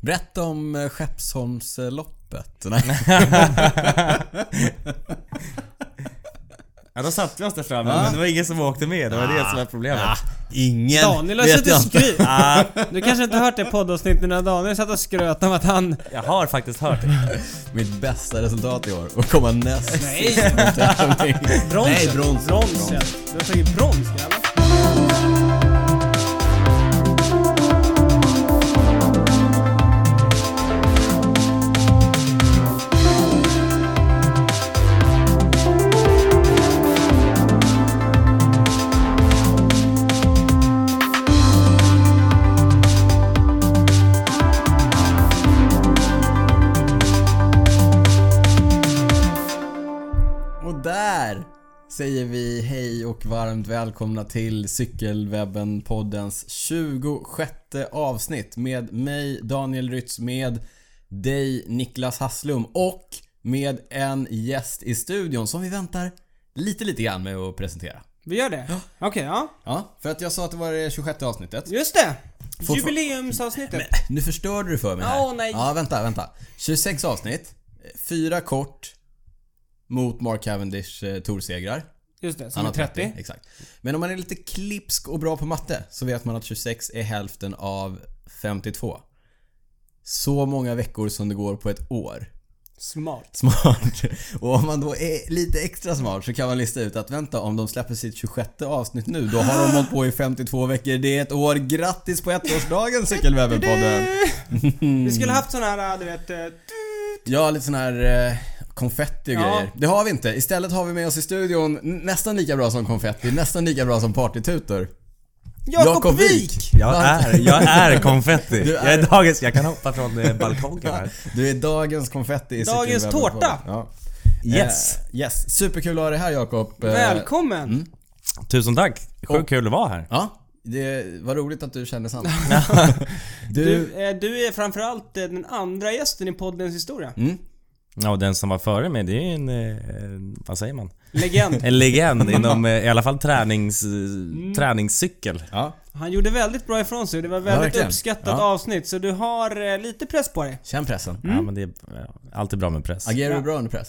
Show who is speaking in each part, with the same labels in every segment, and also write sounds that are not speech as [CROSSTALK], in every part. Speaker 1: Berätta om eh, Skeppsholmsloppet. Nej.
Speaker 2: Ja, Ah, då satt vi oss där framme men det var ingen som åkte med. Det var det som var problemet.
Speaker 1: Ingen
Speaker 3: Daniel har suttit och
Speaker 1: [LAUGHS]
Speaker 3: skryt.
Speaker 1: Ah.
Speaker 3: Du kanske inte har hört det poddavsnittet när Daniel satt och skröt om att han...
Speaker 2: Jag har faktiskt hört det.
Speaker 1: Mitt bästa resultat i år. Och komma näst
Speaker 3: Nej.
Speaker 1: sist på en tävling.
Speaker 3: [LAUGHS]
Speaker 1: Nej, brons.
Speaker 3: Bronsen. Du har tagit brons grabbar.
Speaker 1: Och där säger vi hej och varmt välkomna till Cykelwebben-poddens 26 avsnitt med mig Daniel Rytz, med dig Niklas Hasslum och med en gäst i studion som vi väntar lite, lite grann med att presentera.
Speaker 3: Vi gör det? Okej, ja.
Speaker 1: Ja, för att jag sa att det var det 26 avsnittet.
Speaker 3: Just det!
Speaker 1: Fortfar-
Speaker 3: Jubileumsavsnittet.
Speaker 1: Nu förstörde du för mig här.
Speaker 3: Åh, nej.
Speaker 1: Ja, vänta, vänta. 26 avsnitt. Fyra kort mot Mark Cavendish eh, torsegrar.
Speaker 3: Just det,
Speaker 1: Han
Speaker 3: som är
Speaker 1: har 30.
Speaker 3: 30.
Speaker 1: Exakt. Men om man är lite klipsk och bra på matte så vet man att 26 är hälften av 52. Så många veckor som det går på ett år.
Speaker 3: Smart.
Speaker 1: Smart. [LAUGHS] Och om man då är lite extra smart så kan man lista ut att vänta om de släpper sitt 26 avsnitt nu då har de hållit på i 52 veckor. Det är ett år. Grattis på ettårsdagen Cykelwebben-podden!
Speaker 3: [LAUGHS] Vi skulle haft sån här, du vet... eh,
Speaker 1: Ja, lite sån här eh, konfetti och
Speaker 3: Ja.
Speaker 1: grejer. Det har vi inte. Istället har vi med oss i studion n- nästan lika bra som konfetti, nästan lika bra som partytutor.
Speaker 3: Jakob Wik!
Speaker 1: Varmt-
Speaker 2: [LAUGHS] Jag är, jag är konfetti.
Speaker 1: Du
Speaker 2: Jag är dagens, jag kan hoppa från eh, balkongen här.
Speaker 1: [LAUGHS] Du är dagens konfetti i
Speaker 3: Dagens
Speaker 1: Cykelwebben-podden.
Speaker 3: tårta.
Speaker 1: Ja.
Speaker 2: Yes.
Speaker 1: Eh, yes. Superkul att ha dig här Jakob. Eh,
Speaker 3: Välkommen!
Speaker 2: [LAUGHS] Tusen tack. Sjukt kul att vara här.
Speaker 1: Ja. Det var roligt att du kände
Speaker 2: [LAUGHS]
Speaker 1: samma.
Speaker 3: Du,
Speaker 1: Du...
Speaker 3: eh, du är framförallt eh, den andra gästen i poddens historia.
Speaker 1: Mm.
Speaker 2: Ja, och den som var före mig, det är ju en... eh, en- Vad säger man?
Speaker 3: Legend.
Speaker 2: En [LAUGHS] legend inom eh, i alla fall tränings, eh, träningscykel.
Speaker 1: Ja.
Speaker 3: Han gjorde väldigt bra ifrån sig. Det var väldigt
Speaker 1: verkligen.
Speaker 3: uppskattat
Speaker 2: Ja.
Speaker 3: avsnitt. Så du har eh, lite press på dig.
Speaker 1: Känn pressen.
Speaker 2: Ja men det är ja, alltid bra med press.
Speaker 1: Agerar du bra under press?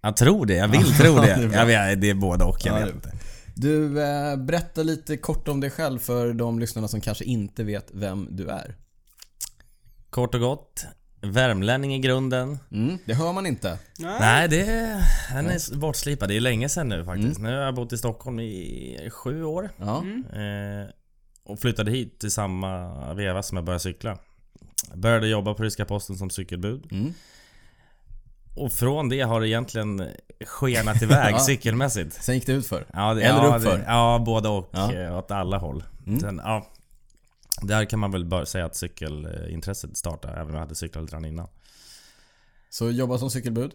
Speaker 2: Jag tror det, jag [LAUGHS] vill tro
Speaker 1: det är
Speaker 2: det.
Speaker 1: bra.
Speaker 2: Jag vet, det är både och, jag
Speaker 1: Ja, det
Speaker 2: vet
Speaker 1: är
Speaker 2: inte.
Speaker 1: Du, eh, berätta lite kort om dig själv för de lyssnarna som kanske inte vet vem du är.
Speaker 2: Kort och gott. Värmlänning i grunden.
Speaker 1: Mm. Det hör man inte.
Speaker 3: Ja.
Speaker 2: Nej, det är, han är bortslipad. Det är länge sedan nu faktiskt.
Speaker 1: Mm.
Speaker 2: Nu har jag bott i Stockholm i sju år.
Speaker 1: Ja.
Speaker 2: Eh, och flyttade hit i samma veva som jag började cykla. Började jobba på Ryska Posten som cykelbud.
Speaker 1: Mm.
Speaker 2: Och från det har det egentligen skenat
Speaker 1: [LAUGHS]
Speaker 2: iväg
Speaker 1: Ja.
Speaker 2: cykelmässigt.
Speaker 1: Sen gick det ut för.
Speaker 2: Ja, det,
Speaker 1: Eller
Speaker 2: ja,
Speaker 1: uppför.
Speaker 2: Det, ja, båda och.
Speaker 1: Ja. Mm.
Speaker 2: eh, Åt alla håll. Sen, ja, där kan man väl bara säga att cykelintresset startade, även om jag hade cyklat lite grann innan.
Speaker 1: Så jobbar som cykelbud,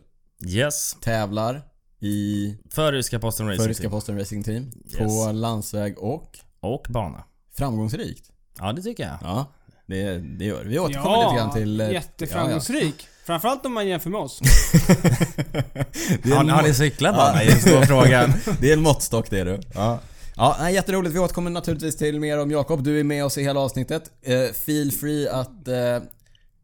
Speaker 2: Yes.
Speaker 1: tävlar i
Speaker 2: För Ryska Posten
Speaker 1: för
Speaker 2: Racing
Speaker 1: Ryska
Speaker 2: Team.
Speaker 1: Posten Racing Team på landsväg och
Speaker 2: Och bana.
Speaker 1: framgångsrikt.
Speaker 2: Ja, det tycker jag.
Speaker 1: Ja, det, det gör det. Vi återkommer lite grann till... eh,
Speaker 3: jätteframgångsrik. Framförallt om man jämför med
Speaker 1: [LAUGHS]
Speaker 3: oss.
Speaker 1: Ja, ja. Det, är
Speaker 2: Har,
Speaker 1: en,
Speaker 2: har ni
Speaker 1: mått-
Speaker 2: cyklat bana? Just då
Speaker 1: [LAUGHS]
Speaker 2: frågan.
Speaker 1: det är en måttstock det är du. Ja. Ja, nej, jätteroligt. Vi återkommer naturligtvis till mer om Jakob. Du är med oss i hela avsnittet. Eh, feel free att eh,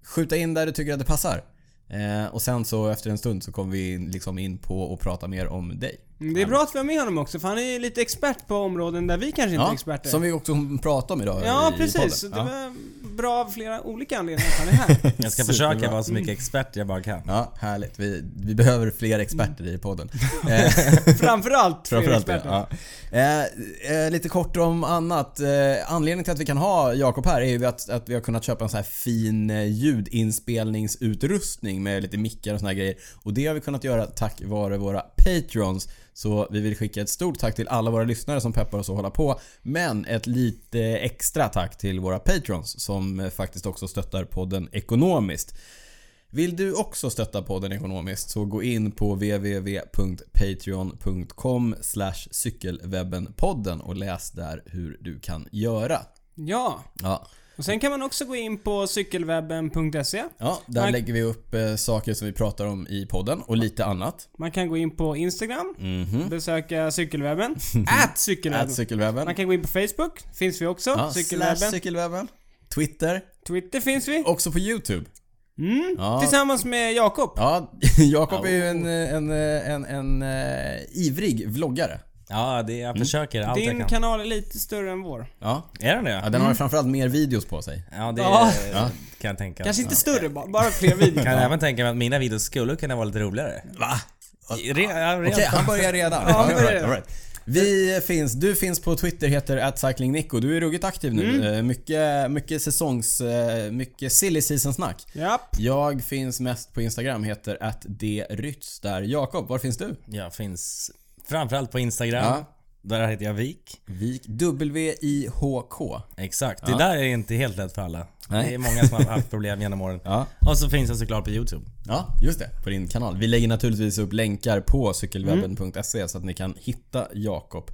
Speaker 1: skjuta in där du tycker att det passar. Eh, och sen så efter en stund så kommer vi in- liksom in på och prata mer om dig.
Speaker 3: Mm, Det är bra att vi har med honom också för han är ju lite expert på områden där vi kanske inte är experter.
Speaker 1: som vi också pratar om idag
Speaker 3: ja,
Speaker 1: i- i
Speaker 3: precis. Så
Speaker 1: podden.
Speaker 3: det var bra av flera olika anledningar att han
Speaker 1: [LAUGHS]
Speaker 3: är här.
Speaker 2: Jag ska
Speaker 1: Superbra.
Speaker 2: försöka vara så mycket expert jag bara kan.
Speaker 1: Ja, härligt. Vi, vi behöver fler experter i
Speaker 3: [LAUGHS]
Speaker 1: podden. Eh,
Speaker 3: Framförallt flera
Speaker 1: Framförallt det.
Speaker 3: experter.
Speaker 1: Ja. Eh, eh, lite kort om annat. Eh, anledningen till att vi kan ha Jakob här är ju att, att vi har kunnat köpa en så här fin eh, ljudinspelningsutrustning med lite mickar och såna här grejer. Och det har vi kunnat göra tack vare våra Patrons. Så vi vill skicka ett stort tack till alla våra lyssnare som peppar oss att hålla på. Men ett lite extra tack till våra Patrons som eh, faktiskt också stöttar podden ekonomiskt. Vill du också stötta podden ekonomiskt så gå in på www.patreon.com cykelwebbenpodden och läs där hur du kan göra.
Speaker 3: Ja.
Speaker 1: Ja,
Speaker 3: Och sen kan man också gå in på cykelwebben.se.
Speaker 1: ja där
Speaker 3: Man-
Speaker 1: lägger vi upp eh, saker som vi pratar om i podden och lite annat.
Speaker 3: Man kan gå in på Instagram.
Speaker 1: Mhm. [LAUGHS]
Speaker 3: Besöka cykelwebben. Ät cykelwebben.
Speaker 1: Ät cykelwebben.
Speaker 3: Man kan gå in på Facebook. Finns vi också.
Speaker 1: Ja, slash
Speaker 3: cykelwebben.
Speaker 1: cykelwebben. Twitter,
Speaker 3: Twitter finns vi.
Speaker 1: också på YouTube.
Speaker 3: Mm.
Speaker 1: Ja.
Speaker 3: Tillsammans med Jakob.
Speaker 1: Ja, [LAUGHS] Jakob är ju en, eh, en, en, en, eh, ivrig vloggare.
Speaker 2: Ja, det,
Speaker 1: Mm.
Speaker 2: jag försöker allt
Speaker 3: Din
Speaker 2: jag kan.
Speaker 3: kanal är lite större än vår.
Speaker 1: Ja.
Speaker 2: Är den det?
Speaker 1: ja den har framförallt mer videos på sig.
Speaker 2: Ja, det
Speaker 3: Ja.
Speaker 2: eh, kan jag tänka.
Speaker 3: Kanske inte större, bara, bara fler videor.
Speaker 2: Kan jag även tänka mig att mina videos skulle kunna vara lite roligare.
Speaker 1: Va?
Speaker 2: Re, ja,
Speaker 1: Okej,
Speaker 2: rent-
Speaker 1: han börjar redan.
Speaker 3: Ja, han
Speaker 1: All right,
Speaker 3: börjar.
Speaker 1: all right. Vi finns, du finns på Twitter, heter @cyclingnico. Du är ruggigt aktiv nu.
Speaker 3: Mm.
Speaker 1: Eh, Mycket, mycket säsongs... eh, Mycket silly season-snack.
Speaker 3: Japp.
Speaker 1: Jag finns mest på Instagram, heter @drytz där. Jakob, var finns du?
Speaker 2: Jag finns framförallt på Instagram.
Speaker 1: Ja.
Speaker 2: Där heter jag Vik.
Speaker 1: Vik, W-I-H-K.
Speaker 2: Exakt. Det där är inte helt lätt för alla.
Speaker 1: Nej.
Speaker 2: Det är många som har haft problem genom åren.
Speaker 1: [LAUGHS] Ja.
Speaker 2: Och så finns jag såklart på Youtube.
Speaker 1: Ja, just det. På din kanal. Vi lägger naturligtvis upp länkar på cykelwebben.se så att ni kan hitta Jakob.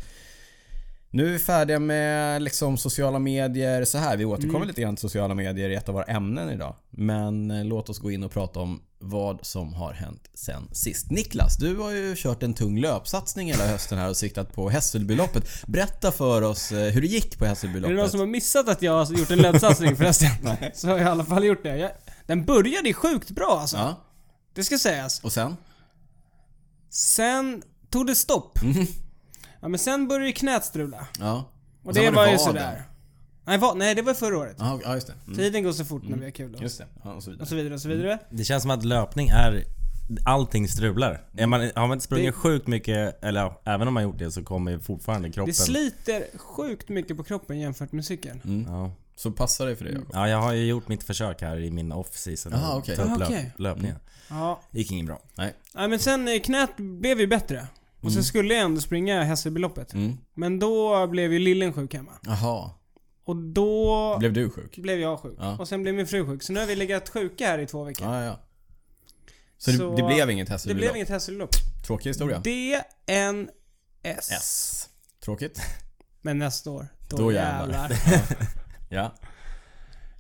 Speaker 1: Nu är vi färdiga med liksom sociala medier så här. Vi återkommer
Speaker 3: Mm.
Speaker 1: lite grann till sociala medier i ett av våra ämnen idag. Men eh, låt oss gå in och prata om vad som har hänt sen sist. Niklas, du har ju kört en tung löpsatsning hela hösten här och siktat på Hässelbyloppet. Berätta för oss eh, hur det gick på
Speaker 3: Är det någon
Speaker 1: Hässelbyloppet.
Speaker 3: som har missat att jag har gjort en
Speaker 1: [LAUGHS]
Speaker 3: löpsatsning förresten? Så har jag i alla fall gjort det. Jag, den började sjukt bra alltså.
Speaker 1: Ja,
Speaker 3: Det ska sägas.
Speaker 1: och sen?
Speaker 3: Sen tog det stopp.
Speaker 1: Mhm.
Speaker 3: Ja men sen började det knät strula.
Speaker 1: Ja.
Speaker 3: Och,
Speaker 1: Och
Speaker 3: det
Speaker 1: sen
Speaker 3: var,
Speaker 1: var det
Speaker 3: ju
Speaker 1: vaden.
Speaker 3: sådär. Nej, va, nej det var förra året.
Speaker 1: Ja, ja, just det. Mm.
Speaker 3: Tiden går så fort när vi har kul. Och,
Speaker 1: Just det. Mm. Ja, och så vidare.
Speaker 3: och så vidare och så vidare.
Speaker 2: Det känns som att löpning är... Allting strular. Är man, har man inte sprungit sjukt mycket, eller ja, även om man gjort det så kommer ju fortfarande kroppen...
Speaker 3: Det sliter sjukt mycket på kroppen jämfört med cykeln.
Speaker 1: Mm.
Speaker 2: ja.
Speaker 1: Så passa dig för det
Speaker 3: Mm.
Speaker 1: Jakob.
Speaker 2: ja, jag har ju gjort mitt försök här i min off-season.
Speaker 1: Jaha,
Speaker 2: att
Speaker 1: okej.
Speaker 2: ta upp
Speaker 3: Ah,
Speaker 2: löp,
Speaker 3: okej.
Speaker 2: löpningen.
Speaker 3: Ja.
Speaker 2: Gick inget bra.
Speaker 1: Nej.
Speaker 3: Nej men sen eh, knät blev ju bättre. Och sen skulle jag ändå springa Hässelbyloppet.
Speaker 1: Mm.
Speaker 3: Men då blev ju lillen sjuk hemma.
Speaker 1: Jaha.
Speaker 3: Och då...
Speaker 1: Blev du sjuk?
Speaker 3: blev jag sjuk.
Speaker 1: Ja.
Speaker 3: Och sen blev min fru sjuk. Så nu har vi legat sjuka här i två veckor.
Speaker 1: Ja, ja. Så, det-
Speaker 3: Så-
Speaker 1: det blev inget
Speaker 3: Det
Speaker 1: Hässelbylopp?
Speaker 3: blev inget Hässelbylopp.
Speaker 1: Tråkig historia.
Speaker 3: DNS.
Speaker 1: S. Tråkigt. [LAUGHS]
Speaker 3: Men nästa år. Då,
Speaker 1: Då jävlar.
Speaker 3: jävlar.
Speaker 1: Ja.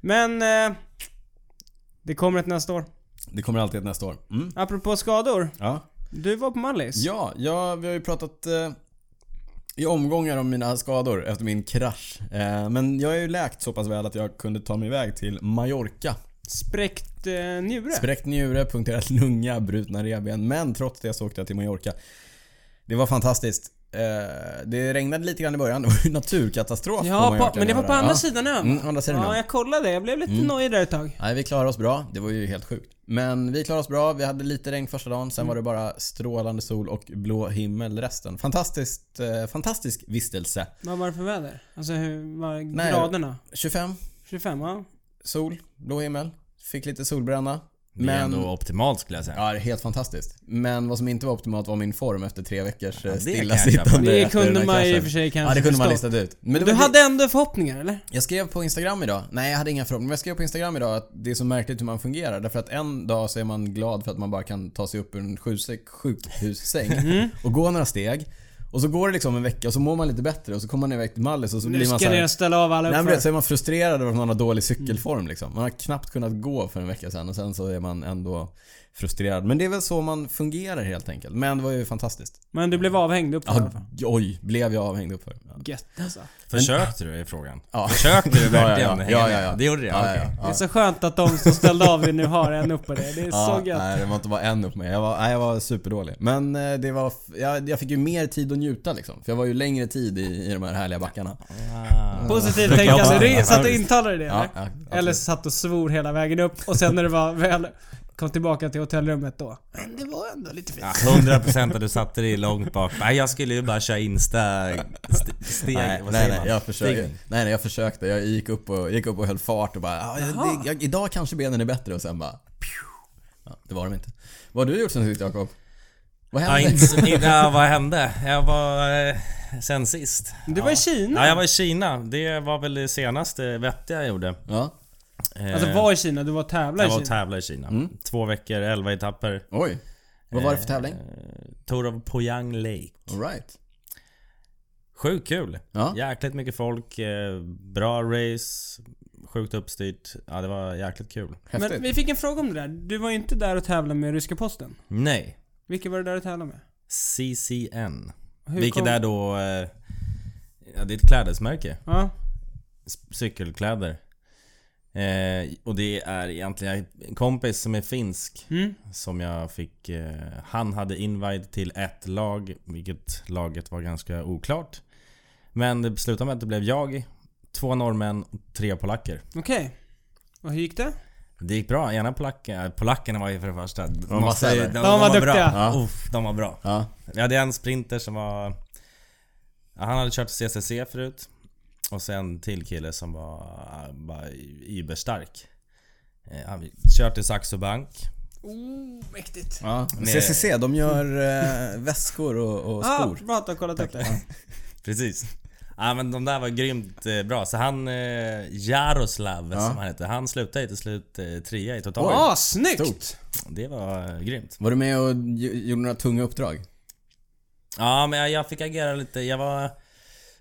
Speaker 3: Men... Eh, det kommer ett nästa år.
Speaker 1: Det kommer alltid ett nästa år. Mm.
Speaker 3: Apropå skador.
Speaker 1: Ja.
Speaker 3: Du var på Mallis.
Speaker 1: Ja, jag, vi har ju pratat eh, i omgångar om mina skador efter min krasch. Eh, men jag är ju läkt så pass väl att jag kunde ta mig iväg till Mallorca.
Speaker 3: Spräckt eh, njure.
Speaker 1: Spräckt njure, punkterat lunga, brutna revben. Men trots det så åkte jag till Mallorca. Det var fantastiskt. Eh, det regnade lite grann i början. Det var ju naturkatastrof på
Speaker 3: ja,
Speaker 1: Mallorca
Speaker 3: på, men det var
Speaker 1: nu,
Speaker 3: på
Speaker 1: va?
Speaker 3: andra
Speaker 1: ja.
Speaker 3: sidan ön.
Speaker 1: Mm, andra sidan ön.
Speaker 3: ja, jag kollade. Jag blev lite
Speaker 1: Mm.
Speaker 3: nojig där ett tag.
Speaker 1: Nej, vi klarade oss bra. Det var ju helt sjukt. Men vi klarade oss bra. Vi hade lite regn första dagen. Sen
Speaker 3: Mm.
Speaker 1: var det bara strålande sol och blå himmel resten. Fantastiskt, eh, fantastisk vistelse.
Speaker 3: Vad var det för väder? Alltså hur var
Speaker 1: Nej.
Speaker 3: graderna?
Speaker 1: 25,
Speaker 3: 25 va?
Speaker 1: sol, blå himmel. Fick lite solbränna.
Speaker 2: Det är
Speaker 1: Men...
Speaker 2: ändå optimalt skulle jag säga.
Speaker 1: Ja, det är helt fantastiskt. Men vad som inte var optimalt var min form efter tre veckors eh,
Speaker 2: det kan jag
Speaker 1: stillasittande.
Speaker 2: köpa.
Speaker 3: Det
Speaker 1: efter
Speaker 3: kunde
Speaker 1: den här
Speaker 3: man ju i
Speaker 1: kraschen.
Speaker 3: och för sig
Speaker 1: Ja,
Speaker 3: kanske
Speaker 1: det kunde man
Speaker 3: förstå.
Speaker 1: listat ut. Men det
Speaker 3: Du
Speaker 1: var-
Speaker 3: hade ändå förhoppningar eller?
Speaker 1: Jag skrev på Instagram idag. Nej, jag hade inga förhoppningar. Men jag skrev på Instagram idag att det är så märkligt hur man fungerar. Därför att en dag så är man glad för att man bara kan ta sig upp ur en sjuksäck-
Speaker 3: [LAUGHS]
Speaker 1: sjukhussäng
Speaker 3: Mm.
Speaker 1: och gå några steg. Och så går det liksom en vecka och så mår man lite bättre och så kommer man iväg till Mallis och så
Speaker 3: Nu
Speaker 1: blir man
Speaker 3: ska
Speaker 1: så här,
Speaker 3: ni ställa av alla
Speaker 1: Nej, men du vet, så
Speaker 3: uppför.
Speaker 1: är man frustrerad över att man har dålig cykelform liksom. Man har knappt kunnat gå för en vecka sedan och sen så är man ändå frustrerad. Men det är väl så man fungerar helt enkelt. Men det var ju fantastiskt.
Speaker 3: Men du blev avhängd uppför i alla
Speaker 1: Ja,
Speaker 3: fall.
Speaker 1: oj, blev jag avhängd upp för. Ja.
Speaker 3: Gött alltså.
Speaker 2: Försökte du i frågan?
Speaker 1: [LAUGHS] Ja.
Speaker 2: Försökte du verkligen
Speaker 1: Ja, ja, ja.
Speaker 2: hänga
Speaker 1: Ja,
Speaker 2: med?
Speaker 1: ja, ja.
Speaker 2: Det gjorde jag?
Speaker 1: Ja,
Speaker 2: okej.
Speaker 1: ja, ja.
Speaker 3: Det är så skönt att de som ställde av er nu har en upp på det. Det är så gött.
Speaker 1: Nej, det var inte bara en upp mig. Jag var, nej, jag var superdålig. Men eh, det var, f- jag, jag fick ju mer tid att njuta liksom. För jag var ju längre tid i, i de här härliga backarna.
Speaker 2: Ah.
Speaker 3: Positivt tänkande.
Speaker 2: Ja,
Speaker 3: Du satt och
Speaker 2: visst.
Speaker 3: intalade det eller?
Speaker 1: ja,
Speaker 3: Eller satt och svor hela vägen upp och sen när det var väl kom tillbaka till hotellrummet då. Men det var ändå lite fint.
Speaker 2: Ja, 100% att du satte dig långt bak. Nej, jag skulle ju bara köra insta... St- steg,
Speaker 1: Nej,
Speaker 2: vad
Speaker 1: nej,
Speaker 2: säger
Speaker 1: nej,
Speaker 2: man?
Speaker 1: jag försökte,
Speaker 2: Stig.
Speaker 1: nej, nej, jag försökte. Jag gick upp och, gick upp och höll fart och bara ah, jag, det, jag, Idag kanske benen är bättre och sen bara pju. ja, Det var de inte. Vad har du gjort sen sist Jakob? Vad
Speaker 2: Ja,
Speaker 1: hände?
Speaker 2: inte, så- inte, ja, vad hände? Jag var... Eh, sen sist.
Speaker 3: Du var i Kina.
Speaker 2: Ja, jag var i Kina. Det var väl det senaste vettiga jag gjorde.
Speaker 1: Ja.
Speaker 2: Eh,
Speaker 3: Alltså var i Kina, du var och tävlade
Speaker 2: jag
Speaker 3: i
Speaker 2: var och
Speaker 3: Kina.
Speaker 2: tävlade
Speaker 3: Mm.
Speaker 2: i Kina. Två veckor, elva etapper.
Speaker 1: Oj. Vad var
Speaker 2: Eh,
Speaker 1: det för tävling?
Speaker 2: Tour of Poyang Lake.
Speaker 1: All right.
Speaker 2: Sjukt kul.
Speaker 1: Ja.
Speaker 2: Jäkligt mycket folk, eh, bra race, sjukt uppstyrt. Ja, det var jäkligt kul.
Speaker 1: Häftigt.
Speaker 3: Men vi fick en fråga om det där. Du var ju inte där och tävlade med ryska posten.
Speaker 2: Nej.
Speaker 3: Vilka var du där och tävlade med?
Speaker 2: CCN.
Speaker 3: Hur
Speaker 2: vilket
Speaker 3: kom-
Speaker 2: är då... Eh, ja, det är ett klädesmärke.
Speaker 3: Ja.
Speaker 2: S- cykelkläder. Eh, och det är egentligen en kompis som är finsk
Speaker 3: Mm.
Speaker 2: som jag fick... Eh, han hade invite till ett lag, vilket laget var ganska oklart. Men det slutade med att det blev jag, två norrmän och tre polacker.
Speaker 3: Okej. Och hur gick det?
Speaker 2: Det gick bra. Ena polacken... Polackerna var ju för det första... De
Speaker 1: vassare.
Speaker 2: de,
Speaker 1: De
Speaker 3: var duktiga.
Speaker 2: Bra.
Speaker 1: Ja.
Speaker 2: Uff, de var bra.
Speaker 1: Ja.
Speaker 2: Vi hade en sprinter som var... ja, Han hade kört CCC förut. Och sen till kille som var ja, bara überstark. Eh, Han kört i Saxo Bank.
Speaker 3: Oh, mäktigt.
Speaker 1: Ja.
Speaker 2: Med-
Speaker 1: CCC, de gör eh, väskor och, och
Speaker 3: Ah,
Speaker 1: skor.
Speaker 3: bra att du har kollat upp det.
Speaker 2: Precis. Ja men de där var grymt eh, bra. Så han eh, Jaroslav som han heter, han slutade ju till slut eh, trea i totalen.
Speaker 3: Ah, snyggt!
Speaker 1: Stort.
Speaker 2: Det var eh, grymt.
Speaker 1: Var du med och ju- gjorde några tunga uppdrag?
Speaker 2: Ja men jag, jag fick agera lite. Jag var...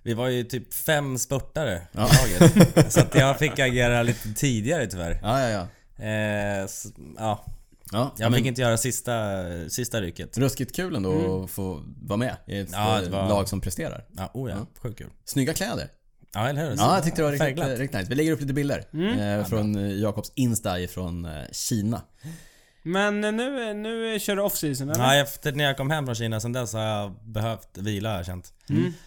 Speaker 2: Vi var ju typ fem spurtare
Speaker 1: Ja.
Speaker 2: i laget. Så att jag fick agera lite tidigare tyvärr.
Speaker 1: Ja, ja, ja.
Speaker 2: Eh, s- ja,
Speaker 1: ja
Speaker 2: jag
Speaker 1: men
Speaker 2: fick inte göra sista, sista rycket.
Speaker 1: Ruskigt kul ändå att få vara med i ett
Speaker 2: Mm. Ja, det
Speaker 1: eh,
Speaker 2: var-
Speaker 1: lag som presterar.
Speaker 2: Ja, oh ja, sjukt kul.
Speaker 1: Snygga kläder.
Speaker 2: Ja, eller hur?
Speaker 1: Ja, jag tyckte det var riktigt,
Speaker 2: Färgglatt.
Speaker 1: riktigt nice. Vi lägger upp lite bilder eh, från eh, Jakobs Insta från eh, Kina.
Speaker 3: Men eh, nu, nu kör du off-season eller?
Speaker 2: Ja, efter när jag kom hem från Kina sen dess har jag behövt vila har jag känt.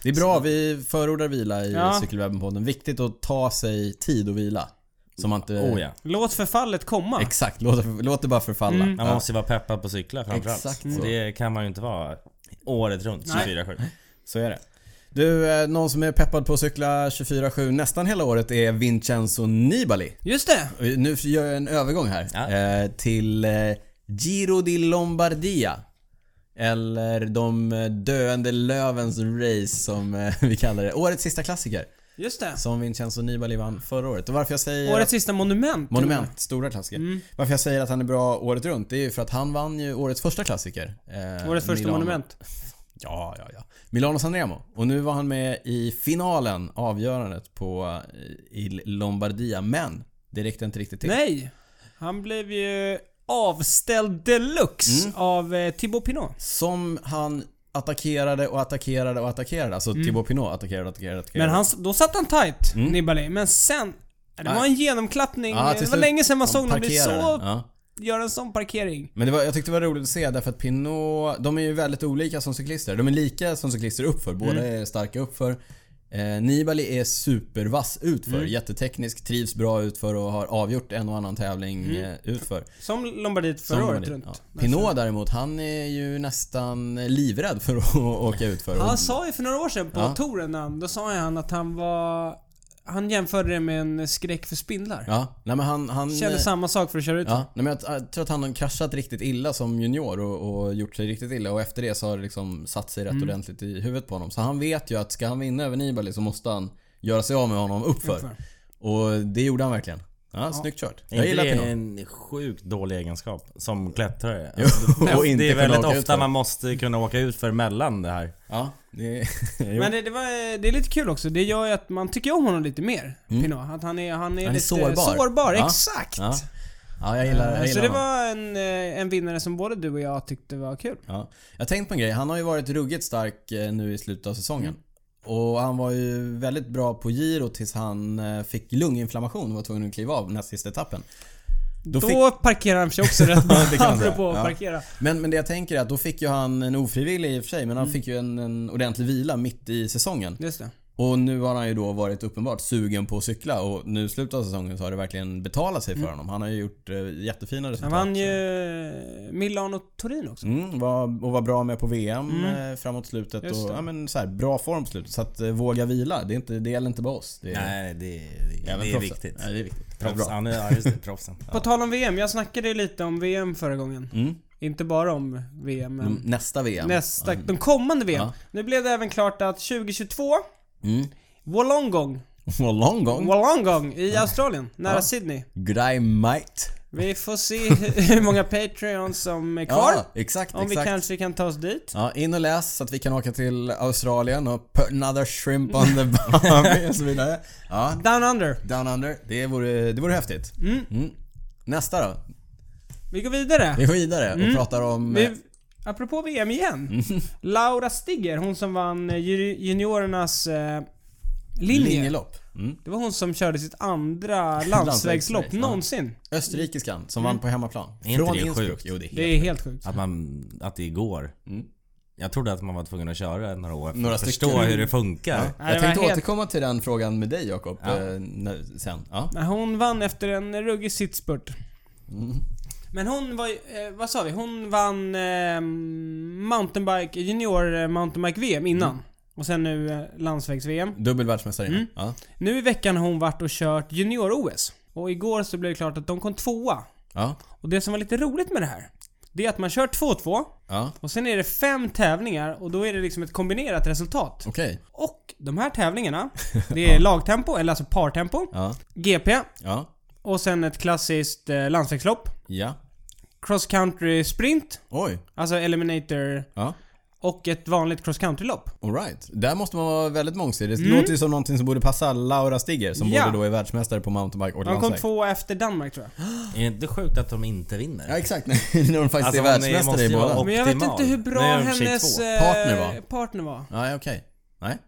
Speaker 1: Det är bra, vi förordar vila i
Speaker 3: Ja.
Speaker 1: Cykelwebben-podden. Viktigt att ta sig tid och vila. Så man inte...
Speaker 2: Oh ja.
Speaker 3: Låt förfallet komma.
Speaker 1: Exakt, låt, det- låt det bara förfalla.
Speaker 2: Man måste ju vara peppad på cyklar framförallt.
Speaker 1: Exakt
Speaker 2: Och
Speaker 1: så.
Speaker 2: det kan man ju inte vara året runt,
Speaker 3: Nej.
Speaker 2: 24-7.
Speaker 1: Så är det. Du, eh, någon som är peppad på att cykla 24-7 nästan hela året är Vincenzo Nibali.
Speaker 3: Just det!
Speaker 1: Och Nu gör jag en övergång här.
Speaker 2: Ja.
Speaker 1: Eh, till eh, Giro di Lombardia. Eller de eh, döende lövens race som eh, [LAUGHS] vi kallar det. Årets sista klassiker.
Speaker 3: Just det.
Speaker 1: Som Vincenzo Nibali vann förra året. Och varför jag säger...
Speaker 3: Årets Mm. sista monument.
Speaker 1: Monument, stora klassiker. Varför jag säger att han är bra året runt, det är ju för att han vann ju årets första klassiker. Eh,
Speaker 3: Årets första
Speaker 1: Milano.
Speaker 3: monument.
Speaker 1: Ja, ja, ja. Milano Sanremo. Och nu var han med i finalen, avgörandet på eh, i Lombardia. Men det räckte inte riktigt till.
Speaker 3: Nej! Han blev ju avställd deluxe
Speaker 1: Mm.
Speaker 3: av eh, Thibaut Pinot.
Speaker 1: Som han attackerade och attackerade och attackerade. Alltså Thibaut Pinot attackerade och attackerade. och attackerade.
Speaker 3: Mm. Men han, då satt han tight,
Speaker 1: Mm.
Speaker 3: Nibali. Men sen... eh, Det var en genomklappning.
Speaker 1: Ja, till
Speaker 3: det var
Speaker 1: slut-
Speaker 3: länge sedan man
Speaker 1: han
Speaker 3: såg någon bli så...
Speaker 1: parkerade. Ja.
Speaker 3: Göra en sån parkering.
Speaker 1: Men det var, jag tyckte det var roligt att se därför att Pinot, de är ju väldigt olika som cyklister. De är lika som cyklister uppför. Båda
Speaker 3: Mm.
Speaker 1: är starka uppför. Eh, Nibali är supervass utför.
Speaker 3: Mm.
Speaker 1: Jätteteknisk, trivs bra utför och har avgjort en och annan tävling
Speaker 3: Mm.
Speaker 1: eh, utför.
Speaker 3: Som Lombardiet förra
Speaker 1: Som-
Speaker 3: året runt.
Speaker 1: Ja. Pinot däremot, han är ju nästan livrädd för att [LAUGHS] åka utför.
Speaker 3: Han sa ju för några år sedan på
Speaker 1: Ja.
Speaker 3: touren när han- då sa ju han att han var... Han jämförde det med en skräck för spindlar.
Speaker 1: Ja, nej men han... han
Speaker 3: Kände
Speaker 1: eh,
Speaker 3: samma sak för att köra ut.
Speaker 1: Ja, nej men jag, t- jag tror att han har kraschat riktigt illa som junior och, och gjort sig riktigt illa och efter det så har det liksom satt sig rätt
Speaker 3: Mm.
Speaker 1: ordentligt i huvudet på honom. Så han vet ju att ska han vinna över Nibali så måste han göra sig av med honom uppför.
Speaker 3: Uppför.
Speaker 1: Och det gjorde han verkligen. Ja, snyggt kört.
Speaker 2: Är
Speaker 1: Jag
Speaker 2: inte
Speaker 1: gillar
Speaker 2: det
Speaker 1: Pinot.
Speaker 2: en sjukt dålig egenskap som klättrare? Alltså,
Speaker 1: [LAUGHS] och inte
Speaker 2: det är
Speaker 1: kunna
Speaker 2: väldigt
Speaker 1: åka
Speaker 2: ofta
Speaker 1: utför.
Speaker 2: man måste kunna åka ut för mellan det här.
Speaker 1: Ja, det
Speaker 2: [LAUGHS]
Speaker 3: Men det, det, var, det är lite kul också. Det gör ju att man tycker om honom lite mer. Pinot. Att han är, han är,
Speaker 1: Mm. är
Speaker 3: lite
Speaker 1: sårbar.
Speaker 3: sårbar
Speaker 1: Ja.
Speaker 3: exakt. Eh,
Speaker 1: ja. ja, jag gillar, jag
Speaker 3: Så
Speaker 1: gillar
Speaker 3: det
Speaker 1: honom.
Speaker 3: var en, eh, en vinnare som både du och jag tyckte var kul.
Speaker 1: Ja. Jag har tänkt på en grej. Han har ju varit ruggigt stark eh, nu i slutet av säsongen.
Speaker 3: Mm.
Speaker 1: Och han var ju väldigt bra på Giro tills han eh, fick lunginflammation och var tvungen att kliva av näst sista etappen.
Speaker 3: Då,
Speaker 1: fick-
Speaker 3: parkerar han
Speaker 1: [LAUGHS]
Speaker 3: sig också rätt bra.
Speaker 1: Ja, det kan man säga.
Speaker 3: Apropå att
Speaker 1: Ja.
Speaker 3: parkera.
Speaker 1: Men, men det jag tänker är att då fick ju han en ofrivillig i och för sig men han
Speaker 3: Mm.
Speaker 1: fick ju en, en ordentlig vila mitt i säsongen.
Speaker 3: Just det.
Speaker 1: Och nu har han ju då varit uppenbart sugen på att cykla och nu i slutet av säsongen så har det verkligen betalat sig för honom. Han har ju gjort eh, jättefina resultat.
Speaker 3: Mm. Han vann ju Milano och Turin också.
Speaker 1: Mm, var, och var bra med på VM eh, framåt slutet.
Speaker 3: Mm. Just
Speaker 1: Och,
Speaker 3: det.
Speaker 1: ja, men så här, bra form på slutet. Så att eh, våga vila. Det, är inte, det gäller inte bara oss. Det är,
Speaker 2: Nej, det, det,
Speaker 1: även
Speaker 2: det är
Speaker 1: proffsen.
Speaker 2: viktigt.
Speaker 1: Nej, det är viktigt.
Speaker 2: Proffs.
Speaker 1: Bra.
Speaker 2: Ja, nu, ja,
Speaker 1: [LAUGHS]
Speaker 2: just det, proffsen.
Speaker 3: På tal om VM, jag snackade ju lite om VM förra gången.
Speaker 1: Mm.
Speaker 3: Inte bara om VM, men
Speaker 1: De- Nästa VM. [LAUGHS]
Speaker 3: nästa, de kommande VM.
Speaker 1: Mm. Ja.
Speaker 3: Nu blev det även klart att 2022,
Speaker 1: Mm.
Speaker 3: Wollongong,
Speaker 1: Och lång gång.
Speaker 3: Wollongong i Australien, nära Sydney.
Speaker 1: G'day mate.
Speaker 3: Vi
Speaker 1: [LAUGHS]
Speaker 3: får se hur många Patreons som är kvar.
Speaker 1: Ja, exakt,
Speaker 3: om vi
Speaker 1: exakt.
Speaker 3: kanske kan ta oss dit.
Speaker 1: Ja, in och läs så att vi kan åka till Australien och put another shrimp on the barbie och så vidare. Ja,
Speaker 3: Down Under.
Speaker 1: down under. Det vore, det vore häftigt. Mm. Nästa då.
Speaker 3: Vi går vidare.
Speaker 1: Vi går vidare och pratar om...
Speaker 3: Vi, apropå
Speaker 1: Mm. [LAUGHS]
Speaker 3: VM igen. Laura Stigger, hon som vann eh, ju- juniorernas eh, Linje.
Speaker 1: Linjelopp. Mm.
Speaker 3: Det var hon som körde sitt
Speaker 1: [LAUGHS]
Speaker 3: andra landsvägslopp
Speaker 1: ja.
Speaker 3: någonsin.
Speaker 1: Österrikiskan som vann på hemmaplan.
Speaker 2: Är inte
Speaker 1: Från
Speaker 2: det
Speaker 1: Innsbruck.
Speaker 2: sjukt?
Speaker 1: Jo, det är helt
Speaker 3: Det är helt sjukt.
Speaker 2: Att, man, att det går.
Speaker 1: Mm.
Speaker 2: Jag trodde att man var tvungen att köra några år för
Speaker 1: Några
Speaker 2: att förstå
Speaker 1: stycken.
Speaker 2: hur det funkar.
Speaker 1: Ja.
Speaker 3: Nej, det
Speaker 1: Jag
Speaker 3: var
Speaker 1: tänkte
Speaker 3: helt-
Speaker 1: återkomma till den frågan med dig Jakob eh, när- sen. Ja.
Speaker 3: Nej, hon vann efter en ruggig sittspurt.
Speaker 1: Mm.
Speaker 3: Men hon var ju- eh, vad sa vi? Hon vann eh, mountainbike, junior eh, mountainbike-VM innan.
Speaker 1: Mm.
Speaker 3: Och sen nu eh, landsvägs-VM.
Speaker 1: Dubbel världsmästare innan. ja.
Speaker 3: Nu i veckan har hon varit och kört junior-OS. Och igår så blev det klart att de kom tvåa.
Speaker 1: ja.
Speaker 3: Och det som var lite roligt med det här, det är att man kör 2-2
Speaker 1: Ja.
Speaker 3: och sen är det fem tävlingar och då är det liksom ett kombinerat resultat.
Speaker 1: Okej.
Speaker 3: Och de
Speaker 1: [LAUGHS]
Speaker 3: här tävlingarna, det är lagtempo, eller alltså partempo,
Speaker 1: Ja.
Speaker 3: GP
Speaker 1: Ja.
Speaker 3: och sen ett klassiskt eh, landsvägslopp,
Speaker 1: Ja.
Speaker 3: cross country sprint,
Speaker 1: Oj.
Speaker 3: alltså eliminator
Speaker 1: Ja.
Speaker 3: och ett vanligt cross country-lopp.
Speaker 1: Alright. Där måste man vara väldigt mångsidig. Det låter ju som någonting som borde passa Laura Stigger som
Speaker 3: Mm. Ja.
Speaker 1: både då är världsmästare på mountainbike och
Speaker 3: De kom
Speaker 1: landsväg.
Speaker 3: tvåa efter Danmark tror jag.
Speaker 2: Är det inte sjukt att de inte vinner?
Speaker 1: Ja exakt, [LAUGHS] när när hon faktiskt är
Speaker 2: Alltså, hon är-
Speaker 1: världsmästare
Speaker 2: måste
Speaker 1: i
Speaker 2: ju vara
Speaker 1: båda.
Speaker 2: op-
Speaker 3: Men jag vet
Speaker 2: Optimal.
Speaker 3: inte hur bra
Speaker 2: Nej, de är i och för sig
Speaker 3: hennes
Speaker 2: två.
Speaker 3: eh,
Speaker 1: Partner var.
Speaker 3: partner var.
Speaker 1: Nej okej. Nej.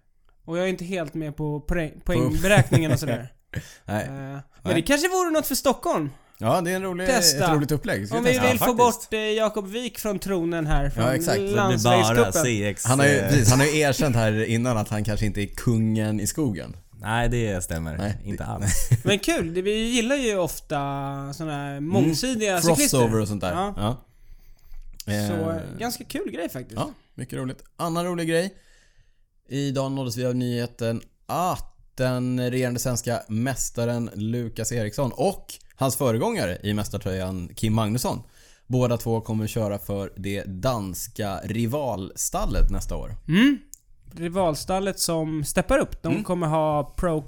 Speaker 3: Och jag är inte helt med på poäng, poängberäkningen
Speaker 1: [LAUGHS]
Speaker 3: och sådär. Eh,
Speaker 1: Nej.
Speaker 3: Men
Speaker 1: Nej.
Speaker 3: det kanske vore något för Stockholm?
Speaker 1: Ja det är en rolig,
Speaker 3: Testa.
Speaker 1: ett roligt upplägg. Ska
Speaker 3: Om
Speaker 1: vi
Speaker 3: vi
Speaker 1: testa?
Speaker 3: vill få
Speaker 2: faktiskt.
Speaker 3: bort eh, Jakob Wik från tronen här, från
Speaker 1: exakt. Så det blir bara
Speaker 2: Det är bara
Speaker 3: landsvägscupen.
Speaker 2: CX...
Speaker 1: Han har, ju,
Speaker 2: eh,
Speaker 1: precis, han har ju erkänt här innan att han kanske inte är kungen i skogen.
Speaker 2: Nej, det stämmer.
Speaker 1: Nej. [LAUGHS]
Speaker 2: Inte alls.
Speaker 3: Men kul, det- vi gillar ju ofta såna här mångsidiga
Speaker 1: Mm, Crossover
Speaker 3: cyklister.
Speaker 1: och sånt där.
Speaker 3: Alltså, Ja.
Speaker 1: Ja.
Speaker 3: Så
Speaker 1: Eh,
Speaker 3: eh, ganska kul grej faktiskt.
Speaker 1: ja, mycket roligt. Annan rolig grej. Idag nåddes vi av nyheten att den regerande svenska mästaren Lukas Eriksson och hans föregångare i mästartröjan Kim Magnusson. Båda två kommer köra för det danska rivalstallet nästa år.
Speaker 3: Mm. Rivalstallet som steppar upp,
Speaker 1: Mm.
Speaker 3: de kommer ha Pro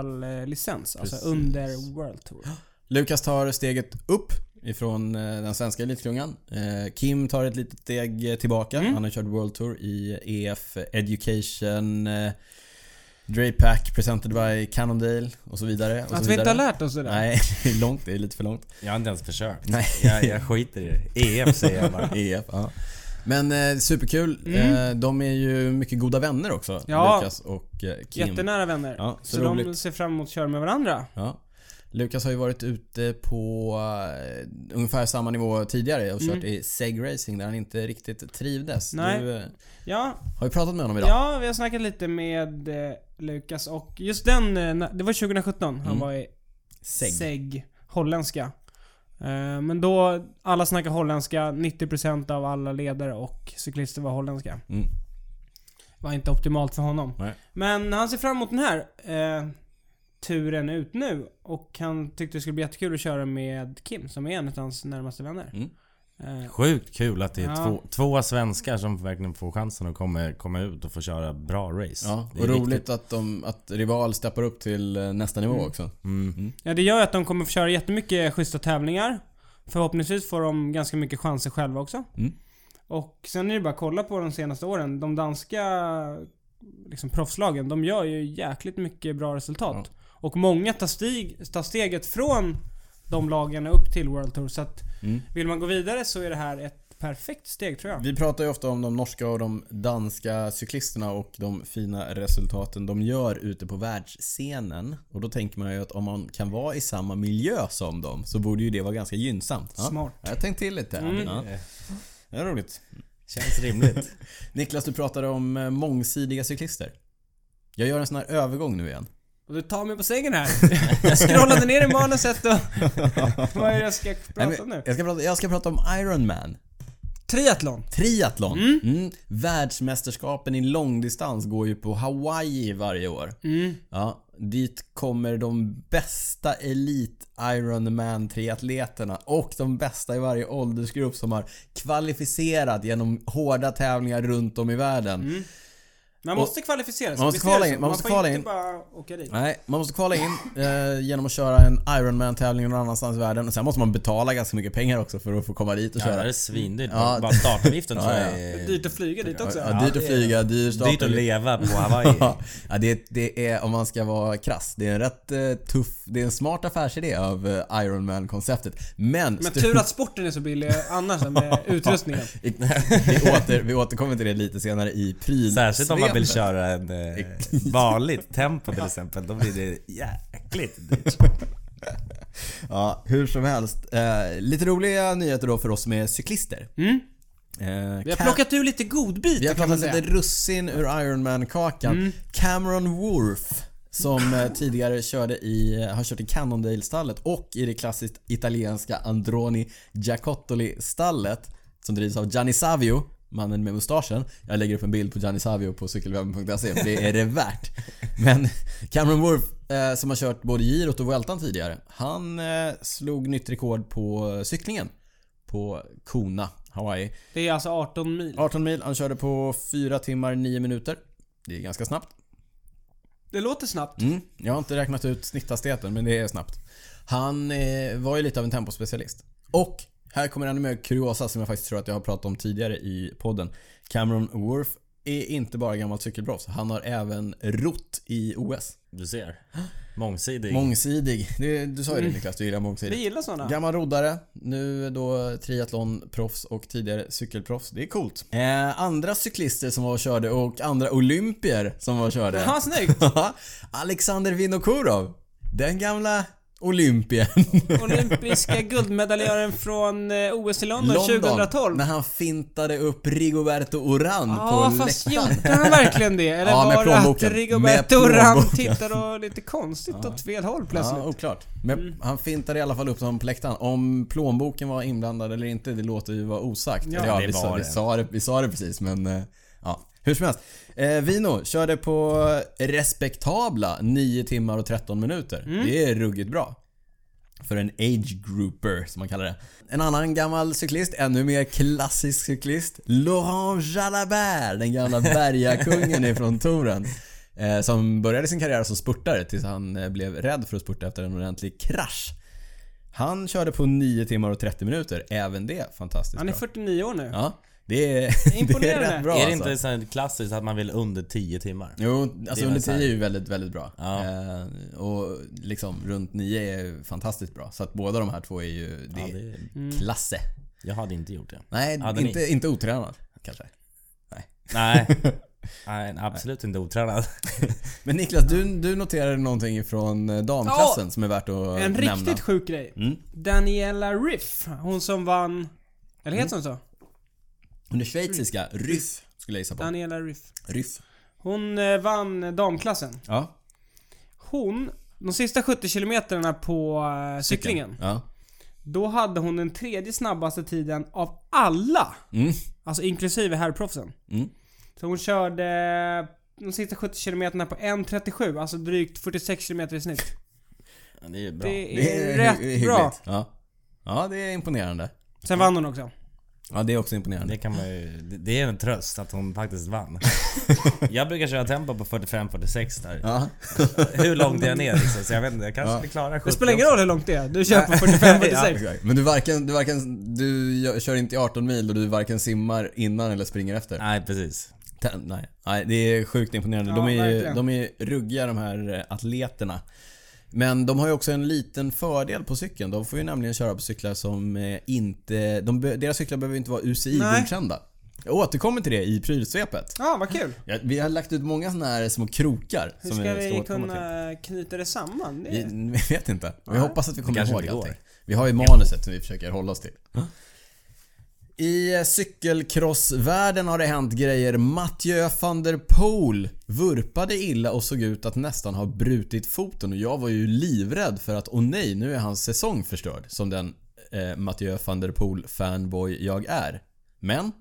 Speaker 3: Continental-licens. Alltså under World Tour.
Speaker 1: Lukas tar steget upp ifrån eh, den svenska elitklungan. Eh, Kim tar ett litet steg eh, tillbaka.
Speaker 3: Mm.
Speaker 1: Han har kört World Tour i EF Education, eh, Draypack presented by Cannondale och så vidare. Och så
Speaker 3: Att vi
Speaker 1: vidare.
Speaker 3: inte har lärt oss det där.
Speaker 1: Nej, [LAUGHS] det är långt. Det är lite för långt.
Speaker 2: Jag har inte ens försökt.
Speaker 1: Nej.
Speaker 2: Jag, jag skiter i det. EF säger jag bara.
Speaker 1: EF, E ja. Men eh, superkul. Eh, de är ju mycket goda vänner också.
Speaker 3: Mm. Ja.
Speaker 1: Lukas och eh, Kim.
Speaker 3: Jättenära vänner.
Speaker 1: Ja,
Speaker 3: så
Speaker 1: så
Speaker 3: de
Speaker 1: roligt.
Speaker 3: ser fram emot att köra med varandra.
Speaker 1: Ja. Lukas har ju varit ute på eh, ungefär samma nivå tidigare och kört i segracing där han inte riktigt trivdes.
Speaker 3: Mm. Nej.
Speaker 1: Du eh,
Speaker 3: Ja,
Speaker 1: har ju pratat med honom idag.
Speaker 3: ja vi har snackat lite med eh, Lukas och just den, eh, na- det var 2017 han
Speaker 1: Mm.
Speaker 3: var i
Speaker 1: Seg.
Speaker 3: Seg, holländska. Eh, Men då, alla snackar holländska, 90% av alla ledare och cyklister var holländska.
Speaker 1: Mm.
Speaker 3: Var inte optimalt för honom.
Speaker 1: Nej.
Speaker 3: Men han ser fram emot den här eh, turen ut nu. Och han tyckte det skulle bli jättekul att köra med Kim, som är en av hans närmaste vänner.
Speaker 1: Mm.
Speaker 3: Eh,
Speaker 2: Sjukt kul att det är
Speaker 3: Ja.
Speaker 2: två, två svenskar som verkligen får chansen att komma, komma ut och få köra bra race.
Speaker 1: Ja,
Speaker 2: Det är
Speaker 1: och
Speaker 2: riktigt-
Speaker 1: roligt att, de, att Rival steppar upp till eh, nästa nivå
Speaker 3: Mm.
Speaker 1: också.
Speaker 2: Mm.
Speaker 1: Mm.
Speaker 3: Ja, det gör ju att de kommer få köra jättemycket schyssta tävlingar. Förhoppningsvis får de ganska mycket chanser själva också.
Speaker 1: Mm.
Speaker 3: Och sen är det bara att kolla på de senaste åren. De danska liksom, proffslagen, de gör ju jäkligt mycket bra resultat. Och många tar, stig, tar steget från de lagen upp till World Tour. Så att
Speaker 1: Mm.
Speaker 3: vill man gå vidare så är det här ett perfekt steg tror jag.
Speaker 1: Vi pratar ju ofta om de norska och de danska cyklisterna och de fina resultaten de gör ute på världsscenen. Och då tänker man ju att om man kan vara i samma miljö som dem så borde ju det vara ganska gynnsamt. Ja.
Speaker 3: Smart.
Speaker 1: Jag har tänkt till lite. här.
Speaker 3: Mm.
Speaker 1: Ja. Det är roligt.
Speaker 2: Känns
Speaker 1: [LAUGHS]
Speaker 2: rimligt.
Speaker 1: Niklas, du pratade om eh, mångsidiga cyklister. Jag gör en sån här övergång nu igen.
Speaker 3: Och du tar mig på sängen här. [LAUGHS] jag scrollade ner i manuset och...
Speaker 1: [LAUGHS]
Speaker 3: Vad är det jag ska
Speaker 1: Nej,
Speaker 3: prata
Speaker 1: men
Speaker 3: om nu?
Speaker 1: Jag, ska prata, jag ska prata om Ironman.
Speaker 3: Triathlon.
Speaker 1: Triathlon. Mm. Världsmästerskapen i långdistans går ju på Hawaii varje år.
Speaker 3: Mm.
Speaker 1: Ja, dit kommer de bästa elit Ironman triatleterna och de bästa i varje åldersgrupp som har kvalificerat genom hårda tävlingar runt om i världen.
Speaker 3: Man måste kvalificera sig.
Speaker 1: man måste
Speaker 3: visst är det
Speaker 1: kvala
Speaker 3: så?
Speaker 1: in, man måste
Speaker 3: får
Speaker 1: kvala
Speaker 3: inte
Speaker 1: in.
Speaker 3: bara åka dit.
Speaker 1: Nej, man måste kvala in eh, genom att köra en Ironman-tävling någon annanstans i världen. Och sen måste man betala ganska mycket pengar också för att få komma dit och
Speaker 2: Ja, det här
Speaker 1: köra.
Speaker 2: är svindyrt.
Speaker 1: Ja.
Speaker 2: Bara startavgiften
Speaker 1: Ja,
Speaker 2: tror jag
Speaker 1: ja.
Speaker 2: är...
Speaker 3: Dyrt att flyga dit också.
Speaker 1: Ja, dyrt att flyga, dyr start.
Speaker 2: Dyrt att leva på Hawaii.
Speaker 1: [LAUGHS] Ja, ja, det, det är, om man ska vara krass, det är en rätt eh, tuff, det är en smart affärsidé av eh, Ironman-konceptet. Men...
Speaker 3: Men tur att sporten är så billig
Speaker 1: [LAUGHS]
Speaker 3: annars än med utrustningen.
Speaker 1: vi, åter, vi återkommer till det lite senare i prylsvepet.
Speaker 2: Särskilt om man vill köra en eh, vanligt tempo till exempel, då blir det jäkligt dyrt.
Speaker 1: Ja, hur som helst. Eh, lite roliga nyheter då för oss som är cyklister.
Speaker 3: Mm.
Speaker 1: [LAUGHS] Eh,
Speaker 3: Vi har
Speaker 1: Cam-
Speaker 3: plockat ur lite
Speaker 1: vi har
Speaker 3: godbitar kan man
Speaker 1: plockat
Speaker 3: säga.
Speaker 1: lite russin ur Iron Man-kakan. Cameron Worth, som eh, tidigare körde i, eh, har kört i Cannondale-stallet och i det klassiskt italienska Androni Giacottoli-stallet som drivs av Gianni Savio, mannen med mustaschen. Jag lägger upp en bild på Gianni Savio på cykelwebben.se, för det är det värt. Men Cameron Worth, eh, som har kört både girot och Vueltan tidigare, han eh, slog nytt rekord på eh, cyklingen på Kona, Hawaii.
Speaker 3: Det är alltså 18 mil.
Speaker 1: 18 mil, han körde på 4 timmar 9 minuter. Det är ganska snabbt.
Speaker 3: Det låter snabbt.
Speaker 1: Mm. Jag har inte räknat ut snitthastigheten, men det är snabbt. Han eh, var ju lite av en tempospecialist. Och här kommer ännu mer kuriosa som jag faktiskt tror att jag har pratat om tidigare i podden. Cameron Worth är inte bara gammalt cykelproffs. Han har även rott i OS.
Speaker 2: Du ser. Mångsidig.
Speaker 1: Mångsidig. Det, du sa ju det Niklas, du gillar
Speaker 3: Vi
Speaker 1: mångsidig.
Speaker 3: gillar sådana.
Speaker 1: Gammal roddare, nu då triathlonproffs och tidigare cykelproffs. Det är coolt. Eh, andra cyklister som var och körde och andra olympier som var och körde.
Speaker 3: Ja, snyggt.
Speaker 1: [LAUGHS] Alexander Vinokurov. Den gamla olympien.
Speaker 3: Olympiska guldmedaljören från eh, OS i London, 2012.
Speaker 1: När han fintade upp Rigoberto Oran
Speaker 3: Ja,
Speaker 1: på
Speaker 3: fast
Speaker 1: läktaren.
Speaker 3: gjorde han verkligen det? Eller
Speaker 1: Ja, med
Speaker 3: var det att
Speaker 1: plånboken. Med
Speaker 3: Rigoberto
Speaker 1: plånboken.
Speaker 3: Urán tittade och lite konstigt åt fel håll plötsligt?
Speaker 1: Ja, oklart. Men
Speaker 2: Mm.
Speaker 1: han fintade i alla fall upp dem på läktaren. Om plånboken var inblandad eller inte, det låter ju vara osagt.
Speaker 3: Ja,
Speaker 1: Eller
Speaker 2: det
Speaker 1: vi, sa,
Speaker 2: var
Speaker 1: vi,
Speaker 2: det.
Speaker 1: sa det, vi sa det precis, men eh, ja. Hur som helst. Eh, Vino körde på respektabla 9 timmar och 13 minuter.
Speaker 2: Mm.
Speaker 1: Det är ruggigt bra. För en age grouper som man kallar det. En annan gammal cyklist, ännu mer klassisk cyklist. Laurent Jalabert, den gamla bergakungen ifrån touren. Eh, som började sin karriär som spurtare tills han eh, blev rädd för att spurta efter en ordentlig krasch. Han körde på 9 timmar och 30 minuter, även det fantastiskt
Speaker 3: Han är
Speaker 1: bra.
Speaker 3: 49 år nu.
Speaker 1: Ja, det är, [LAUGHS] det är
Speaker 3: Imponerande.
Speaker 1: rätt bra
Speaker 2: Är det
Speaker 1: alltså.
Speaker 2: inte så här klassiskt att man vill under 10 timmar?
Speaker 1: Jo, alltså
Speaker 2: är
Speaker 1: under
Speaker 2: så
Speaker 1: 10
Speaker 2: här-
Speaker 1: är ju väldigt, väldigt bra.
Speaker 2: Ja.
Speaker 1: Eh, och liksom runt 9 är fantastiskt bra. Så att båda de här två är ju... Det,
Speaker 2: Ja, det är,
Speaker 1: Klasse.
Speaker 2: jag hade inte gjort Mm. det.
Speaker 1: Nej,
Speaker 2: Hade ni?
Speaker 1: inte, inte otränad
Speaker 2: [LAUGHS]
Speaker 1: kanske. [LAUGHS]
Speaker 2: Nej. Nej, absolut inte otränad.
Speaker 1: Men Niklas, du, du noterade någonting från eh, damklassen som är värt att
Speaker 3: En
Speaker 1: nämna.
Speaker 3: riktigt sjuk grej.
Speaker 1: Mm.
Speaker 3: Daniela Riff, hon som vann... Eller heter
Speaker 1: Mm.
Speaker 3: hon så?
Speaker 1: Hon är schweiziska. Ryff, skulle jag gissa på.
Speaker 3: Daniela Riff.
Speaker 1: Ryff.
Speaker 3: Hon eh, vann damklassen.
Speaker 1: Ja.
Speaker 3: Hon, de sista 70 kilometrarna på eh, cyklingen.
Speaker 1: Ja.
Speaker 3: Då hade hon den tredje snabbaste tiden av alla.
Speaker 1: Mm.
Speaker 3: Alltså inklusive herrproffsen.
Speaker 1: Mm.
Speaker 3: Så hon körde eh, de sista 70 kilometrarna på 1.37, alltså drygt 46 kilometer i snitt.
Speaker 2: Ja, Det är ju bra.
Speaker 3: Det är,
Speaker 1: hy-
Speaker 3: rätt
Speaker 1: hyggligt.
Speaker 3: bra.
Speaker 1: Ja. ja, det är imponerande.
Speaker 3: Sen vann hon också.
Speaker 1: Ja, det är också imponerande.
Speaker 2: Det kan man ju, det- det är en tröst att hon faktiskt vann. Jag brukar köra tempo på 45-46 där.
Speaker 1: Ja.
Speaker 2: Hur långt är jag ner liksom? Så jag vet inte, jag kanske klarar 70
Speaker 3: Det spelar ingen
Speaker 2: också.
Speaker 3: roll hur långt det är, du kör på 45,
Speaker 1: [LAUGHS] Ja,
Speaker 3: 46.
Speaker 1: exakt. Men du varken, du varken, du gör- kör inte i 18 mil och du varken simmar innan eller springer efter.
Speaker 2: Nej precis.
Speaker 1: Ten, nej. nej, det är sjukt imponerande.
Speaker 3: Ja,
Speaker 1: de, är ju,
Speaker 3: verkligen.
Speaker 1: de är ju ruggiga de här eh, atleterna. Men de har ju också en liten fördel på cykeln. De får ju nämligen köra på cyklar som eh, inte... De, be- deras cyklar behöver inte vara UCI-godkända. Jag återkommer till det i prylsvepet.
Speaker 3: Ja, vad kul.
Speaker 1: Ja, Vi har lagt ut många såna här små krokar
Speaker 3: Hur
Speaker 1: som
Speaker 3: ska
Speaker 1: vi
Speaker 3: vi
Speaker 1: ska återkomma till.
Speaker 3: kunna knyta det samman? Det är...
Speaker 1: Vi, [LAUGHS] vi vet inte. Vi hoppas att vi kommer
Speaker 2: kanske
Speaker 1: ihåg
Speaker 2: inte går.
Speaker 1: allting. Vi har ju manuset som vi försöker hålla oss till. I eh, cykelcrossvärlden har det hänt grejer. Mathieu van der Poel vurpade illa och såg ut att nästan ha brutit foten och jag var ju livrädd för att åh nej, nu är hans säsong förstörd. Som den eh, Mathieu van der Poel fanboy jag är. Men,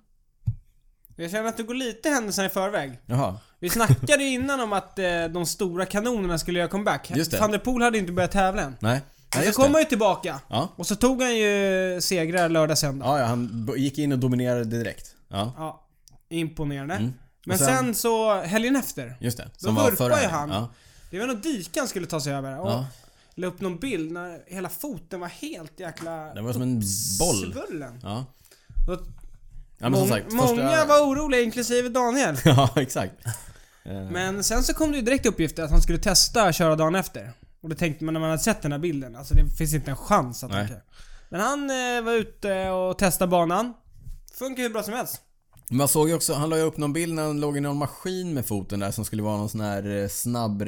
Speaker 3: Jag känner att du går lite händelserna i förväg.
Speaker 1: jaha.
Speaker 3: Vi snackade ju innan om att eh, de stora kanonerna skulle göra comeback.
Speaker 1: Just det.
Speaker 3: Van der Poel hade inte börjat tävla än.
Speaker 1: Nej. Nej,
Speaker 3: Men
Speaker 1: just
Speaker 3: så kom
Speaker 1: det.
Speaker 3: han ju tillbaka.
Speaker 1: Ja.
Speaker 3: Och så tog han ju segrar lördag söndag.
Speaker 1: Ja, ja, han b- gick in och dominerade direkt. Ja,
Speaker 3: Ja, imponerande. Men
Speaker 1: Mm. Och sen-
Speaker 3: sen, så, helgen efter.
Speaker 1: just det.
Speaker 3: Då vurpade
Speaker 1: förra
Speaker 3: ju
Speaker 1: helgen.
Speaker 3: han.
Speaker 1: Ja.
Speaker 3: Det var nog dikan skulle ta sig över. Och
Speaker 1: Ja.
Speaker 3: la upp någon bild när hela foten var helt jäkla...
Speaker 1: Det var som en boll.
Speaker 3: Svullen.
Speaker 1: Ja.
Speaker 3: Och
Speaker 1: Ja, men
Speaker 3: mång-
Speaker 1: som sagt,
Speaker 3: många
Speaker 1: första-
Speaker 3: var oroliga, inklusive Daniel.
Speaker 1: [LAUGHS] Ja, exakt.
Speaker 3: Men sen så kom det ju direkt uppgifter att han skulle testa att köra dagen efter. Och då tänkte man när man hade sett den här bilden, alltså det finns inte en chans att
Speaker 1: Nej.
Speaker 3: han kan. Men han eh, var ute och testade banan. Funkar hur bra som helst.
Speaker 1: Man såg ju också, han la ju upp någon bild när han låg i någon maskin med foten där som skulle vara någon sån här eh, snabb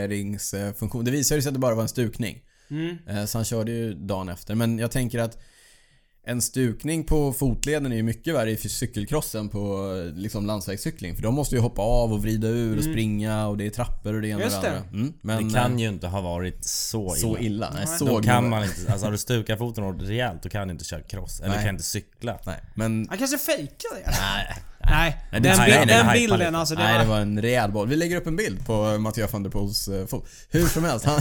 Speaker 1: rehabiliteringsfunktion. Det visade sig att det bara var en stukning.
Speaker 3: Mm.
Speaker 1: Eh, Så han körde ju dagen efter. Men jag tänker att en stukning på fotleden är ju mycket värre i cykelkrossen på eh, liksom landsvägscykling. För de måste ju hoppa av och vrida ur och springa och det är trappor och det ena och det
Speaker 3: Mm. Just det.
Speaker 1: andra. Mm, men
Speaker 2: Det
Speaker 1: eh,
Speaker 2: kan ju inte ha varit så illa.
Speaker 1: så illa. Nej,
Speaker 3: Nej.
Speaker 1: så
Speaker 2: Då
Speaker 1: illa.
Speaker 2: kan man inte, alltså har du stukat foten ordentligt rejält då kan du inte köra cross. Eller
Speaker 1: Nej.
Speaker 2: kan inte cykla.
Speaker 1: Nej, men...
Speaker 3: Han kanske fejkade det? Nej. Nej. Den,
Speaker 1: det-
Speaker 3: bi-
Speaker 1: nej, nej,
Speaker 3: den
Speaker 2: nej,
Speaker 3: bilden
Speaker 2: hypa lite.
Speaker 3: alltså. Det
Speaker 1: Nej,
Speaker 3: var,
Speaker 1: det var en rejäl boll. Vi lägger upp en bild på Mattias van der Poels eh, fot. Hur som helst,
Speaker 3: [LAUGHS]
Speaker 1: han,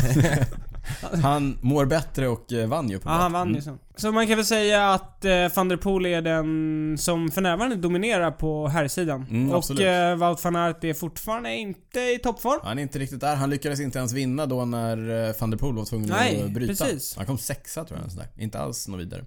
Speaker 1: han mår bättre och eh, vann ju på
Speaker 3: Ja, han vann ju sen. Så man kan väl säga att eh, van der Poel är den som för närvarande dominerar på herrsidan.
Speaker 1: Mm,
Speaker 3: och
Speaker 1: absolut.
Speaker 3: eh, Wout van Aert är fortfarande inte i toppform.
Speaker 1: Han är inte riktigt där. Han lyckades inte ens vinna då när eh, van der Poel var tvungen
Speaker 3: Nej,
Speaker 1: att bryta.
Speaker 3: precis.
Speaker 1: Han kom sexa tror jag. eller Sådär. Inte alls något vidare.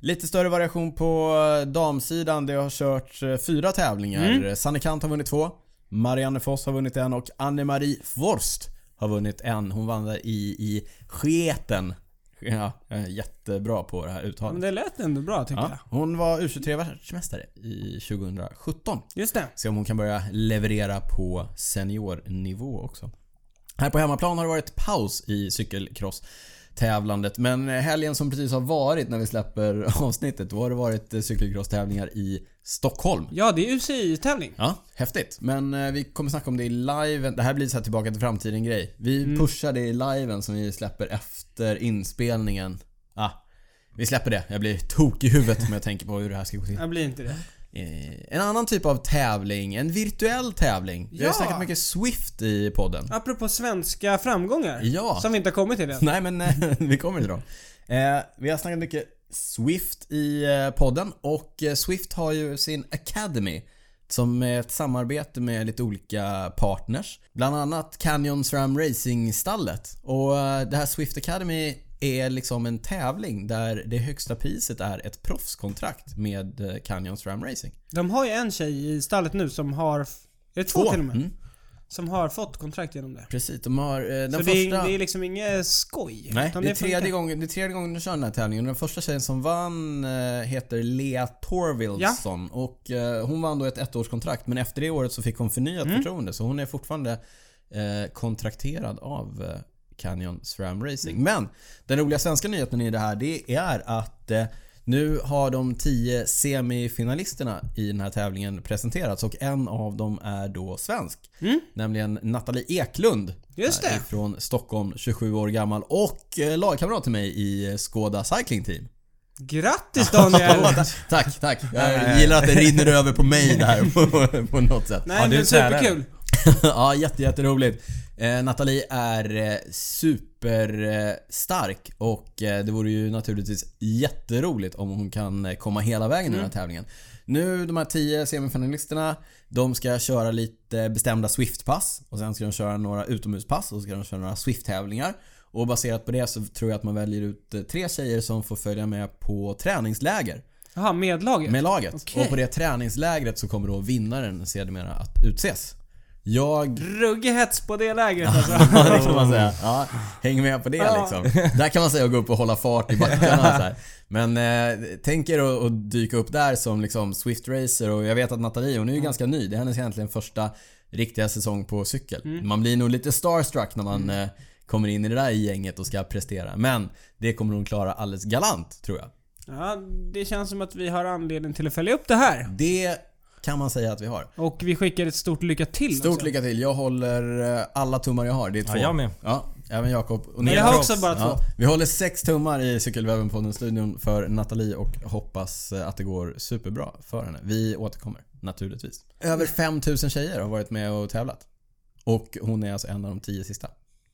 Speaker 1: Lite större variation på eh, damsidan. Det har kört eh, fyra tävlingar. Eh,
Speaker 3: Mm.
Speaker 1: Sanne Kant har vunnit två. Marianne Foss har vunnit en och Anne-Marie Forst har vunnit en. Hon vann där i, i sketen. Ja, jag är jättebra på det här
Speaker 3: Men
Speaker 1: uttalet.
Speaker 3: det lät ändå bra tycker
Speaker 1: Ja,
Speaker 3: jag.
Speaker 1: hon var U23-världsmästare i 2017.
Speaker 3: Just det.
Speaker 1: Se om hon kan börja leverera på seniornivå också. Här på hemmaplan har det varit paus i cykelcross-tävlandet. Men helgen som precis har varit när vi släpper [LAUGHS] avsnittet, då har det varit eh, cykelcross-tävlingar i Stockholm.
Speaker 3: Ja, det är UCI-tävling.
Speaker 1: Ja, häftigt. Men eh, vi kommer snacka om det i liven. Det här blir så här tillbaka till framtiden grej. Vi pushar det i liven som vi släpper efter inspelningen. Ah, vi släpper det. Jag blir tokig i huvudet om jag tänker på hur det här ska gå till.
Speaker 3: Jag blir inte det.
Speaker 1: Eh, En annan typ av tävling, en virtuell tävling. Vi har ju
Speaker 3: Ja.
Speaker 1: snackat mycket Swift i podden.
Speaker 3: Apropå svenska framgångar.
Speaker 1: Ja.
Speaker 3: Som vi inte har kommit till än.
Speaker 1: [LAUGHS] Nej men eh, vi kommer till dem. Eh, vi har snackat mycket Swift i eh, podden och eh, Swift har ju sin Academy som är ett samarbete med lite olika partners. Bland annat Canyon SRAM Racing-stallet. Och eh, det här Swift Academy är liksom en tävling där det högsta priset är ett proffskontrakt med eh, Canyon SRAM Racing.
Speaker 3: De har ju en tjej i stallet nu som har... Är det två, till och med?
Speaker 1: Mm,
Speaker 3: Som har fått kontrakt genom det.
Speaker 1: precis, de har eh, den
Speaker 3: så
Speaker 1: första...
Speaker 3: det, är, det är liksom inget skoj.
Speaker 1: Nej,
Speaker 3: utan
Speaker 1: det är, tredje
Speaker 3: funkar.
Speaker 1: gången, det är tredje gången du kör den här tävlingen. Den första tjejen som vann eh, heter Lea Torvildsson. Och eh, hon vann då ett ettårskontrakt men efter det året så fick hon förnyat
Speaker 3: Mm.
Speaker 1: förtroende. Så hon är fortfarande eh, kontrakterad av eh, Canyon SRAM
Speaker 3: Mm.
Speaker 1: Racing. Men den roliga svenska nyheten i det här det är att eh, nu har de tio semifinalisterna i den här tävlingen presenterats och en av dem är då svensk.
Speaker 3: Mm.
Speaker 1: Nämligen Nathalie Eklund.
Speaker 3: Just det.
Speaker 1: Från Eh, Stockholm, 27 år gammal och eh, lagkamrat till mig i eh, Skåda Cycling Team. [LAUGHS]
Speaker 3: Grattis Daniel!
Speaker 1: Åh, ta- tack, tack. Jag gillar att det rinner över på mig där [LAUGHS] på, på något sätt.
Speaker 3: Nej
Speaker 2: Ja, du
Speaker 3: men
Speaker 2: är tränare.
Speaker 3: superkul.
Speaker 1: [LAUGHS] ja, jätte, jätteroligt. Eh, Nathalie är eh, superstark eh, stark och eh, det vore ju naturligtvis jätteroligt om hon kan eh, komma hela vägen i den här tävlingen. Nu de här tio semifinalisterna, de ska köra lite bestämda Swift-pass och sen ska de köra några utomhuspass och så ska de köra några Swift-tävlingar. Och baserat på det så tror jag att man väljer ut eh, tre tjejer som får följa med på träningsläger
Speaker 3: Jaha, medlaget?
Speaker 1: med laget.
Speaker 3: Okej.
Speaker 1: Och på det träningslägret så kommer då vinnaren sedermera att utses. Jag...
Speaker 3: Ruggig hets på
Speaker 1: [LAUGHS]
Speaker 3: det lägret alltså.
Speaker 1: Ja, det kan man säga. Ja, häng med på det liksom. Där kan man säga att gå upp och hålla fart i backarna. Så här. Men eh, tänk er att, att dyka upp där som liksom Swift Racer och jag vet att Nathalie, hon är ju ganska ny. Det är hennes egentligen första riktiga säsong på cykel. Man blir nog lite starstruck när man eh, kommer in i det där gänget och ska prestera. Men det kommer hon klara alldeles galant tror jag.
Speaker 3: Ja, det känns som att vi har anledning till att följa upp det här.
Speaker 1: Det kan man säga att vi har.
Speaker 3: Och vi skickar ett stort lycka till
Speaker 1: Stort
Speaker 3: också.
Speaker 1: lycka till. Jag håller eh, alla tummar jag har. Det är två.
Speaker 2: Ja, jag med.
Speaker 1: Ja, även Jakob. Och
Speaker 3: Men
Speaker 1: ni
Speaker 3: jag
Speaker 1: är
Speaker 3: har
Speaker 1: proffs.
Speaker 3: också bara två.
Speaker 1: Ja, vi håller sex tummar i Cykelwebben-podden-studion för Nathalie och hoppas eh, att det går superbra för henne. Vi återkommer, naturligtvis. Över 5000 tjejer har varit med och tävlat. Och hon är alltså en av de tio sista.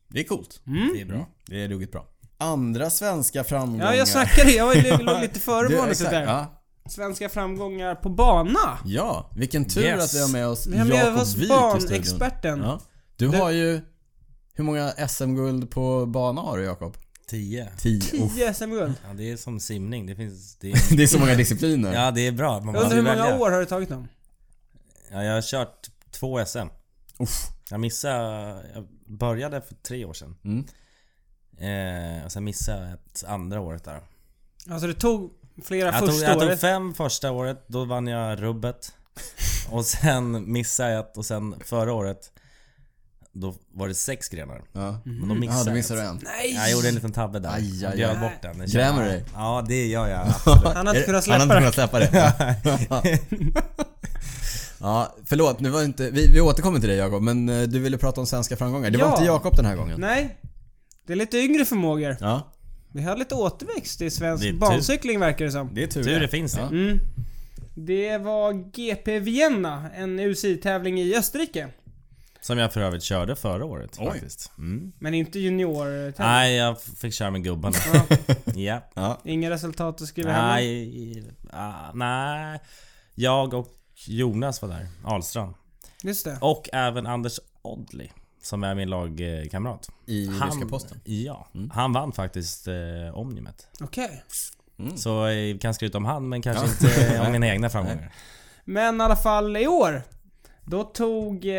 Speaker 1: Det är coolt.
Speaker 3: Mm.
Speaker 2: Det är bra.
Speaker 1: Det är ruggigt bra. Andra svenska framgångar.
Speaker 3: Ja, jag snackade. Jag
Speaker 1: [LAUGHS]
Speaker 3: var ju- låg lite före
Speaker 1: Du,
Speaker 3: manuset
Speaker 1: exakt,
Speaker 3: där.
Speaker 1: Ja.
Speaker 3: Svenska framgångar på bana.
Speaker 1: ja, vilken tur
Speaker 2: Yes.
Speaker 1: att vi har med oss
Speaker 3: Vi har med
Speaker 1: Jakob
Speaker 3: oss
Speaker 1: Wijk i studion.
Speaker 3: banexperten.
Speaker 1: Ja. Du
Speaker 3: Det-
Speaker 1: har ju... Hur många SM-guld på bana har du Jakob?
Speaker 2: 10.
Speaker 1: Tio. Uff.
Speaker 3: 10 SM-guld.
Speaker 2: Ja, det är som simning. Det finns... Det
Speaker 1: [LAUGHS] Det är så många discipliner.
Speaker 2: ja, det är bra. Man
Speaker 3: Jag undrar
Speaker 2: måste
Speaker 3: hur
Speaker 2: ju
Speaker 3: många
Speaker 2: välja.
Speaker 3: år har du tagit dem?
Speaker 2: Ja, jag har kört två SM.
Speaker 1: Uff.
Speaker 2: Jag missade... Jag började för tre år sedan.
Speaker 1: Mm.
Speaker 2: Eh, och sen missade jag ett andra året där.
Speaker 3: Alltså det tog flera
Speaker 2: Jag tog,
Speaker 3: första
Speaker 2: jag
Speaker 1: [LAUGHS]
Speaker 3: året.
Speaker 2: tog fem första året. Då vann jag rubbet. Och sen missade jag ett och sen förra året då var det sex grenar.
Speaker 1: Mm. Ja.
Speaker 2: Men då
Speaker 1: Jaha,
Speaker 2: missade
Speaker 1: du
Speaker 2: jag
Speaker 1: missade
Speaker 2: ett.
Speaker 1: en.
Speaker 3: Nej!
Speaker 2: Jag gjorde en liten tabbe där.
Speaker 1: Aj,
Speaker 2: Jag
Speaker 1: aj,
Speaker 2: bjöd
Speaker 1: aj.
Speaker 2: bort den. Jag
Speaker 1: Grämer
Speaker 2: känner-
Speaker 1: dig?
Speaker 2: Ja, det
Speaker 1: [LAUGHS]
Speaker 2: gör jag.
Speaker 3: Han har inte kunnat
Speaker 1: Han
Speaker 3: släppa
Speaker 1: har
Speaker 3: det.
Speaker 1: inte kunnat släppa det. [LAUGHS] ja, förlåt. Nu var inte, vi, vi återkommer till dig Jakob, men eh, du ville prata om svenska framgångar. Det var
Speaker 3: Ja.
Speaker 1: inte Jakob den här gången.
Speaker 3: Nej. Det är lite yngre förmågor.
Speaker 1: Ja,
Speaker 3: Vi har lite återväxt i
Speaker 2: Det är typ-
Speaker 3: svensk
Speaker 2: tur.
Speaker 3: bancykling verkar det som.
Speaker 1: det är tur,
Speaker 2: Tur det finns
Speaker 1: Ja.
Speaker 2: det.
Speaker 3: Mm. Det var GP Vienna, en UCI-tävling i Österrike.
Speaker 2: Som jag för övrigt körde förra året
Speaker 1: Oj.
Speaker 2: faktiskt. Mm.
Speaker 3: Men inte junior-tävling.
Speaker 2: Nej, jag f- fick köra med gubbarna. ja.
Speaker 1: [LAUGHS] Ja.
Speaker 3: Inga resultat att skriva hem. om.
Speaker 2: Nej, ah, nej. Jag och Jonas var där. Ahlstrand.
Speaker 3: Just det.
Speaker 2: Och även Anders Odli. Som är min lagkamrat.
Speaker 1: I ryska posten. Mm.
Speaker 2: Ja. Han vann faktiskt eh, Omniumet.
Speaker 3: Okej.
Speaker 1: Mm.
Speaker 2: Så eh, kan skryta om han men kanske inte
Speaker 1: [LAUGHS]
Speaker 2: om mina egna framgångar.
Speaker 3: Men i alla fall i år. Då tog eh,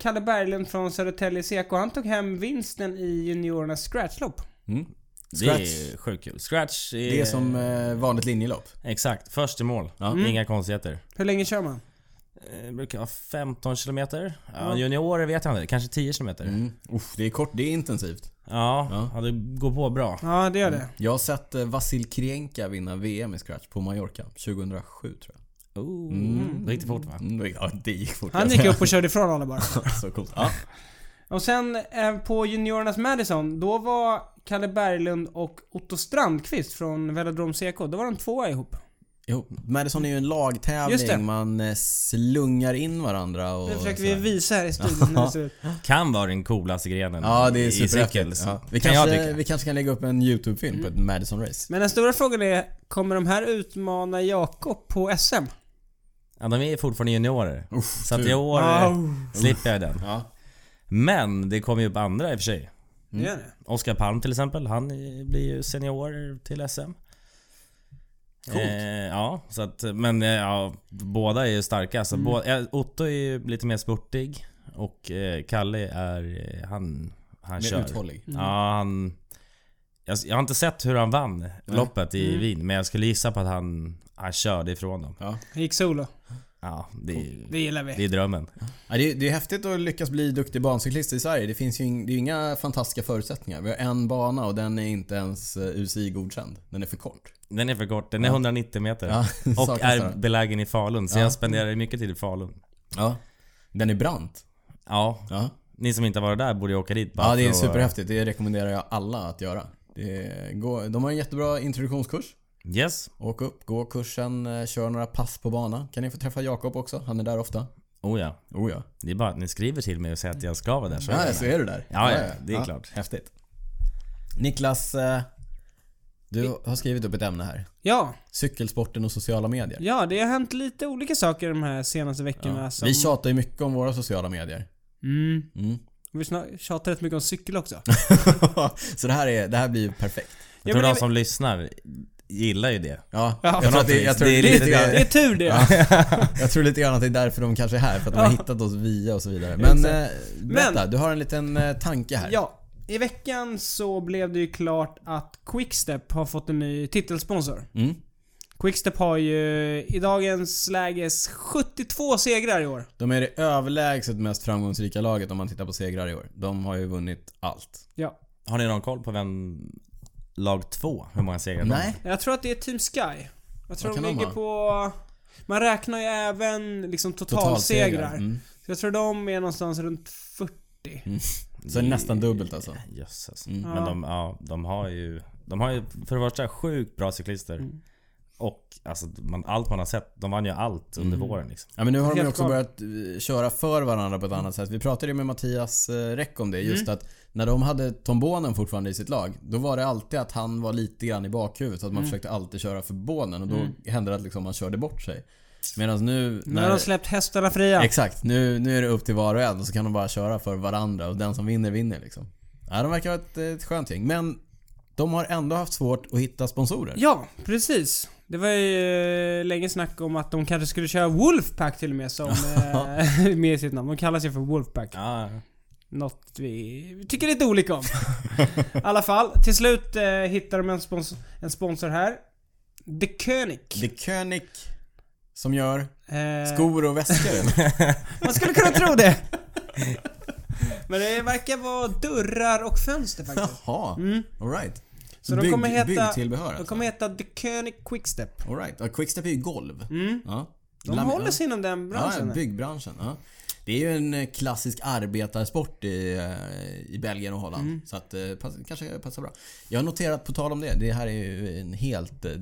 Speaker 3: Kalle Berglund från Södertälje CK, han tog hem vinsten i juniorernas scratchlopp.
Speaker 1: Mm.
Speaker 2: Det är
Speaker 1: Scratch.
Speaker 2: sjukt kul. Scratch är...
Speaker 1: Det är som eh, vanligt linjelopp.
Speaker 2: Exakt. Först i mål. Inga konstigheter.
Speaker 3: Hur länge kör man?
Speaker 2: Eh, brukar vara 15 kilometer. Ja, juniorer vet jag inte. Kanske 10 kilometer.
Speaker 1: Mm. Uff, det är kort, det är intensivt.
Speaker 2: Ja,
Speaker 1: Ja.
Speaker 2: ja. det går på bra.
Speaker 3: Ja, det gör det.
Speaker 1: Jag har sett eh, Vasil Krienka vinna VM i scratch på Mallorca 2007 tror jag.
Speaker 2: Oh, Det gick det fort va?
Speaker 1: Mm, det gick- ja, det gick fort. alltså.
Speaker 3: Han gick upp och körde ifrån alla [LAUGHS] bara.
Speaker 1: Så coolt. Ja.
Speaker 3: Och sen eh, på juniorernas Madison, då var Kalle Berglund och Otto Strandqvist från Velodrom CK, då var de tvåa ihop.
Speaker 1: Jo, Madison är ju en
Speaker 3: Just det.
Speaker 1: lagtävling. Man eh, slungar in varandra och
Speaker 3: Det försöker vi
Speaker 1: sådär.
Speaker 3: visa här i studion hur det [LAUGHS] ser ut.
Speaker 2: Kan vara den coolaste grenen
Speaker 1: Ja, det är
Speaker 2: i cykel.
Speaker 1: superhäftigt.
Speaker 2: så
Speaker 1: Ja. Vi,
Speaker 2: kan jag
Speaker 1: kanske,
Speaker 2: tycka.
Speaker 1: vi kanske kan lägga upp en YouTube-film på ett Madison-race.
Speaker 3: Men den stora frågan är, kommer de här utmana Jakob på SM?
Speaker 2: Ja, de är fortfarande juniorer. så att
Speaker 1: tur.
Speaker 2: i år eh,
Speaker 3: Au.
Speaker 2: slipper jag den.
Speaker 1: Ja.
Speaker 2: Men det kommer ju upp andra i och för sig.
Speaker 3: Det gör det.
Speaker 2: Oskar Palm till exempel, han eh, blir ju senior till SM.
Speaker 1: Coolt.
Speaker 2: Eh, ja, så att, men eh, ja, båda är ju starka.
Speaker 1: Mm.
Speaker 2: Så bå- eh, Otto är ju lite mer sportig och eh, Kalle är... eh, Han, han
Speaker 1: Mer
Speaker 2: kör.
Speaker 1: uthållig.
Speaker 2: Ja, han... Jag, jag har inte sett hur han vann loppet i
Speaker 1: Mm.
Speaker 2: Wien, men jag skulle gissa på att han, han körde ifrån dem.
Speaker 1: Ja.
Speaker 3: Han gick solo.
Speaker 2: Ja, det, är-
Speaker 3: Det gillar vi.
Speaker 2: det är drömmen.
Speaker 1: Ja, det, är, det är häftigt att lyckas bli duktig bancyklist i Sverige. Det finns ju ing, det är ju inga fantastiska förutsättningar. Vi har en bana och den är inte ens eh, UCI-godkänd. Den är för kort.
Speaker 2: Den är för kort, den är 190 meter.
Speaker 1: [LAUGHS] Ja,
Speaker 2: och
Speaker 1: saknas
Speaker 2: är
Speaker 1: där.
Speaker 2: belägen i Falun, så jag spenderar mycket tid i Falun.
Speaker 1: Ja. Den är brant.
Speaker 2: Ja,
Speaker 1: Ja.
Speaker 2: ni som inte har varit där borde ju åka dit bara
Speaker 1: Ja, det
Speaker 2: för
Speaker 1: är
Speaker 2: att-
Speaker 1: superhäftigt. Det rekommenderar jag alla att göra. Det går, de har en jättebra introduktionskurs.
Speaker 2: Yes.
Speaker 1: Åk upp, gå kursen, eh, kör några pass på bana. Kan ni få träffa Jakob också? Han är där ofta.
Speaker 2: Oh ja.
Speaker 1: Oh ja.
Speaker 2: Det är bara att ni skriver till mig och säger att jag ska vara där så är jag
Speaker 1: Ja,
Speaker 2: där.
Speaker 1: så är du där.
Speaker 2: Ja, ja, det är klart.
Speaker 1: Häftigt. Niklas, eh, du har skrivit upp ett ämne här.
Speaker 3: Ja,
Speaker 1: Cykelsporten och sociala medier.
Speaker 3: ja det har hänt lite olika saker de här senaste veckorna som...
Speaker 1: Vi tjatar ju mycket om våra sociala medier.
Speaker 3: Mm.
Speaker 1: Mm.
Speaker 3: Vi snar- tjatar rätt mycket om cykel också.
Speaker 1: så det här, är, det här blir ju perfekt.
Speaker 2: Jag
Speaker 3: Ja,
Speaker 2: tror
Speaker 3: men
Speaker 2: de som lyssnar gillar ju det.
Speaker 1: Ja,
Speaker 3: Ja.
Speaker 1: jag, tror att [LAUGHS] det, jag, tror
Speaker 2: Det är
Speaker 1: lite
Speaker 2: lite-
Speaker 1: grann,
Speaker 3: Det är tur det.
Speaker 1: [LAUGHS] jag tror lite grann att det är därför de kanske är här. För att de har hittat oss via och så vidare. Men eh, berätta, du har en liten eh, tanke här.
Speaker 3: Ja, i veckan så blev det ju klart att Quickstep har fått en ny titelsponsor.
Speaker 1: Mm.
Speaker 3: Quickstep har ju i dagens läges 72 segrar i år.
Speaker 1: De är det överlägset mest framgångsrika laget om man tittar på segrar i år. De har ju vunnit allt.
Speaker 3: Ja.
Speaker 2: Har ni någon koll på vem lag två, hur många segrar de har?
Speaker 3: Jag tror att det är Team Sky. Jag tror
Speaker 1: Vad kan
Speaker 3: de
Speaker 1: de
Speaker 3: ligger
Speaker 1: ha?
Speaker 3: på... Man räknar ju även liksom totalsegrar.
Speaker 1: Totalsegrar. Mm.
Speaker 3: Så jag tror de är någonstans runt 40.
Speaker 1: Så det är nästan dubbelt alltså.
Speaker 2: Jösses. Men de, ja, de har ju... De har ju för det första sjukt bra cyklister.
Speaker 3: Mm.
Speaker 2: Och alltså, man, allt man har sett. De vann ju allt under våren liksom.
Speaker 1: Ja men nu har de ju
Speaker 3: Helt
Speaker 1: också
Speaker 3: galet.
Speaker 1: börjat eh, köra för varandra på ett annat sätt. Vi pratade ju med Mattias eh, Räck om det. Just att när de hade Tombonen fortfarande i sitt lag. Då var det alltid att han var lite grann i bakhuvudet. Så att man försökte alltid köra för bånen. Och då hände det att liksom man körde bort sig. Medan nu...
Speaker 3: Nu har de släppt hästarna fria.
Speaker 1: Exakt. Nu, nu är det upp till var och en. Och så kan de bara köra för varandra. Och den som vinner vinner liksom. Ja, de verkar vara ett, ett skönt gäng. Men de har ändå haft svårt att hitta sponsorer.
Speaker 3: Ja, precis. Det var ju eh, länge snack om att de kanske skulle köra Wolfpack till och
Speaker 1: [LAUGHS]
Speaker 3: med som eh, [LAUGHS] med i sitt namn. De kallas ju för Wolfpack.
Speaker 2: Ja,
Speaker 3: Något vi vi tycker lite
Speaker 1: [LAUGHS]
Speaker 3: olika om. I alla fall, till slut eh, hittar de en, spons- en sponsor här. The König.
Speaker 1: The König Som gör
Speaker 3: Eh,
Speaker 1: skor och väskor
Speaker 3: [LAUGHS]
Speaker 1: eller?
Speaker 3: Man skulle kunna
Speaker 1: [LAUGHS]
Speaker 3: tro det! Men det verkar vara dörrar och fönster faktiskt.
Speaker 1: Jaha,
Speaker 3: Mm.
Speaker 1: alright.
Speaker 3: Så de kommer heta-
Speaker 1: Byggtillbehör
Speaker 3: De
Speaker 1: alltså.
Speaker 3: kommer heta The König Quickstep.
Speaker 1: Alright. Ja, Quickstep är ju golv.
Speaker 3: Mm.
Speaker 1: Ja.
Speaker 3: De
Speaker 1: Lam-
Speaker 3: håller sig inom den branschen.
Speaker 1: Ja, byggbranschen. Ja. Det är ju en eh, klassisk arbetarsport i, eh, i Belgien och Holland. Så att eh, pass, kanske passar bra. Jag har noterat, på tal om det, det här är ju en helt eh,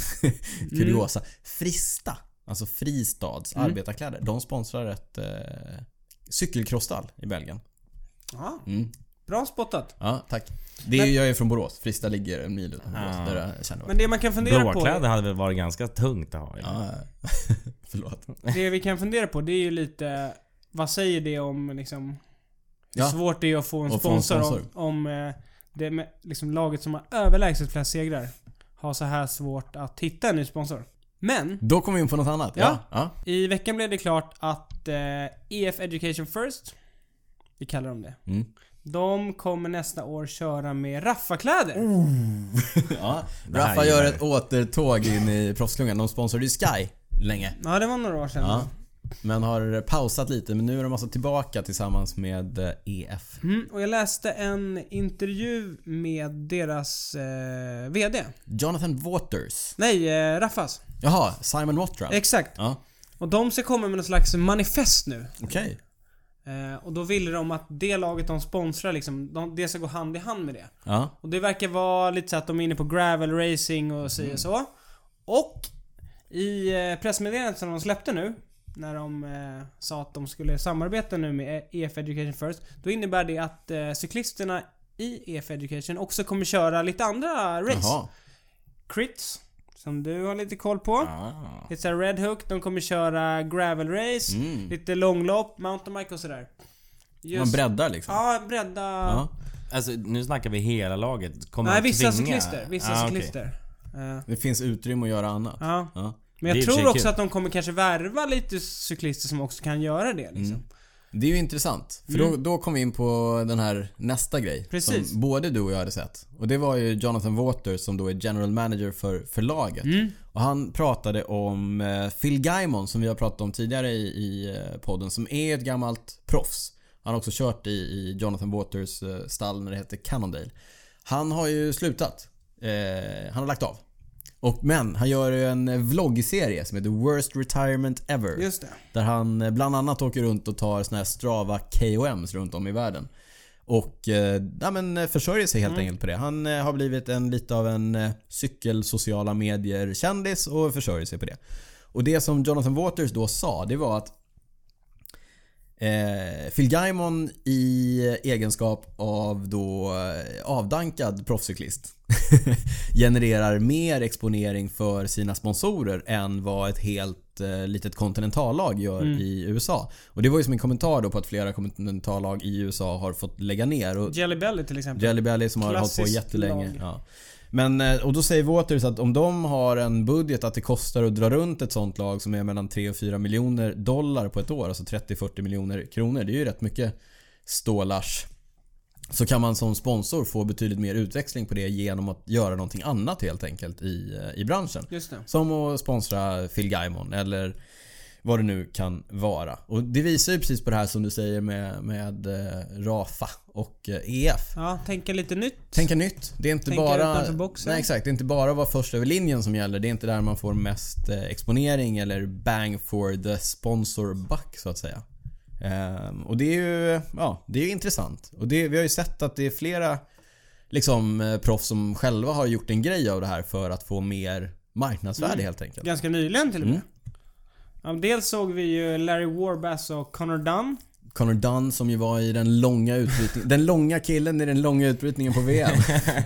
Speaker 1: [LAUGHS] kuriosa. Frista, alltså Fristads arbetarkläder. De sponsrar ett eh, cykelkrossstall i Belgien.
Speaker 3: Ja,
Speaker 1: Mm.
Speaker 3: bra spottat.
Speaker 1: Ja, tack. Det är, ju- jag är från Borås. Frista ligger en mil utanför Borås.
Speaker 2: Ah.
Speaker 1: Där jag känner
Speaker 3: Men det man kan fundera
Speaker 2: Bråkläder hade väl varit ganska tungt att ha i.
Speaker 1: Ja, [LAUGHS] ja. förlåt.
Speaker 3: på, det vi kan fundera på det är ju lite, vad säger det om liksom hur
Speaker 1: Ja.
Speaker 3: svårt det är att få en
Speaker 1: Och få en
Speaker 3: sponsor,
Speaker 1: sponsor.
Speaker 3: om, om eh, det med, liksom laget som har överlägset flest segrar har så här svårt att hitta en ny sponsor. Men,
Speaker 1: Då kommer vi in på något annat.
Speaker 3: Ja.
Speaker 1: ja.
Speaker 3: i veckan blev det klart att eh, EF Education First, vi kallar dem det.
Speaker 1: ja. Mm.
Speaker 3: De kommer nästa år köra med raffakläder.
Speaker 1: Oh. Ja,
Speaker 2: Det här
Speaker 1: Raffa gör
Speaker 2: gillar
Speaker 1: ett återtåg in i proffsklungan. De sponsrade ju Sky länge.
Speaker 3: Ja, det var några år sedan.
Speaker 1: Ja. Men har pausat lite. Men nu är de alltså tillbaka tillsammans med eh, EF.
Speaker 3: Mm, och jag läste en intervju med deras eh, VD.
Speaker 1: Jonathan Waters.
Speaker 3: Nej, eh, Raffas.
Speaker 1: Jaha, Simon Watram.
Speaker 3: Exakt.
Speaker 1: Ja,
Speaker 3: Och de ska komma med någon slags manifest nu.
Speaker 1: okej.
Speaker 3: Eh, och då ville de att det laget de sponsrar liksom, de, det ska gå hand i hand med det.
Speaker 1: Ja.
Speaker 3: Och det verkar vara lite så att de är inne på gravel racing och si
Speaker 1: Mm.
Speaker 3: och så. Och i eh, pressmeddelandet som de släppte nu, när de eh, sa att de skulle samarbeta nu med EF Education First, då innebär det att eh, cyklisterna i EF Education också kommer köra lite andra race.
Speaker 1: Jaha.
Speaker 3: Crits, som du har lite koll på.
Speaker 2: Ah.
Speaker 3: Lite såhär Red Hook, de kommer köra gravel race,
Speaker 1: Mm.
Speaker 3: lite långlopp, mountainbike och sådär.
Speaker 1: Man
Speaker 3: Just-
Speaker 1: breddar liksom.
Speaker 3: Ja, bredda...
Speaker 1: Ja.
Speaker 2: Alltså nu snackar vi hela laget. Kommer
Speaker 3: Nej,
Speaker 2: att
Speaker 3: vissa
Speaker 2: tvinga-
Speaker 3: cyklister. Vissa
Speaker 2: Ah, okej.
Speaker 3: cyklister. Eh,
Speaker 1: Det finns utrymme att göra annat.
Speaker 3: ja.
Speaker 1: Ja.
Speaker 3: Men jag
Speaker 2: Det är i och för
Speaker 3: tror
Speaker 2: sig
Speaker 3: också
Speaker 2: kul.
Speaker 3: att de kommer kanske värva lite cyklister som också kan göra det liksom.
Speaker 2: Mm.
Speaker 1: Det är ju intressant. För då, då kom vi in på den här nästa grej.
Speaker 3: Mm. Precis.
Speaker 1: Som både du och jag hade sett. Och det var ju Jonathan Waters som då är general manager för förlaget.
Speaker 3: Mm.
Speaker 1: Och han pratade om eh, Phil Gaimon som vi har pratat om tidigare i, i eh, podden. Som är ett gammalt proffs. Han har också kört i, i Jonathan Waters eh, stall när det hette Cannondale. Han har ju slutat. Eh, han har lagt av. Och, men han gör ju en eh, vloggserie som heter Worst Retirement Ever.
Speaker 3: Just det.
Speaker 1: Där han eh, bland annat åker runt och tar såna här Strava KOMs runt om i världen. Och eh, ja, men eh, försörjer sig helt enkelt på det. Han eh, har blivit en lite av en eh, cykel sociala medier kändis och försörjer sig på det. Och det som Jonathan Waters då sa det var att eh, Phil Gaimon i egenskap av då eh, avdankad proffscyklist [LAUGHS] genererar mer exponering för sina sponsorer än vad ett helt eh, litet kontinentallag gör i USA. Och det var ju som en kommentar då på att flera kontinentallag i USA har fått lägga ner. Och
Speaker 3: Jelly Belly till exempel.
Speaker 1: Jelly Belly som har hållit på
Speaker 3: Klassiskt
Speaker 1: jättelänge.
Speaker 3: lag.
Speaker 1: Ja. Men, eh, och då säger Waters att om de har en budget att det kostar att dra runt ett sånt lag som är mellan 3 och 4 miljoner dollar på ett år, alltså 30-40 miljoner kronor. Det är ju rätt mycket stålars. Så kan man som sponsor få betydligt mer utväxling på det genom att göra någonting annat helt enkelt i, eh, i branschen.
Speaker 3: Just det.
Speaker 1: Som att sponsra Phil Gaimon eller vad det nu kan vara. Och det visar ju precis på det här som du säger med, med eh, Rafa och eh, EF.
Speaker 3: Ja, tänka lite nytt.
Speaker 1: Tänka nytt. Det är inte
Speaker 3: Tänka
Speaker 1: bara...
Speaker 3: utanför boxen.
Speaker 1: Nej exakt. Det är inte bara att vara först över linjen som gäller. Det är inte där man får mest eh, exponering eller bang for the sponsor buck så att säga. Ehm, och det är ju ja, det är ju intressant. Och det, vi har ju sett att det är flera liksom, eh, proffs som själva har gjort en grej av det här för att få mer marknadsvärde
Speaker 3: Mm.
Speaker 1: helt enkelt.
Speaker 3: Ganska nyligen till och
Speaker 2: Mm.
Speaker 3: med. Ja, dels såg vi ju Larry Warbass och Connor Dunn.
Speaker 1: Connor Dunn som ju var i den långa utbrytningen. den långa killen i den långa utbrytningen på
Speaker 3: [LAUGHS]
Speaker 1: VM.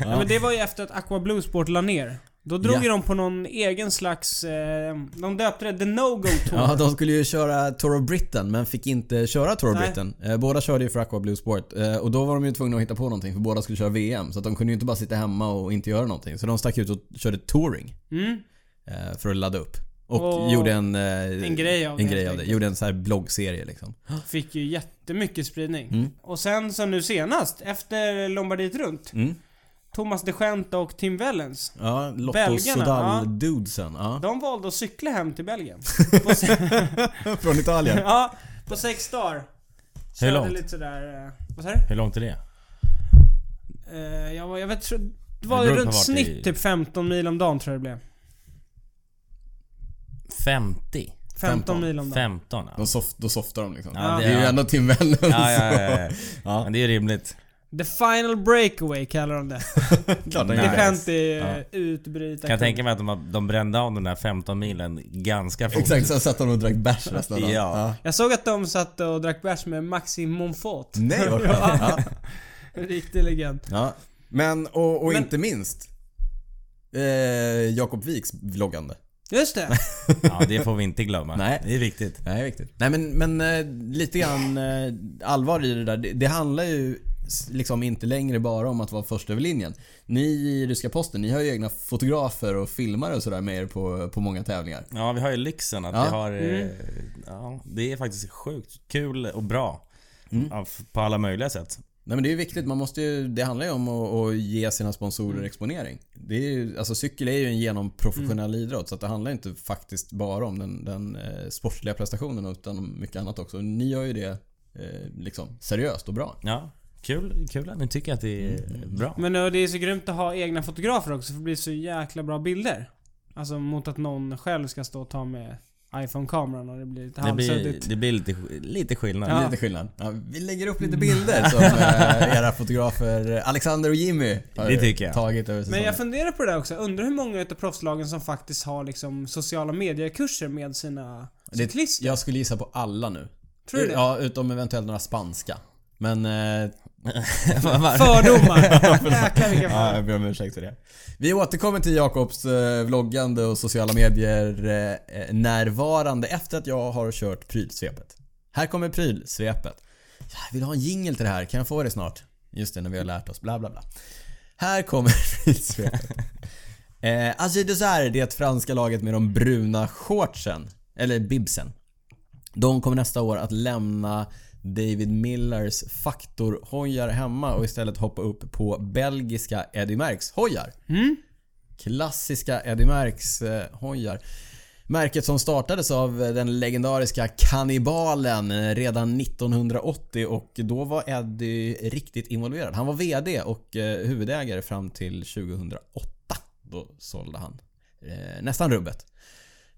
Speaker 3: Ja. men det var ju efter att Aqua Blue Sport la ner. Då drog
Speaker 1: Ja.
Speaker 3: ju de på någon egen slags... Eh, de döpte det The No-Go Tour.
Speaker 1: Ja, de skulle ju köra Tour of Britain men fick inte köra Tour of
Speaker 3: Nej.
Speaker 1: Britain. Eh, Båda körde ju för Aqua Blue Sport eh, och då var de ju tvungna att hitta på någonting för båda skulle köra VM. Så att de kunde ju inte bara sitta hemma och inte göra någonting. Så de stack ut och körde touring
Speaker 3: Mm.
Speaker 1: eh, för att ladda upp. Och
Speaker 3: Och
Speaker 1: gjorde en, eh,
Speaker 3: en grej av det,
Speaker 1: en
Speaker 3: helt
Speaker 1: grej av det.
Speaker 3: enkelt.
Speaker 1: Gjorde en så här bloggserie liksom.
Speaker 3: Fick ju
Speaker 2: Mm.
Speaker 3: jättemycket spridning. Och sen så nu senast, efter Lombardiet runt.
Speaker 1: Mm.
Speaker 3: Thomas de Gent och Tim Wellens.
Speaker 1: Ja, Lotto
Speaker 3: Belgarna, ja.
Speaker 1: Sodal-dudesen. Ja.
Speaker 3: De valde att cykla hem
Speaker 2: [LAUGHS]
Speaker 3: till Belgien.
Speaker 1: Från Italien. [LAUGHS]
Speaker 3: ja, på sex dagar.
Speaker 2: Hur
Speaker 3: Körde
Speaker 2: långt?
Speaker 3: lite sådär... eh, Vad sa du?
Speaker 2: Hur långt är det?
Speaker 3: Eh, jag, var- jag vet, det
Speaker 2: Det
Speaker 3: var
Speaker 2: beror på
Speaker 3: runt
Speaker 2: vart
Speaker 3: snitt
Speaker 2: i-
Speaker 3: typ 15 mil om dagen tror jag det blev.
Speaker 2: 50?
Speaker 3: 15,
Speaker 1: 15.
Speaker 3: mil om dagen.
Speaker 2: 15? Ja.
Speaker 1: De soft, då softar de liksom.
Speaker 2: Ja,
Speaker 1: det,
Speaker 2: det-
Speaker 1: är ju
Speaker 2: ja.
Speaker 1: ändå Tim Wellens.
Speaker 2: Ja, ja, ja, ja.
Speaker 1: Ja.
Speaker 2: Men det är ju rimligt.
Speaker 3: The final breakaway kallar de det.
Speaker 1: [LAUGHS] Klart den
Speaker 2: Nej.
Speaker 1: gör
Speaker 3: Det
Speaker 1: det.
Speaker 3: skämt är
Speaker 2: Ja.
Speaker 3: utbryta.
Speaker 2: Kan jag tänka mig att de, har- de brände av den där 15 milen ganska fort.
Speaker 1: Exakt, sen satt de och drack bärs resten av dagen.
Speaker 2: Ja.
Speaker 3: Jag såg att de satt och drack bärs med Maxim Monfort.
Speaker 1: Nej, vad skönt.
Speaker 3: [LAUGHS] ja,
Speaker 1: Ja.
Speaker 3: en riktig legend.
Speaker 1: Ja. Men, och, och
Speaker 3: Men-
Speaker 1: inte minst. Eh, Jakob Wiks vloggande.
Speaker 3: Just det.
Speaker 2: Ja, det får vi inte glömma.
Speaker 1: Nej.
Speaker 2: Det är viktigt.
Speaker 1: Nej, viktigt. Nej, men, men eh, lite grann eh, allvar i det där. Det, det handlar ju s- liksom inte längre bara om att vara först över linjen. Ni i Ryska Posten, ni har ju egna fotografer och filmare och sådär med er på, på många tävlingar.
Speaker 2: Ja, vi har ju lyxen att
Speaker 1: Ja.
Speaker 2: vi har... eh, Ja, det är faktiskt sjukt kul och bra. Ja, f- på alla möjliga sätt.
Speaker 1: Nej men det är ju viktigt, man måste ju, det handlar ju om att, att ge sina
Speaker 3: Mm.
Speaker 1: sponsorer exponering. Det är ju, alltså cykel är ju en genomprofessionell
Speaker 3: Mm.
Speaker 1: idrott så att det handlar inte faktiskt bara om den, den eh, sportliga prestationen utan om mycket annat också. Ni gör ju det eh, liksom seriöst och bra.
Speaker 2: Ja, kul, kul att ni tycker att det är bra.
Speaker 3: Men eh, det är så grymt att ha egna fotografer också för det blir så jäkla bra bilder. Alltså mot att någon själv ska stå och ta med iPhone-kameran och det blir lite
Speaker 2: Det blir,
Speaker 3: halvsuddigt.
Speaker 2: det blir lite, sk- lite skillnad.
Speaker 3: Ja.
Speaker 1: Lite skillnad. Ja, vi lägger upp lite bilder
Speaker 3: [LAUGHS]
Speaker 1: som eh, era fotografer eh, Alexander och Jimmy har
Speaker 2: Det tycker jag.
Speaker 1: tagit över säsongen.
Speaker 3: Men jag funderar på det där också. Undrar hur många utav proffslagen som faktiskt har liksom sociala mediekurser med sina
Speaker 1: det,
Speaker 3: cyklister.
Speaker 1: jag skulle gissa på alla nu. Eh,
Speaker 3: Tror du det?
Speaker 1: Ja, utom eventuellt några spanska. Men...
Speaker 3: [LAUGHS]
Speaker 1: Eh,
Speaker 3: Fördomar! Jäklar vilka
Speaker 1: Ja,
Speaker 3: fördomar.
Speaker 1: jag ber om ursäkt för det. Vi återkommer till Jakobs eh, vloggande och sociala medier eh, eh, närvarande efter att jag har kört prylsvepet. Här kommer prylsvepet. Jag vill ha en jingel till det här, kan jag få det snart? Just det, när vi har lärt oss. Bla bla bla. Här kommer [LAUGHS] prylsvepet. Eh, Agi Dessert, det franska laget med de bruna shortsen. Eller bibsen. De kommer nästa år att lämna David Millers faktorhojar hemma och istället hoppa upp på belgiska Eddie Merckx hojar. Klassiska Eddie Merckx eh, hojar. Märket som startades av eh, den legendariska kannibalen eh, redan 1980 och då var Eddie riktigt involverad. Han var VD och eh, huvudägare fram till 2008. Då sålde han eh, nästan rubbet.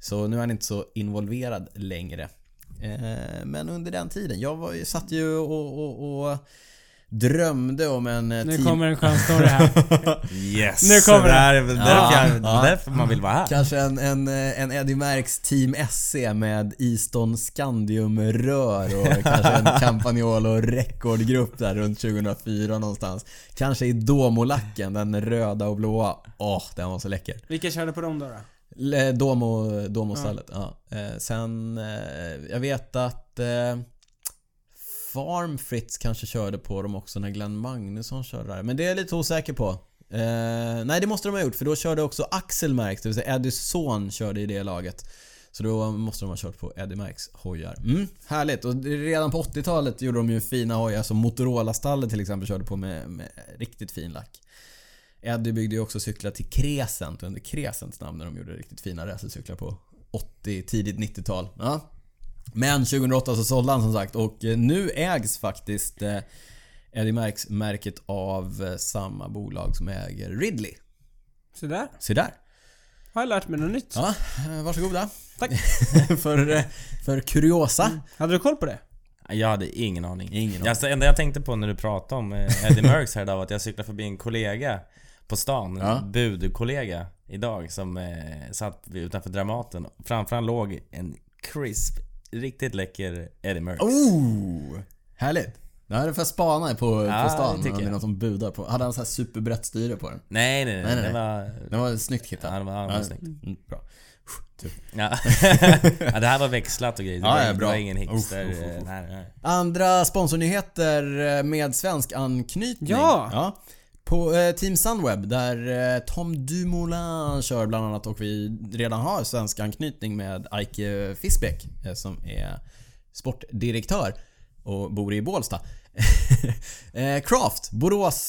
Speaker 1: Så nu är han inte så involverad längre. Eh, Men under den tiden, jag var, ju- satt ju och, och, och drömde om en eh,
Speaker 3: Nu
Speaker 1: team-
Speaker 3: kommer en skön story här.
Speaker 2: Yes!
Speaker 3: Nu kommer
Speaker 2: det! Där, där,
Speaker 1: Ja.
Speaker 2: kan-
Speaker 1: Ja.
Speaker 2: därför man vill vara här.
Speaker 1: Kanske en, en, eh, en Eddie Merckx Team SC med Easton Scandium-rör och kanske en Campagnol och rekordgrupp där runt 2004 någonstans. Kanske i Domolacken, den röda och blåa. Åh, den var så läcker.
Speaker 3: Vilka körde på dem då? då?
Speaker 1: L- eh, Domo, Domo-stallet, ja. Eh, Sen, eh, jag vet att eh, Farm Fritz kanske körde på dem också när Glenn Magnusson körde där. Men det är jag lite osäker på. Eh, nej, det måste de ha gjort för då körde också Axel Merckx, det vill säga Eddies son körde i det laget. Så då måste de ha kört på Eddie Merckx hojar. Mm, härligt! Och det- redan på 80-talet gjorde de ju fina hojar som Motorola-stallet till exempel körde på med, med riktigt fin lack. Eddie byggde ju också cyklar till Crescent under Crescents namn när de gjorde riktigt fina racercyklar på 80, tidigt 90-tal. Ja. Men 2008 så sålde han som sagt och eh, nu ägs faktiskt eh, Eddie Merckx märket av eh, samma bolag som äger Ridley.
Speaker 3: Så där.
Speaker 1: Se där!
Speaker 3: Har jag lärt mig något nytt.
Speaker 1: Ja, eh, varsågoda.
Speaker 3: Tack.
Speaker 1: [LAUGHS] för, eh, för kuriosa.
Speaker 2: Mm.
Speaker 3: Hade du koll på det?
Speaker 2: Jag hade ingen aning.
Speaker 1: Ingen aning.
Speaker 2: Jag, det enda jag tänkte på när du pratade om eh, Eddie Merckx här idag var att jag cyklade förbi en kollega på stan, en
Speaker 1: Ja.
Speaker 2: budkollega idag som eh, satt vid- utanför Dramaten. Framför han låg en crisp, riktigt läcker Eddie Merckx.
Speaker 1: Oh! Härligt! Det här är för spana på,
Speaker 2: Ja,
Speaker 1: på
Speaker 2: det
Speaker 1: stan.
Speaker 2: tycker
Speaker 1: Om det är
Speaker 2: jag.
Speaker 1: någon som budar på. Hade han så här superbrett styre på den?
Speaker 2: Nej, nej,
Speaker 1: Nej,
Speaker 2: nej.
Speaker 1: nej,
Speaker 2: den
Speaker 1: nej.
Speaker 2: var...
Speaker 1: Den var snyggt hittad.
Speaker 2: Ja, den var, den var
Speaker 1: Ja. [LAUGHS]
Speaker 2: snyggt.
Speaker 1: Mm, bra.
Speaker 2: Ja. ja, det här var växlat och grejer. Det
Speaker 1: Ja,
Speaker 2: var,
Speaker 1: ja,
Speaker 2: ingen-
Speaker 1: bra.
Speaker 2: Det var ingen hipster.
Speaker 1: Uff, uff, uff, uff.
Speaker 2: eh, Nej, nej.
Speaker 1: Andra sponsornyheter eh, med svensk anknytning.
Speaker 3: Ja.
Speaker 1: På eh, Team Sunweb där eh, Tom Dumoulin kör bland annat och vi redan har svensk anknytning med Ike Fisbeck eh, som är sportdirektör och bor i Bålsta. [LAUGHS] Eh, Craft,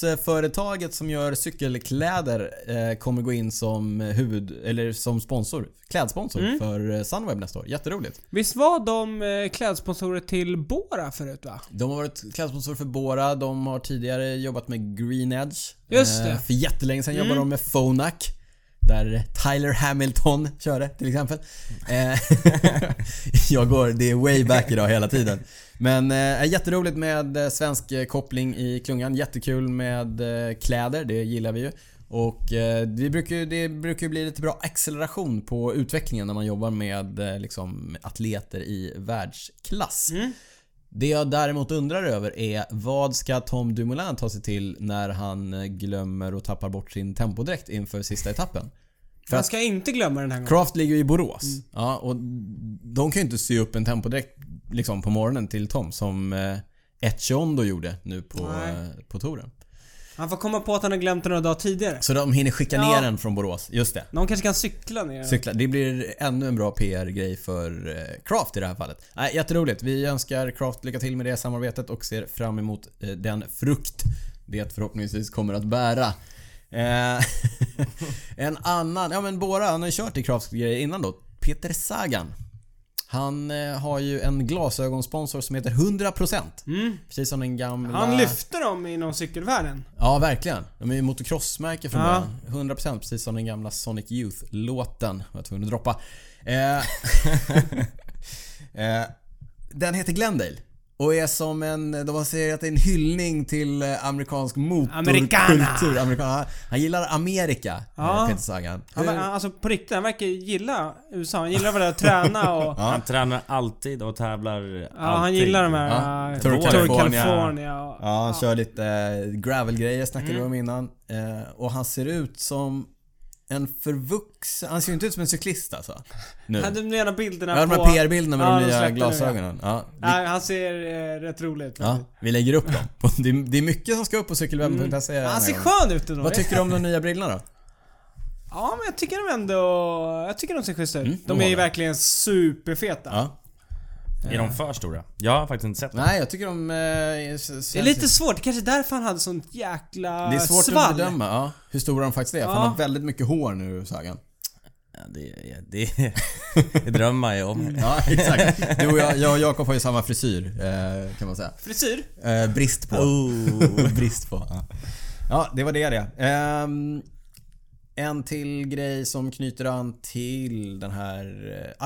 Speaker 1: Boråsföretaget som gör cykelkläder, eh, kommer gå in som huvud, eller som sponsor, klädsponsor
Speaker 3: Mm.
Speaker 1: för eh, Sunweb nästa år. Jätteroligt.
Speaker 3: Visst var de eh, klädsponsorer till Bora förut va?
Speaker 1: De har varit klädsponsor för Bora, de har tidigare jobbat med Green Edge. Eh,
Speaker 3: Just det.
Speaker 1: för jättelänge sedan
Speaker 3: Mm.
Speaker 1: jobbade de med Phonak. Där Tyler Hamilton körde till exempel. Eh, [LAUGHS] jag går, det är way back idag hela tiden. Men eh, jätteroligt med eh, svensk eh, koppling i klungan. Jättekul med eh, kläder, det gillar vi ju. Och eh, det brukar ju det brukar ju bli lite bra acceleration på utvecklingen när man jobbar med eh, liksom, atleter i världsklass.
Speaker 3: Mm.
Speaker 1: Det jag däremot undrar över är vad ska Tom Dumoulin ta sig till när han eh, glömmer och tappar bort sin tempodräkt inför sista etappen? För
Speaker 3: Man
Speaker 1: att
Speaker 3: ska inte glömma den här gången.
Speaker 1: Craft ligger ju i Borås.
Speaker 3: Mm.
Speaker 1: Ja, och de kan ju inte sy upp en tempodräkt liksom, på morgonen till Tom som eh, Etchon då gjorde nu på,
Speaker 3: Nej.
Speaker 1: eh, på touren.
Speaker 3: Han får komma på att han har glömt den några dagar tidigare.
Speaker 1: Så de hinner skicka
Speaker 3: Ja.
Speaker 1: ner den från Borås. Just det.
Speaker 3: Någon kanske kan cykla ner.
Speaker 1: Cykla. Det blir ännu en bra PR-grej för eh, Craft i det här fallet. Nej, jätteroligt. Vi önskar Craft lycka till med det samarbetet och ser fram emot eh, den frukt det förhoppningsvis kommer att bära. Eh, [LAUGHS] en annan, ja men Bora, han har ju kört i Crafts grejer innan då. Peter Sagan. Han eh, har ju en glasögonsponsor som heter 100%.
Speaker 3: Mm.
Speaker 1: Precis som den gamla...
Speaker 3: Han lyfte dem inom cykelvärlden.
Speaker 1: Ja, verkligen. De är ju motocrossmärke från
Speaker 3: Ja.
Speaker 1: början. 100% precis som den gamla Sonic Youth-låten. Jag var tvungen att droppa. Eh, [LAUGHS] eh, den heter Glendale. Och är som en, de har säger att det är en hyllning till eh, amerikansk
Speaker 3: Americana.
Speaker 1: motorkultur. Americana. Han gillar Amerika,
Speaker 3: Ja.
Speaker 1: eh, Peter Sagan.
Speaker 3: Han,
Speaker 1: Hur-
Speaker 3: ver- alltså på riktigt, han verkar gilla USA. Han gillar att vara där och träna
Speaker 1: [LAUGHS]
Speaker 3: och...
Speaker 2: Han tränar alltid och tävlar alltid.
Speaker 3: Ja, han gillar de här...
Speaker 1: Ja.
Speaker 3: eh,
Speaker 1: Tour
Speaker 3: Tour
Speaker 1: California.
Speaker 3: California och,
Speaker 1: Ja, han kör lite eh, gravelgrejer snackade
Speaker 3: Mm.
Speaker 1: vi om innan. Eh, och han ser ut som en förvuxen... Han ser ju inte ut som en cyklist alltså. Nu.
Speaker 3: Ja, du menar bilderna
Speaker 1: Ja, de
Speaker 3: på...
Speaker 1: här PR-bilderna med de
Speaker 3: Ja, de släppte
Speaker 1: nya
Speaker 3: nu,
Speaker 1: glasögonen. Ja, vi,
Speaker 3: Nej, han ser eh, rätt rolig ut.
Speaker 1: ja, vi lägger upp dem. [LAUGHS] Och Det är, det är mycket som ska upp på cykelwebben.se. den här
Speaker 3: Han ser
Speaker 1: gången.
Speaker 3: skön ut ändå.
Speaker 1: Vad tycker du om de nya brillorna då?
Speaker 3: Ja, men jag tycker de ändå... Jag tycker de ser schyssta ut.
Speaker 1: Mm, de
Speaker 3: de är ju
Speaker 1: håller.
Speaker 3: verkligen superfeta.
Speaker 1: Ja.
Speaker 2: Är de för stora? Jag har faktiskt inte sett dem.
Speaker 1: Nej, jag tycker de... Eh, s-
Speaker 3: Det är
Speaker 1: känns-
Speaker 3: lite svårt. Kanske därför han hade sånt jäkla
Speaker 1: det är svårt
Speaker 3: svall.
Speaker 1: att bedöma ja, hur stora de faktiskt är. För
Speaker 3: Ja.
Speaker 1: han har väldigt mycket hår nu, Sagan.
Speaker 2: Ja, det, är- det, [LAUGHS] är- det drömmer jag om.
Speaker 1: [LAUGHS] Ja, exakt. Du och jag, jag och Jakob har ju samma frisyr, eh, kan man säga.
Speaker 3: Frisyr?
Speaker 1: Eh, brist på. [LAUGHS] brist på. Ja. Oh. ja, det var det det. Ehm, en till grej som knyter an till den här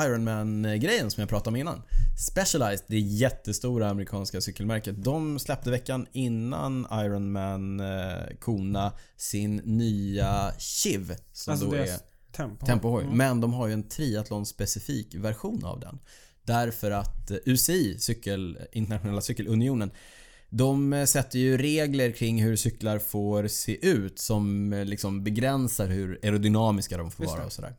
Speaker 1: eh, Ironman-grejen som jag pratade om innan. Specialized, det jättestora amerikanska cykelmärket. De släppte veckan innan Ironman eh, Kona sin nya Chiv. Som
Speaker 3: Alltså
Speaker 1: då
Speaker 3: deras
Speaker 1: är
Speaker 3: tempo.
Speaker 1: tempohoj. Men de har ju en triathlon-specifik version av den. Därför att eh, UCI, cykel, Internationella cykelunionen, de eh, sätter ju regler kring hur cyklar får se ut som eh, liksom begränsar hur aerodynamiska de får
Speaker 3: Just
Speaker 1: vara
Speaker 3: det.
Speaker 1: och sådär.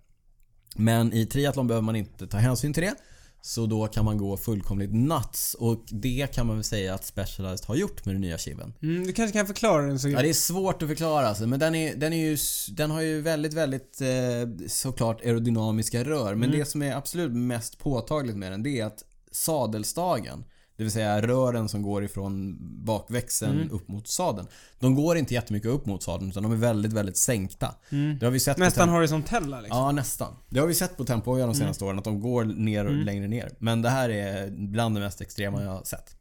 Speaker 1: Men i triathlon behöver man inte ta hänsyn till det. Så då kan man gå fullkomligt nuts och det kan man väl säga att Specialized har gjort med den nya kiven.
Speaker 3: Mm, du kanske kan förklara den så
Speaker 1: Ja, det är svårt att förklara alltså, men den, är, den, är ju, s- den har ju väldigt, väldigt eh, såklart aerodynamiska rör. Men det som är absolut mest påtagligt med den det är att sadelstagen, det vill säga rören som går ifrån bakväxeln upp mot sadeln. De går inte jättemycket upp mot sadeln utan de är väldigt, väldigt sänkta. Det har vi sett på
Speaker 3: Nästan
Speaker 1: temp-
Speaker 3: horisontella liksom. Mm.
Speaker 1: Ja, nästan. Det har vi sett på tempohojar de senaste åren att de går ner och längre ner. Men det här är bland det mest extrema jag har sett.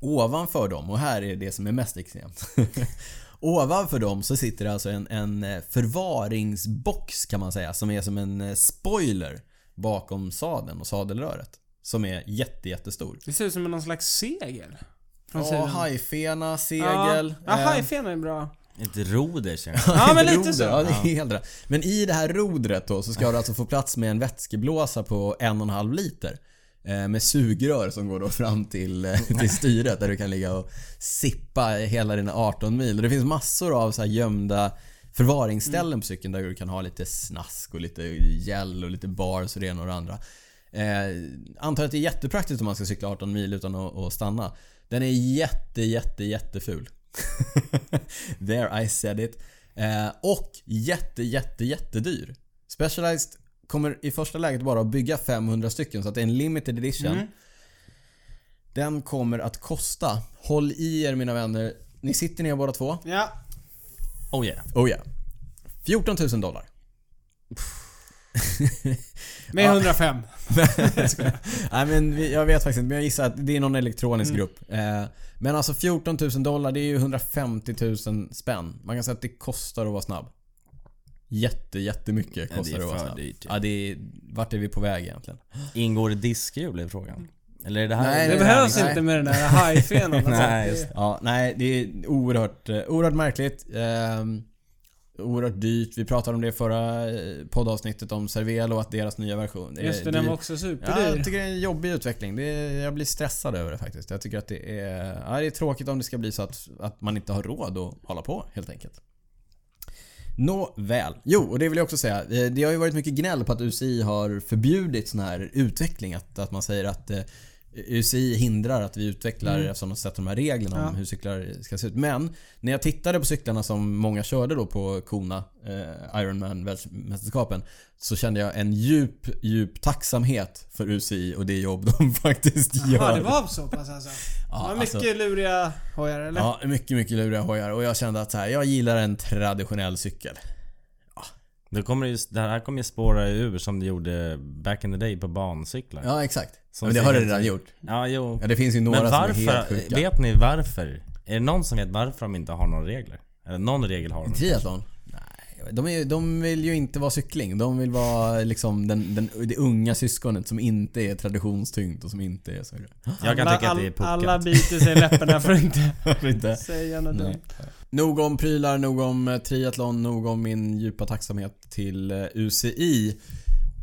Speaker 1: Ovanför dem, och här är det som är mest extremt. [LAUGHS] Ovanför dem så sitter det alltså en, en eh, förvaringsbox kan man säga som är som en eh, spoiler bakom sadeln och sadelröret. Som är jätte, jättestor.
Speaker 3: Det ser ut som någon slags segel. Från
Speaker 1: Ja,
Speaker 3: sidan.
Speaker 1: hajfena, segel.
Speaker 3: Ja,
Speaker 1: eh,
Speaker 3: ja hajfena är bra.
Speaker 2: Ett roder känner jag.
Speaker 3: Ja, men
Speaker 1: Ett
Speaker 3: lite så.
Speaker 1: Ja, det är helt rätt. Men i det här rodret då så ska du alltså få plats med en vätskeblåsa på en och en halv liter. eh, Med sugrör som går då fram till,
Speaker 3: [LAUGHS]
Speaker 1: eh, till styret där du kan ligga och sippa hela dina 18 mil. Och det finns massor av så här gömda förvaringsställen på cykeln där du kan ha lite snask och lite gel och lite bars och det ena och det andra. Eh, antar att det är jättepraktiskt om man ska cykla 18 mil utan att, att stanna. Den är jätte, jätte, jätteful.
Speaker 3: [LAUGHS]
Speaker 1: There I said it. Eh, och jätte, jätte, jättedyr. Specialized
Speaker 3: Mm.
Speaker 2: Mm.
Speaker 1: kommer i första läget bara att bygga 500 stycken så att det är en limited edition. Den kommer att kosta. Håll i er mina vänner. Ni sitter ner båda två.
Speaker 3: Ja.
Speaker 2: Oh yeah.
Speaker 1: Oh ja. 14 000
Speaker 2: [LAUGHS]
Speaker 1: dollar.
Speaker 3: Med 105.
Speaker 1: Jag skojar. Nej men vi- jag vet faktiskt inte men jag gissar att det är någon
Speaker 2: Mm.
Speaker 1: elektronisk grupp. Eh, Men alltså 14 000 dollar det är ju 150 000 spänn. Man kan säga att det kostar att vara snabb. Jätte, jättemycket
Speaker 2: Ja,
Speaker 1: kostar
Speaker 2: det är
Speaker 1: att vara
Speaker 2: för
Speaker 1: snabb.
Speaker 2: dyrt, ja.
Speaker 1: ja, det är, vart är vi på väg egentligen?
Speaker 2: Ingår diskhjul i frågan? Eller är det här...
Speaker 1: Nej,
Speaker 3: Det
Speaker 1: nej,
Speaker 3: behövs
Speaker 1: nej.
Speaker 3: inte med den där hajfenan. alltså.
Speaker 2: Nej, just det.
Speaker 1: Ja, [LAUGHS] nej det är oerhört, eh, oerhört märkligt. ehm, Oerhört dyrt. Vi pratade om det i förra eh, poddavsnittet om Cervelo och att deras nya version. eh,
Speaker 3: Just det, den var också superdyr.
Speaker 1: Ja, jag tycker det är en jobbig utveckling. Det är, jag blir stressad över det faktiskt. Jag tycker att det är, ja, det är tråkigt om det ska bli så att, att man inte har råd att hålla på helt enkelt. Nåväl. Jo, och det vill jag också säga. Eh, Det har ju varit mycket gnäll på att UCI har förbjudit sån här utveckling. Att, att man säger att eh, UCI hindrar att vi utvecklar eftersom de sätter de här reglerna
Speaker 3: Mm. Ja.
Speaker 1: om hur cyklar ska se ut. Men när jag tittade på cyklarna som många körde då på Kona eh, Ironman-världsmästerskapen så kände jag en djup, djup tacksamhet för UCI och det jobb de [LAUGHS] faktiskt gör.
Speaker 3: Ja, det var så pass alltså.
Speaker 1: Ja,
Speaker 3: det var mycket
Speaker 1: alltså-
Speaker 3: luriga hojar eller?
Speaker 1: Ja, mycket, mycket luriga hojar och jag kände att så här, jag gillar en traditionell cykel.
Speaker 2: Då kommer det, ju, det här kommer ju spåra ur som det gjorde back in the day på bancyklar.
Speaker 1: Ja, exakt.
Speaker 2: Som
Speaker 1: Men det har
Speaker 2: ser
Speaker 1: det
Speaker 2: helt-
Speaker 1: redan gjort.
Speaker 2: ja jo.
Speaker 1: Ja, det finns ju några
Speaker 2: Men
Speaker 1: som är helt
Speaker 2: varför?
Speaker 1: sjuka.
Speaker 2: Vet ni varför? Är det någon som vet varför de inte har några regler? Eller någon regel har de?
Speaker 1: Triathlon? Nej, de, är, de vill ju inte vara cykling. De vill vara liksom den, den, det unga syskonet som inte är traditionstyngt och som inte är så... [LAUGHS]
Speaker 2: Jag kan
Speaker 3: alla,
Speaker 2: tycka att det är puckat.
Speaker 3: Alla biter sig i läpparna för att
Speaker 2: [LAUGHS]
Speaker 3: inte
Speaker 1: Varför inte?
Speaker 3: säga något dumt.
Speaker 1: Nog om prylar, nog om eh, triathlon, nog om min djupa tacksamhet till eh, UCI.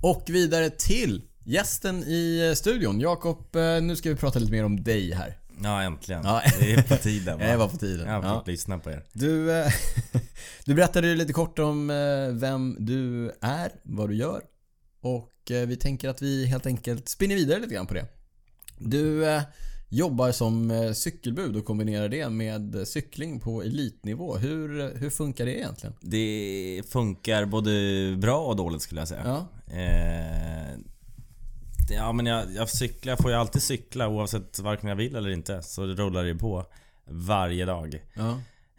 Speaker 1: Och vidare till gästen i eh, studion. Jakob, eh, nu ska vi prata lite mer om dig här.
Speaker 2: Ja äntligen.
Speaker 1: Ja.
Speaker 2: Det är
Speaker 1: [LAUGHS]
Speaker 2: på tiden va?
Speaker 1: Det var på tiden.
Speaker 2: Jag har fått
Speaker 1: Ja.
Speaker 2: lyssna på er.
Speaker 1: Du, eh, [LAUGHS] du berättade ju lite kort om eh, vem du är, vad du gör. Och eh, vi tänker att vi helt enkelt spinner vidare lite grann på det. Du eh, jobbar som eh, cykelbud och kombinerar det med eh, cykling på elitnivå. Hur, eh, hur funkar det egentligen?
Speaker 2: Det funkar både bra och dåligt skulle jag säga.
Speaker 1: Ja.
Speaker 2: Eh, det- ja men jag, jag cyklar, jag får ju alltid cykla oavsett varken jag vill eller inte. Så det rullar ju på varje dag.
Speaker 1: Ja.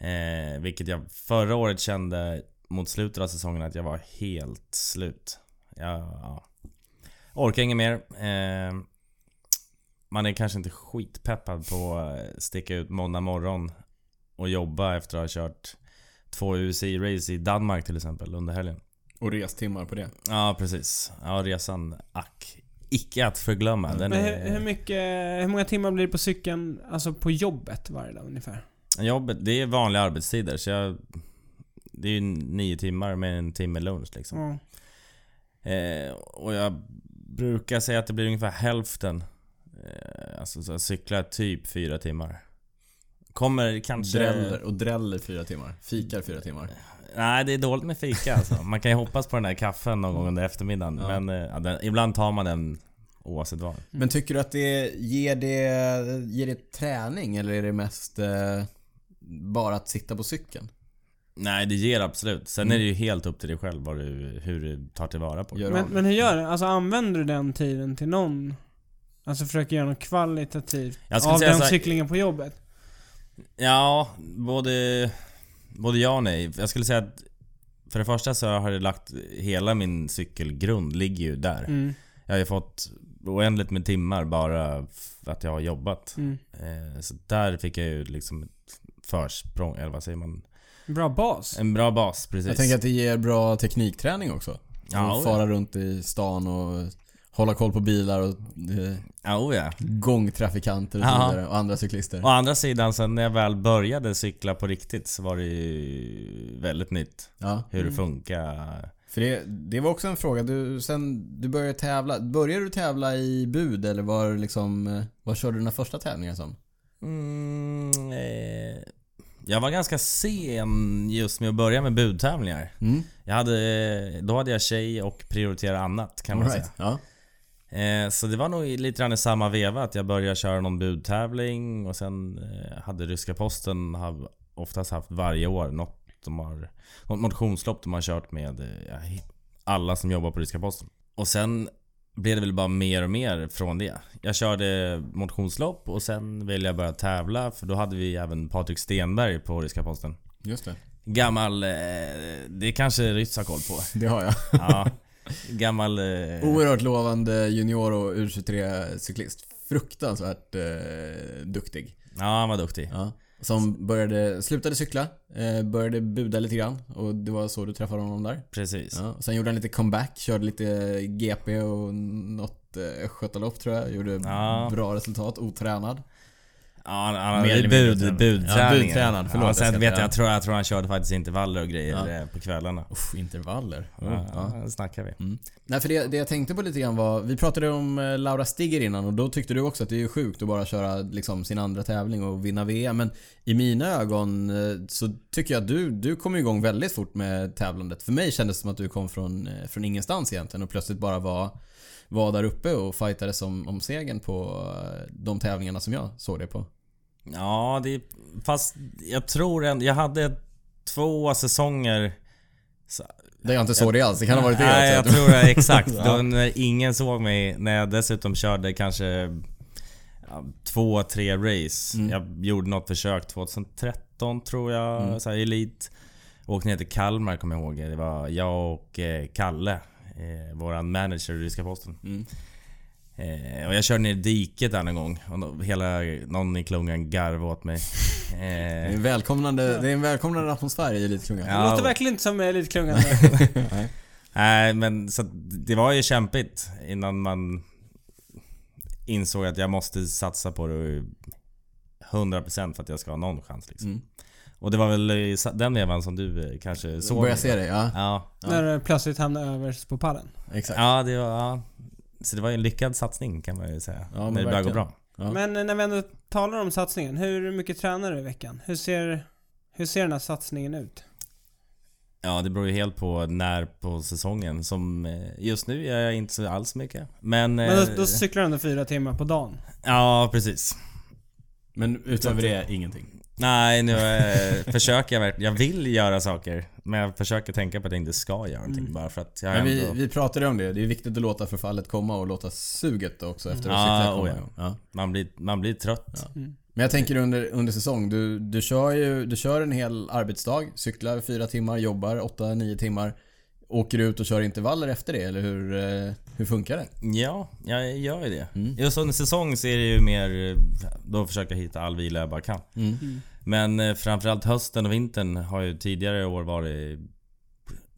Speaker 2: Eh, vilket jag förra året kände mot slutet av säsongen att jag var helt slut. Jag ja. orkar inget mer. Eh, man är kanske inte skitpeppad på att sticka ut måndag morgon och jobba efter att ha kört två UCI-race i Danmark till exempel under helgen.
Speaker 1: Och restimmar på det.
Speaker 2: Ja, precis. Ja, resan ack. Icke att förglömma. Den
Speaker 3: Men hur, hur,
Speaker 2: är,
Speaker 3: mycket, hur många timmar blir det på cykeln, alltså på jobbet varje dag ungefär?
Speaker 2: jobbet, det är vanliga arbetstider så jag... Det är ju nio timmar med en timme lunch liksom.
Speaker 3: Ja. Mm.
Speaker 2: Eh, och jag brukar säga att det blir ungefär hälften. Eh, alltså så jag cyklar typ fyra timmar. Kommer kanske...
Speaker 1: Dräller Mm. och dräller fyra timmar. Fikar fyra timmar.
Speaker 2: Nej, det är dåligt med fika alltså. Man kan ju hoppas på den där kaffen någon gång under eftermiddagen.
Speaker 1: Ja.
Speaker 2: Men eh, ja, den, ibland tar man den oavsett vad.
Speaker 1: Men tycker du att det ger det, ger det träning eller är det mest eh, bara att sitta på cykeln?
Speaker 2: Nej, det ger absolut.
Speaker 3: Mm.
Speaker 2: Sen är det ju helt upp till dig själv vad du, hur du tar tillvara på det.
Speaker 1: Gör
Speaker 3: Men,
Speaker 1: av?
Speaker 3: men hur gör du? Alltså använder du den tiden till någon? Alltså försöker göra något kvalitativt
Speaker 2: Jag skulle
Speaker 3: av
Speaker 2: säga
Speaker 3: den
Speaker 2: så här-
Speaker 3: cyklingen på jobbet?
Speaker 2: Ja, både, både ja och nej. Jag skulle säga att för det första så har jag lagt hela min cykelgrund ligger ju där.
Speaker 3: Mm,
Speaker 2: Jag har ju fått oändligt med timmar bara f- att jag har jobbat.
Speaker 3: mm.
Speaker 2: Eh, Så där fick jag ju liksom ett försprång, eller vad säger man?
Speaker 3: Bra bas.
Speaker 2: En bra bas, precis.
Speaker 1: Jag tänker att det ger bra teknikträning också.
Speaker 2: Ja,
Speaker 1: att
Speaker 2: oj.
Speaker 1: fara runt i stan och hålla koll på bilar och eh,
Speaker 2: Ja, oh ja.
Speaker 1: gångtrafikanter och, så
Speaker 2: Ja.
Speaker 1: vidare, och andra cyklister.
Speaker 2: Å andra sidan, sen när jag väl började cykla på riktigt så var det ju väldigt nytt.
Speaker 1: Ja.
Speaker 2: Hur det funkar.
Speaker 1: För det, det var också en fråga. Du, sen du började tävla. Började du tävla i bud eller var det liksom, eh, vad körde du dina första tävlingar som?
Speaker 2: Mm, eh, jag var ganska sen just med att börja med budtävlingar.
Speaker 1: Mm.
Speaker 2: Jag hade, eh, då hade jag tjej och prioriterade annat kan man
Speaker 1: All right.
Speaker 2: säga.
Speaker 1: Ja.
Speaker 2: Eh, så det var nog i- lite grann i samma veva att jag började köra någon budtävling och sen eh, hade ryska posten hav, oftast haft varje år något, de har, något motionslopp de har kört med eh, ja, he- alla som jobbar på ryska posten. Och sen blev det väl bara mer och mer från det. Jag körde motionslopp och sen ville jag börja tävla för då hade vi även Patrik Stenberg på Ryska Posten.
Speaker 1: Just det.
Speaker 2: Gammal... Eh, det kanske Rytz har koll på.
Speaker 1: Det har jag.
Speaker 2: Ja. Gammal... Eh,
Speaker 1: [LAUGHS] Oerhört lovande junior och U23-cyklist. Fruktansvärt eh, duktig.
Speaker 2: ja, han var duktig.
Speaker 1: Ja. Som började, slutade cykla, eh, började buda lite grann och det var så du träffade honom där.
Speaker 2: Precis.
Speaker 1: Ja. Sen gjorde han lite comeback, körde lite GP och något eh, Östgötalopp tror jag. Gjorde
Speaker 2: Ja.
Speaker 1: bra resultat, otränad.
Speaker 2: Ja, han, han
Speaker 4: Mer
Speaker 2: hade
Speaker 4: eller
Speaker 2: bud,
Speaker 4: mindre
Speaker 2: budträning.
Speaker 4: Ja, budtränad. Förlåt,
Speaker 2: Ja,
Speaker 4: jag ska
Speaker 2: sen
Speaker 4: inte
Speaker 2: vet jag,
Speaker 4: göra.
Speaker 2: jag tror, jag tror han körde faktiskt intervaller och grejer eh, på kvällarna.
Speaker 1: Uff, intervaller.
Speaker 4: Mm,
Speaker 2: Ja, ja. det snackar vi.
Speaker 1: Nej, för det, det jag tänkte på lite grann var, vi pratade om eh, Laura Stigger innan och då tyckte du också att det är sjukt att bara köra liksom, sin andra tävling och vinna VM. Men i mina ögon eh, så tycker jag att du, du kom igång väldigt fort med tävlandet. För mig kändes det som att du kom från, eh, från ingenstans egentligen och plötsligt bara var, var där uppe och fightades om, om segern på eh, de tävlingarna som jag såg det på.
Speaker 2: Ja, det, fast jag tror ändå... Jag hade två säsonger... Så,
Speaker 1: Där jag inte såg det alls, det kan ha varit det alltså.
Speaker 2: Nej, jag
Speaker 1: också.
Speaker 2: tror det. Exakt. Då när ingen såg mig när jag dessutom körde kanske ja, två, tre race.
Speaker 1: Mm.
Speaker 2: Jag gjorde något försök 2013 tror jag,
Speaker 1: Mm.
Speaker 2: så här Elite. Åkte ner till Kalmar kommer jag ihåg. Det var jag och eh, Kalle, eh, våran manager i Ryska Posten.
Speaker 1: Mm.
Speaker 2: Eh, och jag körde ner i diket där någon gång. Och då, hela, någon i klungan garvade
Speaker 1: [LAUGHS]
Speaker 2: åt mig.
Speaker 1: [LAUGHS] Det
Speaker 2: Eh,
Speaker 1: är, en välkomnande, det är en välkomnande atmosfär i Elitklungan.
Speaker 2: Ja.
Speaker 3: Det låter verkligen inte
Speaker 2: [LAUGHS]
Speaker 3: som elitklungan.
Speaker 2: Nej men så att det var ju kämpigt innan man insåg att jag måste satsa på det 100% för att jag ska ha någon chans
Speaker 1: Mm.
Speaker 2: liksom. Och det var väl i sa- den vevan som du eh, kanske såg
Speaker 1: Börjar
Speaker 2: mig.
Speaker 1: se det, ja.
Speaker 2: Ja.
Speaker 3: När det plötsligt hamnar överst på pallen.
Speaker 1: Exakt.
Speaker 2: ja, det var... Ja. Så det var ju en lyckad satsning kan man ju säga.
Speaker 1: Ja, men
Speaker 2: när det började gå
Speaker 1: verkligen.
Speaker 2: bra.
Speaker 1: Ja.
Speaker 3: Men eh, när vi ändå talar om satsningen, hur mycket tränar du i veckan? Hur ser, hur ser den här satsningen ut?
Speaker 2: Ja, det beror ju helt på när på säsongen som... eh, Just nu gör jag inte så alls mycket. Men...
Speaker 3: Men
Speaker 2: eh,
Speaker 3: då, då cyklar du ändå fyra timmar på dagen.
Speaker 2: Ja, precis.
Speaker 4: Men utöver det, ingenting.
Speaker 2: Nej, nu eh, försöker jag verkligen. Jag vill göra saker. Men jag försöker tänka på att jag inte ska göra någonting bara för att jag
Speaker 1: Mm. Men vi,
Speaker 2: ändå...
Speaker 1: vi pratade om det. Det är viktigt att låta förfallet komma och låta suget också efter att
Speaker 2: Ja,
Speaker 1: cykla
Speaker 2: oh
Speaker 1: komma.
Speaker 2: ja. Man, blir, man blir trött.
Speaker 1: Men jag tänker under, under säsong. Du, du kör ju du kör en hel arbetsdag. Cyklar fyra timmar, jobbar 8-9 timmar. Åker ut och kör intervaller efter det eller hur, eh, hur funkar det?
Speaker 2: Ja, jag gör ju det.
Speaker 1: Mm.
Speaker 2: Just under säsong så är det ju mer... eh, Då försöker jag hitta all vila jag bara kan. Men eh, framförallt hösten och vintern har ju tidigare år varit...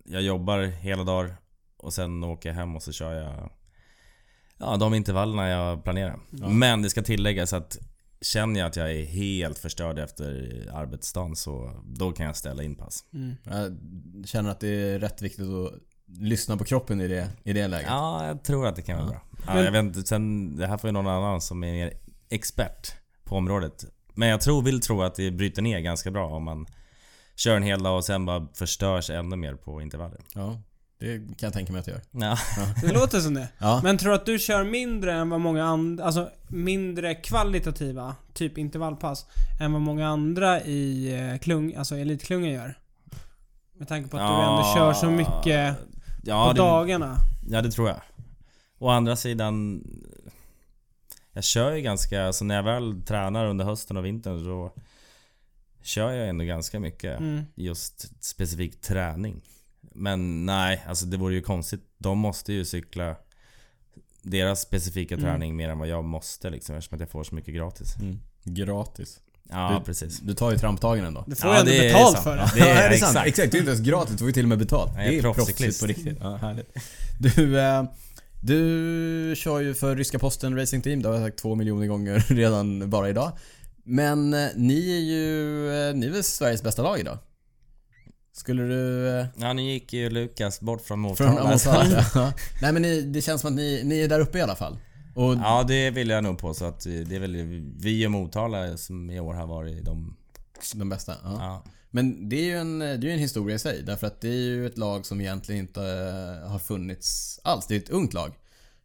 Speaker 2: Jag jobbar hela dagar och sen åker jag hem och så kör jag... Ja, de intervallerna jag planerar. Men det ska tilläggas att känner jag att jag är helt förstörd efter arbetsdagen så då kan jag ställa in pass.
Speaker 3: Mm.
Speaker 2: [LAUGHS]
Speaker 1: Jag känner att det är rätt viktigt att lyssna på kroppen i det, i det läget.
Speaker 2: Ja, jag tror att det kan vara bra. Ja, jag vet inte, sen, det här får ju någon annan som är mer expert på området. Men jag tror, vill tro att det bryter ner ganska bra om man kör en hel dag och sen bara förstörs ännu mer på intervaller.
Speaker 1: Ja, det kan jag tänka mig att jag gör.
Speaker 2: Ja.
Speaker 3: Det låter som det.
Speaker 1: Ja.
Speaker 3: Men tror du att du kör mindre än vad många andra, alltså mindre kvalitativa, typ intervallpass, än vad många andra i eh, klung, alltså elitklungan gör? Med tanke på att du
Speaker 2: Ja.
Speaker 3: ändå kör så mycket
Speaker 2: Ja,
Speaker 3: på
Speaker 2: det,
Speaker 3: dagarna.
Speaker 2: ja, det tror jag. Å andra sidan... Jag kör ju ganska... Alltså när jag väl tränar under hösten och vintern så kör jag ändå ganska mycket
Speaker 3: Mm.
Speaker 2: just specifik träning. Men nej, alltså det vore ju konstigt. De måste ju cykla deras specifika träning mer än vad jag måste liksom eftersom att jag får så mycket gratis.
Speaker 1: Mm. Gratis.
Speaker 2: Ja,
Speaker 1: Du-
Speaker 2: precis.
Speaker 1: Du tar ju tramptagen ändå.
Speaker 3: Du får
Speaker 2: Ja,
Speaker 3: ju ändå
Speaker 2: det är
Speaker 3: betalt
Speaker 2: sant.
Speaker 3: för det.
Speaker 2: Ja,
Speaker 1: Ja,
Speaker 2: det är
Speaker 1: sant.
Speaker 2: exakt.
Speaker 1: Exakt, det är inte ens gratis. Du får ju till och med betalt.
Speaker 2: Nej, jag
Speaker 1: det
Speaker 2: är
Speaker 1: är proffscyklist
Speaker 2: proffscyklist.
Speaker 1: på riktigt.
Speaker 2: [LAUGHS]
Speaker 1: Ja, härligt. Du, eh, du kör ju för ryska posten Racing Team. Det har jag sagt två miljoner gånger [LAUGHS] redan bara idag. Men eh, ni är ju eh, ni är väl Sveriges bästa lag idag? Skulle du... eh,
Speaker 2: Ja, nu gick ju Lukas bort från
Speaker 1: Från
Speaker 2: Motala. så-
Speaker 1: Amazon? Ja. Nej men ni, det känns som att ni, ni är där uppe i alla fall. Och
Speaker 2: [LAUGHS] Ja, det vill jag nog påstå att eh, det är väl vi och Motala som i år har varit de...
Speaker 1: de bästa. Ja.
Speaker 2: Ja.
Speaker 1: Men det är ju en, det är ju en historia i sig. Därför att det är ju ett lag som egentligen inte eh, har funnits alls. Det är ett ungt lag.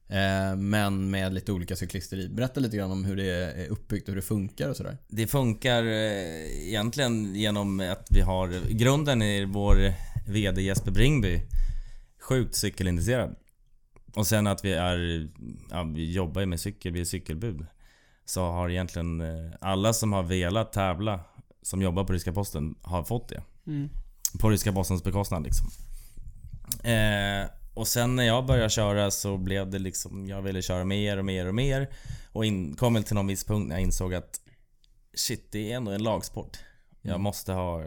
Speaker 1: Eh, Men med lite olika cyklister i. Berätta lite grann om hur det är uppbyggt och hur det funkar och sådär.
Speaker 2: Det funkar eh, egentligen genom att vi har... Grunden är vår VD Jesper Bringby. Sjukt cykelintresserad. Och sen att vi är... Ja, vi jobbar ju med cykel, vi är cykelbud. Så har egentligen eh, alla som har velat tävla, som jobbar på Ryska Posten, har fått det.
Speaker 3: Mm.
Speaker 2: På Ryska Postens bekostnad liksom. Eh, och sen när jag började köra så blev det liksom, jag ville köra mer och mer och mer. Och in, kom väl till någon viss punkt när jag insåg att shit, det är ändå en lagsport. Jag måste ha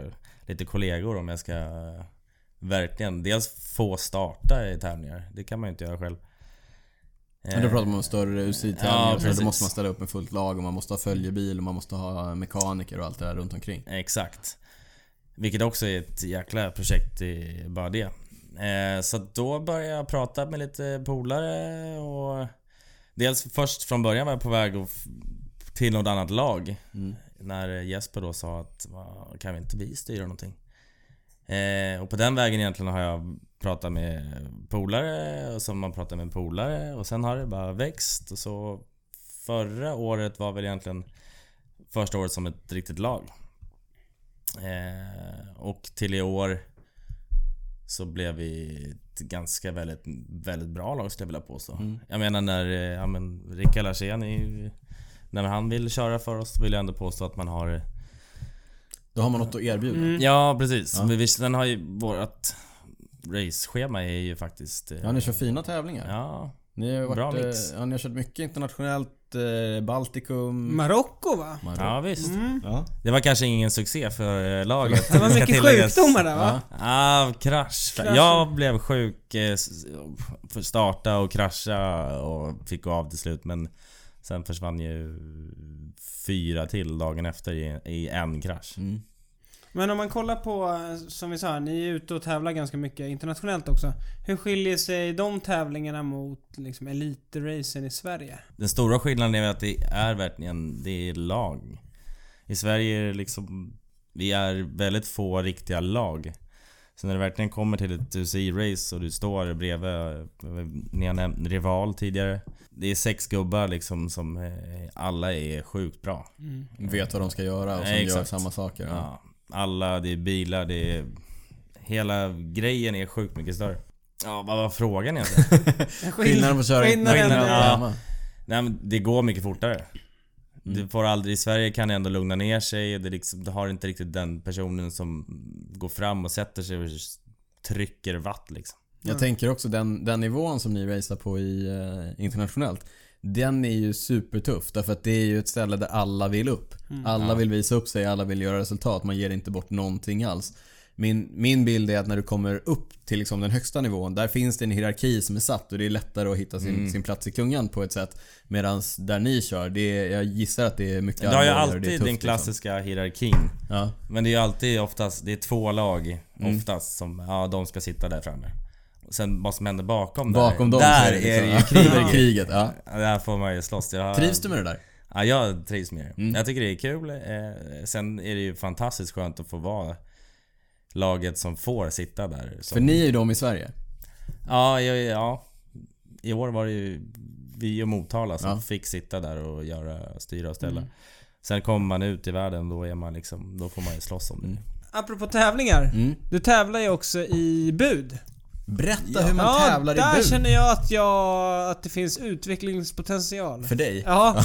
Speaker 2: lite kollegor om jag ska verkligen dels få starta i tävlingar. Det kan man ju inte göra själv.
Speaker 1: Men då pratar man om större UCI-tävlingar.
Speaker 2: Eh, Ja,
Speaker 1: och så
Speaker 2: precis.
Speaker 1: då måste man ställa upp med fullt lag och man måste ha följebil och man måste ha mekaniker och allt det där runt omkring.
Speaker 2: Exakt. Vilket också är ett jäkla projekt i bara det. Eh, så att då började jag prata med lite polare och... Dels först från början var jag på väg att f- till något annat lag. När Jesper då sa att "Va, kan vi inte vi styra någonting? Eh, och på den vägen egentligen har jag pratat med polare och som man pratar med polare och sen har det bara växt och så Förra året var väl egentligen första året som ett riktigt lag. Eh, och till i år så blev vi ett ganska väldigt, väldigt bra lag skulle jag vilja påstå.
Speaker 3: Mm.
Speaker 2: Jag menar när eh, ja, men Rickard Larsén är ju- När han vill köra för oss vill jag ändå påstå att man har
Speaker 1: Då har man något att erbjuda.
Speaker 3: Mm.
Speaker 2: Ja precis. Men vi, sen har ju vårt raceschema är ju faktiskt... eh,
Speaker 1: Ja, ni kör fina tävlingar.
Speaker 2: ja,
Speaker 1: Ni har, ju varit,
Speaker 2: Bra mix.
Speaker 1: eh, Ja, ni har kört mycket internationellt. Eh, Baltikum.
Speaker 2: Mm.
Speaker 3: Marocko va?
Speaker 1: Marocko.
Speaker 2: ja visst.
Speaker 1: Ja.
Speaker 2: Det var kanske ingen succé för eh, laget. [LAUGHS]
Speaker 3: Det var
Speaker 2: ska
Speaker 3: mycket
Speaker 2: tilläggas.
Speaker 3: sjukdomar där va?
Speaker 2: Ah, krasch.
Speaker 3: Krasch.
Speaker 2: Jag blev sjuk. eh, s- För starta och krascha och fick gå av till slut men sen försvann ju fyra till dagen efter i, i en krasch.
Speaker 1: Mm.
Speaker 3: Men om man kollar på, eh, som vi sa, ni är ute och tävlar ganska mycket internationellt också. Hur skiljer sig de tävlingarna mot liksom, elitracen i Sverige?
Speaker 2: Den stora skillnaden är väl att det är verkligen det är lag. I Sverige är det liksom... Vi är väldigt få riktiga lag. Så när det verkligen kommer till ett UCI-race och du står bredvid, eh, ni har nämnt rival tidigare. Det är sex gubbar liksom som eh, alla är sjukt bra.
Speaker 1: Vet vad de ska göra och som
Speaker 2: Nej,
Speaker 1: gör
Speaker 2: exakt.
Speaker 1: samma saker. Ja.
Speaker 2: Ja, alla, det är bilar, det är... Hela grejen är sjukt mycket större. Ja, vad var frågan egentligen?
Speaker 1: Skillnaden på att köra
Speaker 3: Skillnaden
Speaker 1: internationellt
Speaker 2: är-
Speaker 1: och hemma.
Speaker 2: Nej men det går mycket fortare.
Speaker 1: Mm.
Speaker 2: Du får aldrig, i Sverige kan det ändå lugna ner sig. Det liksom, du har inte riktigt den personen som går fram och sätter sig och trycker vatt liksom.
Speaker 1: Jag tänker också den, den nivån som ni racear på i, eh, internationellt. Den är ju supertuff därför att det är ju ett ställe där alla vill upp. Alla vill visa upp sig, alla vill göra resultat. Man ger inte bort någonting alls. Min, min bild är att när du kommer upp till liksom den högsta nivån, där finns det en hierarki som är satt och det är lättare att hitta sin, sin plats i klungan på ett sätt. Medan där ni kör, det är, jag gissar att det är mycket
Speaker 2: Du har ju
Speaker 1: allvarligare och det är
Speaker 2: alltid
Speaker 1: tufft
Speaker 2: den klassiska hierarkin.
Speaker 1: Liksom. Ja.
Speaker 2: Men det är ju alltid oftast, det är två lag
Speaker 1: Mm.
Speaker 2: oftast som, ja de ska sitta där framme. Och sen vad som händer bakom där.
Speaker 1: Bakom dem
Speaker 2: där
Speaker 1: så
Speaker 2: är det ju
Speaker 1: liksom- [LAUGHS]
Speaker 2: krig.
Speaker 1: Där är kriget. Ja.
Speaker 2: Där får man ju [LAUGHS] slåss. Jag har-
Speaker 1: Trivs du med det där?
Speaker 2: Ja, jag trivs med
Speaker 1: Mm.
Speaker 2: det. Jag tycker det är kul. Eh, sen är det ju fantastiskt skönt att få vara laget som får sitta där.
Speaker 1: För
Speaker 2: Som,
Speaker 1: ni är ju de i Sverige.
Speaker 2: ja, ja, ja, i år var det ju vi och Motala som
Speaker 1: Ja. Mm.
Speaker 2: fick sitta där och göra, styra och ställa. Sen kommer man ut i världen, då är man liksom, då får man ju slåss om det.
Speaker 3: Apropå tävlingar.
Speaker 1: Mm.
Speaker 3: Du tävlar ju också i bud.
Speaker 1: Berätta hur man tävlar i
Speaker 3: där
Speaker 1: bud.
Speaker 3: känner jag att, jag att det finns utvecklingspotential.
Speaker 1: För dig?
Speaker 3: Ja,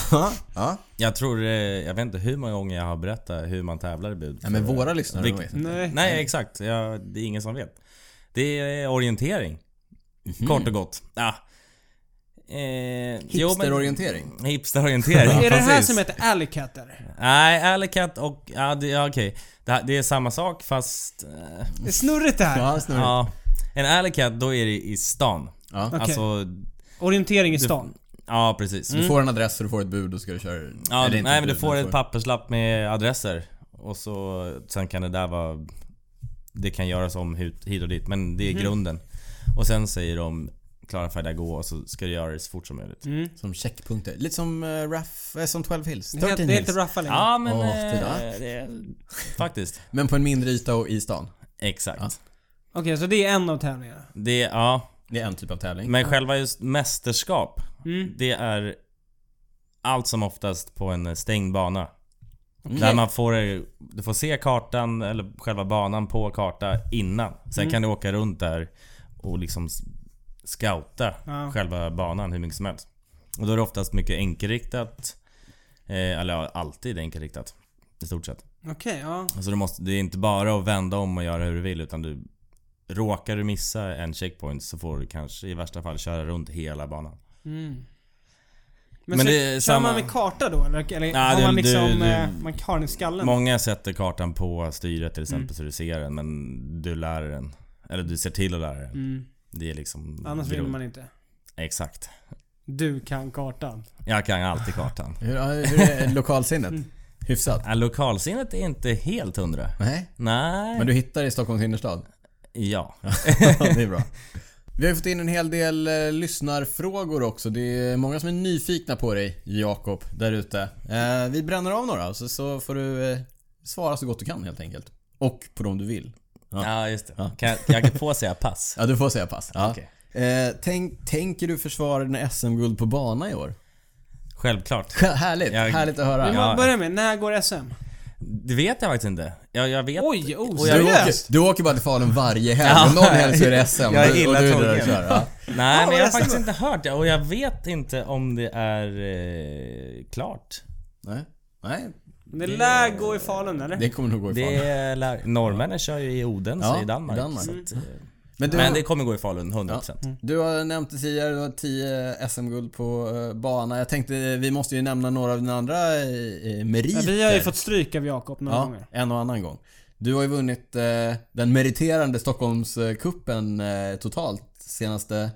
Speaker 1: Ja.
Speaker 2: Jag tror, eh, jag vet inte hur många gånger jag har berättat hur man tävlar i bud.
Speaker 1: Nej, men
Speaker 2: För-
Speaker 1: våra lyssnare liksom.
Speaker 2: Vilk-
Speaker 1: de vet inte.
Speaker 3: nej.
Speaker 2: Nej, exakt. Ja, det är ingen som vet. Det är orientering. Kort och gott. Ja. Eh, jo, men-
Speaker 1: Hipsterorientering.
Speaker 2: [LAUGHS] Hipsterorientering.
Speaker 3: Är det det här
Speaker 2: precis.
Speaker 3: som heter alleycatter?
Speaker 2: Nej, Alicat och... Ja, det, ja, okej. Det, här- det är samma sak fast... eh,
Speaker 3: Det är snurrigt det här.
Speaker 1: Ja, snurrigt.
Speaker 2: ja. En Alicat, då är det i stan.
Speaker 1: Ja.
Speaker 3: Okej.
Speaker 2: Alltså...
Speaker 3: Orientering i stan.
Speaker 2: Ja, precis.
Speaker 1: Du får en
Speaker 3: Mm.
Speaker 1: adress och du får ett bud och ska du köra...
Speaker 2: Ja,
Speaker 1: eller inte
Speaker 2: nej men du
Speaker 1: bud,
Speaker 2: får ett papperslapp med adresser. Och så, sen kan det där vara... Det kan göras om hit hit och dit, men det är grunden. Och sen säger de Klara färdiga gå och så ska du göra det så fort som möjligt.
Speaker 1: Som checkpunkter. Lite som uh, Raff, eh, som 12 Hills.
Speaker 3: Mm. Det
Speaker 1: 13
Speaker 3: heter, det
Speaker 1: Hills.
Speaker 3: heter raffa längre.
Speaker 2: Ja men...
Speaker 1: Åh,
Speaker 2: eh,
Speaker 1: titta.
Speaker 2: det, faktiskt.
Speaker 1: Men på en mindre yta och i stan.
Speaker 2: Exakt.
Speaker 1: Ja.
Speaker 3: Okej, så det är en av tävlingarna.
Speaker 2: Det, ja.
Speaker 1: Det är en typ av tävling.
Speaker 2: Men själva just mästerskap,
Speaker 3: Mm.
Speaker 2: det är allt som oftast på en stängd bana.
Speaker 1: Mm.
Speaker 2: Där man får, du får se kartan, eller själva banan på karta innan. Sen kan du åka runt där och liksom s- scouta
Speaker 3: Ja.
Speaker 2: själva banan hur mycket som helst. Och då är det oftast mycket enkelriktat. Eh, eller ja, alltid enkelriktat. I stort sett.
Speaker 3: Okej, ja.
Speaker 2: Alltså du måste, det är inte bara att vända om och göra hur du vill utan du Råkar du missa en checkpoint så får du kanske i värsta fall köra runt hela banan.
Speaker 3: Mm. Men,
Speaker 2: Men
Speaker 3: så,
Speaker 2: det är
Speaker 3: kör
Speaker 2: samma-
Speaker 3: man med karta då eller? eller
Speaker 2: Ja,
Speaker 3: har
Speaker 2: det-
Speaker 3: man
Speaker 2: det-
Speaker 3: liksom...
Speaker 2: det-
Speaker 3: eh, man har den i skallen?
Speaker 2: Många sätter kartan på styret till exempel
Speaker 3: Mm.
Speaker 2: så du ser den men du lär dig den. Eller du ser till att lära dig den.
Speaker 3: Mm.
Speaker 2: Det är liksom...
Speaker 3: Annars vill
Speaker 2: grund-
Speaker 3: man inte.
Speaker 2: Exakt.
Speaker 3: Du kan kartan.
Speaker 2: Jag kan alltid kartan.
Speaker 1: Hur, ja, hur är
Speaker 3: [LAUGHS] Mm.
Speaker 1: lokalsinnet? Hyfsat?
Speaker 2: Ja, lokalsinnet är inte helt hundra.
Speaker 1: Nej?
Speaker 2: Nej.
Speaker 1: Men du hittar i Stockholms innerstad?
Speaker 2: Ja. [LAUGHS]
Speaker 1: Ja, det är bra. Vi har ju fått in en hel del eh, lyssnarfrågor också. Det är många som är nyfikna på dig, Jakob, där ute. Eh, vi bränner av några så, så får du eh, svara så gott du kan helt enkelt. Och på dem du vill.
Speaker 2: Ja, just det. Kan jag, kan jag få säga pass?
Speaker 1: Ja, du får säga pass. Ja.
Speaker 2: Okej.
Speaker 1: Eh, tänk, tänker du försvara dina SM-guld på bana i år?
Speaker 2: Självklart.
Speaker 1: Härligt!
Speaker 2: Jag-
Speaker 1: Härligt att höra.
Speaker 3: Men
Speaker 2: Ja.
Speaker 3: man börjar med, när går SM?
Speaker 2: Det vet jag faktiskt inte. Jag, jag vet...
Speaker 3: Oj,
Speaker 2: och jag
Speaker 1: Du
Speaker 3: oseriöst!
Speaker 1: åker, du åker bara till Falun varje helg. Ja, någon helg så är det SM.
Speaker 2: Jag är
Speaker 1: och du-
Speaker 2: illa
Speaker 1: och du är där och
Speaker 2: tvungen.
Speaker 1: kör, ja.
Speaker 2: Nej, men jag har
Speaker 3: nästan.
Speaker 2: faktiskt inte hört det. Och jag vet inte om det är eh, klart.
Speaker 1: Nej. Nej,
Speaker 3: Men Det lär gå i Falun eller?
Speaker 1: det kommer nog gå i Falun.
Speaker 2: Det lär, norrmännen kör ju i Odense
Speaker 1: Ja,
Speaker 2: i Danmark.
Speaker 1: i Danmark.
Speaker 2: Så att, eh,
Speaker 1: Men du,
Speaker 2: men det kommer gå i Falun, 100%.
Speaker 1: Du har nämnt det tidigare, du har 10 SM-guld på eh, bana. Jag tänkte vi måste ju nämna några av dina andra eh, eh, meriter.
Speaker 3: Ja, vi har ju fått stryk av Jakob några
Speaker 1: ja,
Speaker 3: gånger.
Speaker 1: en och annan gång. Du har ju vunnit eh, den meriterande Stockholmskuppen eh, totalt senaste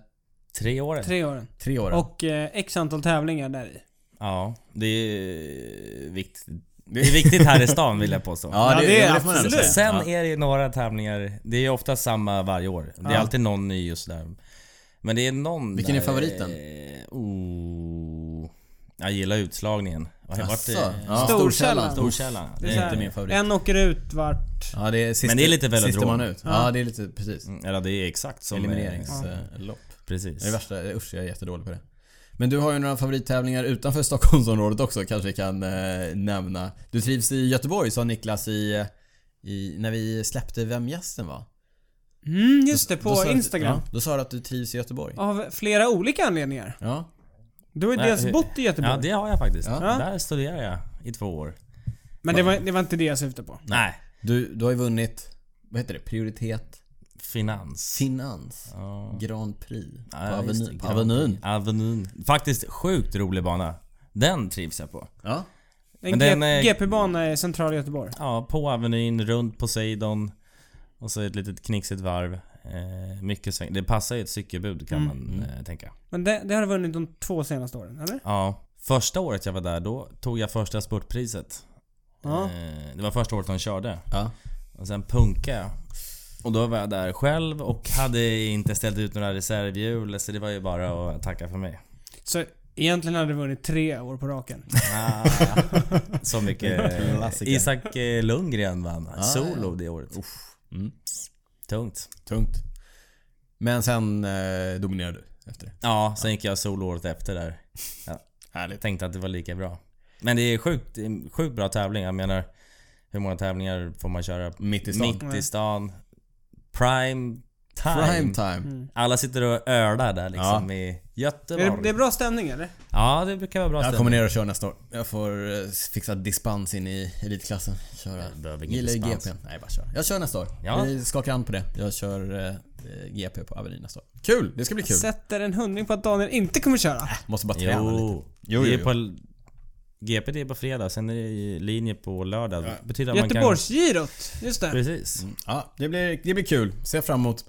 Speaker 2: Tre år.
Speaker 3: Tre åren.
Speaker 1: tre åren.
Speaker 3: Och eh, x antal tävlingar där i.
Speaker 2: Ja, det är viktigt. Det är viktigt här i stan vill jag påstå.
Speaker 1: [LAUGHS] ja, det,
Speaker 3: Ja,
Speaker 1: det,
Speaker 3: det är
Speaker 1: får man ändå
Speaker 3: absolut.
Speaker 1: säga.
Speaker 2: Sen är det ju några tävlingar, det är ju ofta samma varje år. Det är alltid någon ny och sådär. Men det är någon
Speaker 1: Vilken är
Speaker 2: där,
Speaker 1: favoriten?
Speaker 2: eh, Oh, jag gillar utslagningen. Vad har varit
Speaker 1: Asså,
Speaker 2: i-
Speaker 1: ja.
Speaker 3: Storkällan.
Speaker 2: Storkällan. Det
Speaker 3: är
Speaker 2: är
Speaker 3: så
Speaker 2: inte
Speaker 3: här,
Speaker 2: min favorit.
Speaker 3: En åker ut vart...
Speaker 1: Ja, det är sista,
Speaker 2: Men det är lite velodrom.
Speaker 1: sista man ut. Ja, det är lite precis.
Speaker 2: Mm, Eller det är exakt som... eh,
Speaker 1: Elimineringslopp.
Speaker 2: Precis.
Speaker 1: Det är det värsta. Eh, Usch, jag är jättedålig på det. Men du har ju några favorittävlingar utanför Stockholmsområdet också kanske vi kan eh, nämna. Du trivs i Göteborg sa Niklas i, eh, i när vi släppte Vem gästen var?
Speaker 3: Mm, just det,
Speaker 1: Då
Speaker 3: på
Speaker 1: sa du-
Speaker 3: Instagram.
Speaker 1: Ja, då sa du att du trivs i Göteborg.
Speaker 3: Av flera olika anledningar.
Speaker 1: Ja.
Speaker 3: Du har ju
Speaker 2: Nej,
Speaker 3: dels
Speaker 2: hur-
Speaker 3: bott i Göteborg.
Speaker 2: Ja, det har jag faktiskt.
Speaker 1: Ja.
Speaker 2: Där studerar jag i två år.
Speaker 3: Men det var, det var inte det jag syftade på.
Speaker 2: Nej.
Speaker 1: Du, du har ju vunnit, vad heter det? Prioritet
Speaker 2: Finans.
Speaker 1: Finans
Speaker 2: Ja.
Speaker 1: Grand Prix på,
Speaker 2: Ja, just det.
Speaker 1: aveny, på Avenyn.
Speaker 2: Avenyn. Faktiskt sjukt rolig bana. Den trivs jag på.
Speaker 1: Ja.
Speaker 3: En
Speaker 2: Men den eh,
Speaker 3: G-
Speaker 2: är-
Speaker 3: GP-bana i centrala Göteborg.
Speaker 2: Ja, på Avenyn, runt Poseidon. Och så ett litet knixigt varv. Eh, mycket sväng. Det passar ju ett cykelbud kan man eh, tänka.
Speaker 3: Men det, det har du vunnit de två senaste åren, eller?
Speaker 2: Ja. Första året jag var där, då tog jag första spurtpriset.
Speaker 3: Ja.
Speaker 2: Eh, det var första året de körde.
Speaker 1: Ja.
Speaker 2: Och sen punkade jag. Och då var jag där själv och hade inte ställt ut några reservhjul så det var ju bara att tacka för mig.
Speaker 3: Så egentligen hade du vunnit tre år på raken.
Speaker 2: Ah, så mycket.
Speaker 1: Klassiker.
Speaker 2: Isak eh, Lundgren vann solo det året.
Speaker 1: Mm.
Speaker 2: Tungt.
Speaker 1: Tungt. Men sen eh, dominerade du efter det.
Speaker 2: Ja, sen gick jag solo året efter där. Ja.
Speaker 1: Härligt.
Speaker 2: Tänkte att det var lika bra. Men det är sjukt, det är en sjukt bra tävling. Jag menar, hur många tävlingar får man köra?
Speaker 1: Mitt i stan.
Speaker 2: Mitt i stan. Prime time.
Speaker 1: Prime time.
Speaker 2: Alla sitter och ölar där liksom i
Speaker 3: Är det,
Speaker 2: Göteborg.
Speaker 3: det är bra stämning eller?
Speaker 2: Ja, det brukar vara bra
Speaker 1: Jag
Speaker 2: stämning.
Speaker 1: kommer ner och kör nästa år. Jag får eh, fixa dispens in i elitklassen. Köra.
Speaker 2: Jag behöver ingen
Speaker 1: Gillar ju
Speaker 2: dispens.
Speaker 1: GPn. Nej, bara kör. Jag kör nästa år.
Speaker 2: Ja.
Speaker 1: Vi skakar hand på det. Jag kör eh, GP på Avenyn nästa år. Kul! Det ska bli kul.
Speaker 3: Sätter en hundring på att Daniel inte kommer köra.
Speaker 1: Måste bara träna lite.
Speaker 2: Jo.
Speaker 1: Jo,
Speaker 2: vi
Speaker 1: jo,
Speaker 2: är
Speaker 1: jo.
Speaker 2: på GP det är på fredag, sen är det ju linje på lördag. Det Betyder att
Speaker 3: Göteborgsgirot, just
Speaker 2: man kan...
Speaker 3: det.
Speaker 2: Precis.
Speaker 1: Ja, det blir, det blir kul. Se fram emot.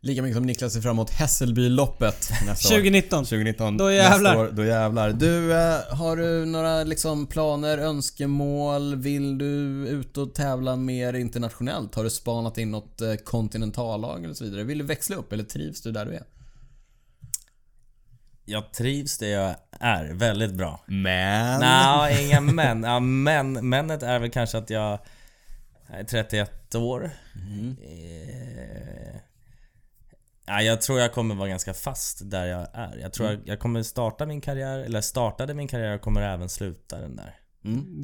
Speaker 1: Lika mycket som Niklas ser fram emot Hässelbyloppet
Speaker 2: [LAUGHS]
Speaker 1: nästa år.
Speaker 3: 2019.
Speaker 1: 2019.
Speaker 3: Då jävlar.
Speaker 1: Nästa år, då jävlar. Du, eh, har du några liksom planer, önskemål? Vill du ut och tävla mer internationellt? Har du spanat in något eh, kontinentallag eller så vidare? Vill du växla upp eller trivs du där du är?
Speaker 2: Jag trivs där jag är väldigt bra.
Speaker 1: Men...
Speaker 2: Nja, inga men. Ja, men. Menet är väl kanske att jag är 31 år. Mm. Eh, ja, jag tror jag kommer vara ganska fast där jag är. Jag tror jag, jag kommer starta min karriär, eller startade min karriär och kommer även sluta den där.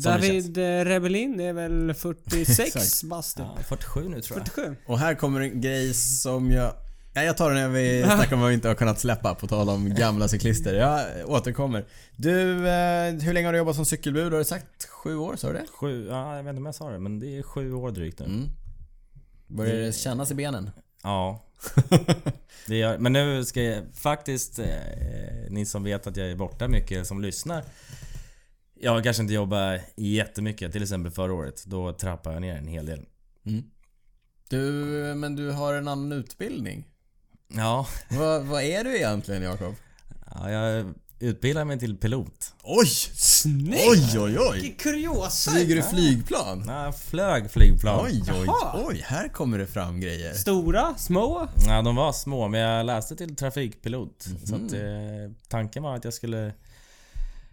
Speaker 3: David eh, Rebellin är
Speaker 2: [LAUGHS]
Speaker 3: väl 46 bast typ.
Speaker 2: Ja, 47 nu tror jag.
Speaker 3: 47.
Speaker 1: Och här kommer en grej som jag Nej, jag tar det när
Speaker 3: [LAUGHS]
Speaker 1: vi snackar om vad vi inte har kunnat släppa, på tal om gamla cyklister. Jag återkommer. Du, eh, hur länge har du jobbat som cykelbud? Har du sagt sju år? Sa du det?
Speaker 2: Sju, ja, jag vet inte om jag sa det, men det är sju år drygt nu.
Speaker 1: Mm. Börjar det kännas i benen?
Speaker 2: Ja. det gör, men nu ska jag faktiskt, eh, ni som vet att jag är borta mycket som lyssnar. Jag har kanske inte jobbat jättemycket, till exempel förra året. Då trappade jag ner en hel del.
Speaker 1: Du, men du har en annan utbildning.
Speaker 2: Ja,
Speaker 1: Vad, vad är du egentligen, Jakob?
Speaker 2: ja jag utbildade mig till pilot.
Speaker 1: Oj!
Speaker 3: Snyggt!
Speaker 1: Oj, oj, oj!
Speaker 3: Vilken kuriosa!
Speaker 1: Flyger du flygplan?
Speaker 2: Ja, Jag flög flygplan.
Speaker 1: Oj, oj,
Speaker 3: Jaha.
Speaker 1: oj. Här kommer det fram grejer.
Speaker 3: Stora, små.
Speaker 2: Ja, de var små, men jag läste till trafikpilot. Så att, eh, tanken var att jag skulle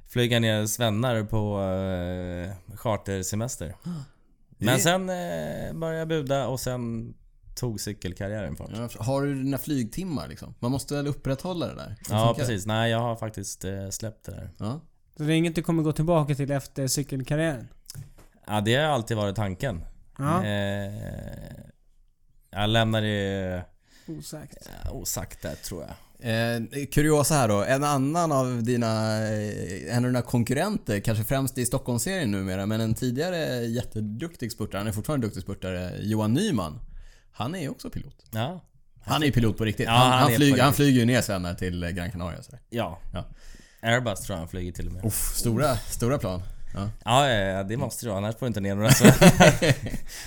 Speaker 2: flyga ner svennar på eh, chartersemester. Men sen eh, började jag buda och sen tog cykelkarriären fart.
Speaker 1: Ja, Har du dina flygtimmar liksom? Man måste väl upprätthålla det där?
Speaker 2: Ja, precis. Nej, jag har faktiskt eh, släppt det där.
Speaker 1: Ja.
Speaker 3: Så det är inget du kommer gå tillbaka till efter cykelkarriären?
Speaker 2: Ja, det har alltid varit tanken.
Speaker 3: Ja.
Speaker 2: Eh, jag lämnar det
Speaker 3: Osäkert.
Speaker 2: eh, osagt där tror jag.
Speaker 1: Eh, kuriosa här då. En annan av dina, eh, en av dina konkurrenter, kanske främst i Stockholmsserien numera, men en tidigare jätteduktig spurtare, han är fortfarande en duktig spurtare, Johan Nyman. Han är ju också pilot.
Speaker 2: Ja.
Speaker 1: Han är ju pilot på riktigt.
Speaker 2: Ja,
Speaker 1: han,
Speaker 2: han
Speaker 1: han,
Speaker 2: är på
Speaker 1: flyger, han
Speaker 2: riktigt.
Speaker 1: flyger ju ner svennar till eh, Gran Canaria. och sådär.
Speaker 2: ja.
Speaker 1: Ja.
Speaker 2: Airbus tror jag han flyger till och med.
Speaker 1: Uff, stora, stora plan. [LAUGHS] Ja.
Speaker 2: Ja, ja, ja, det måste du ha, annars får du inte ner några svennar.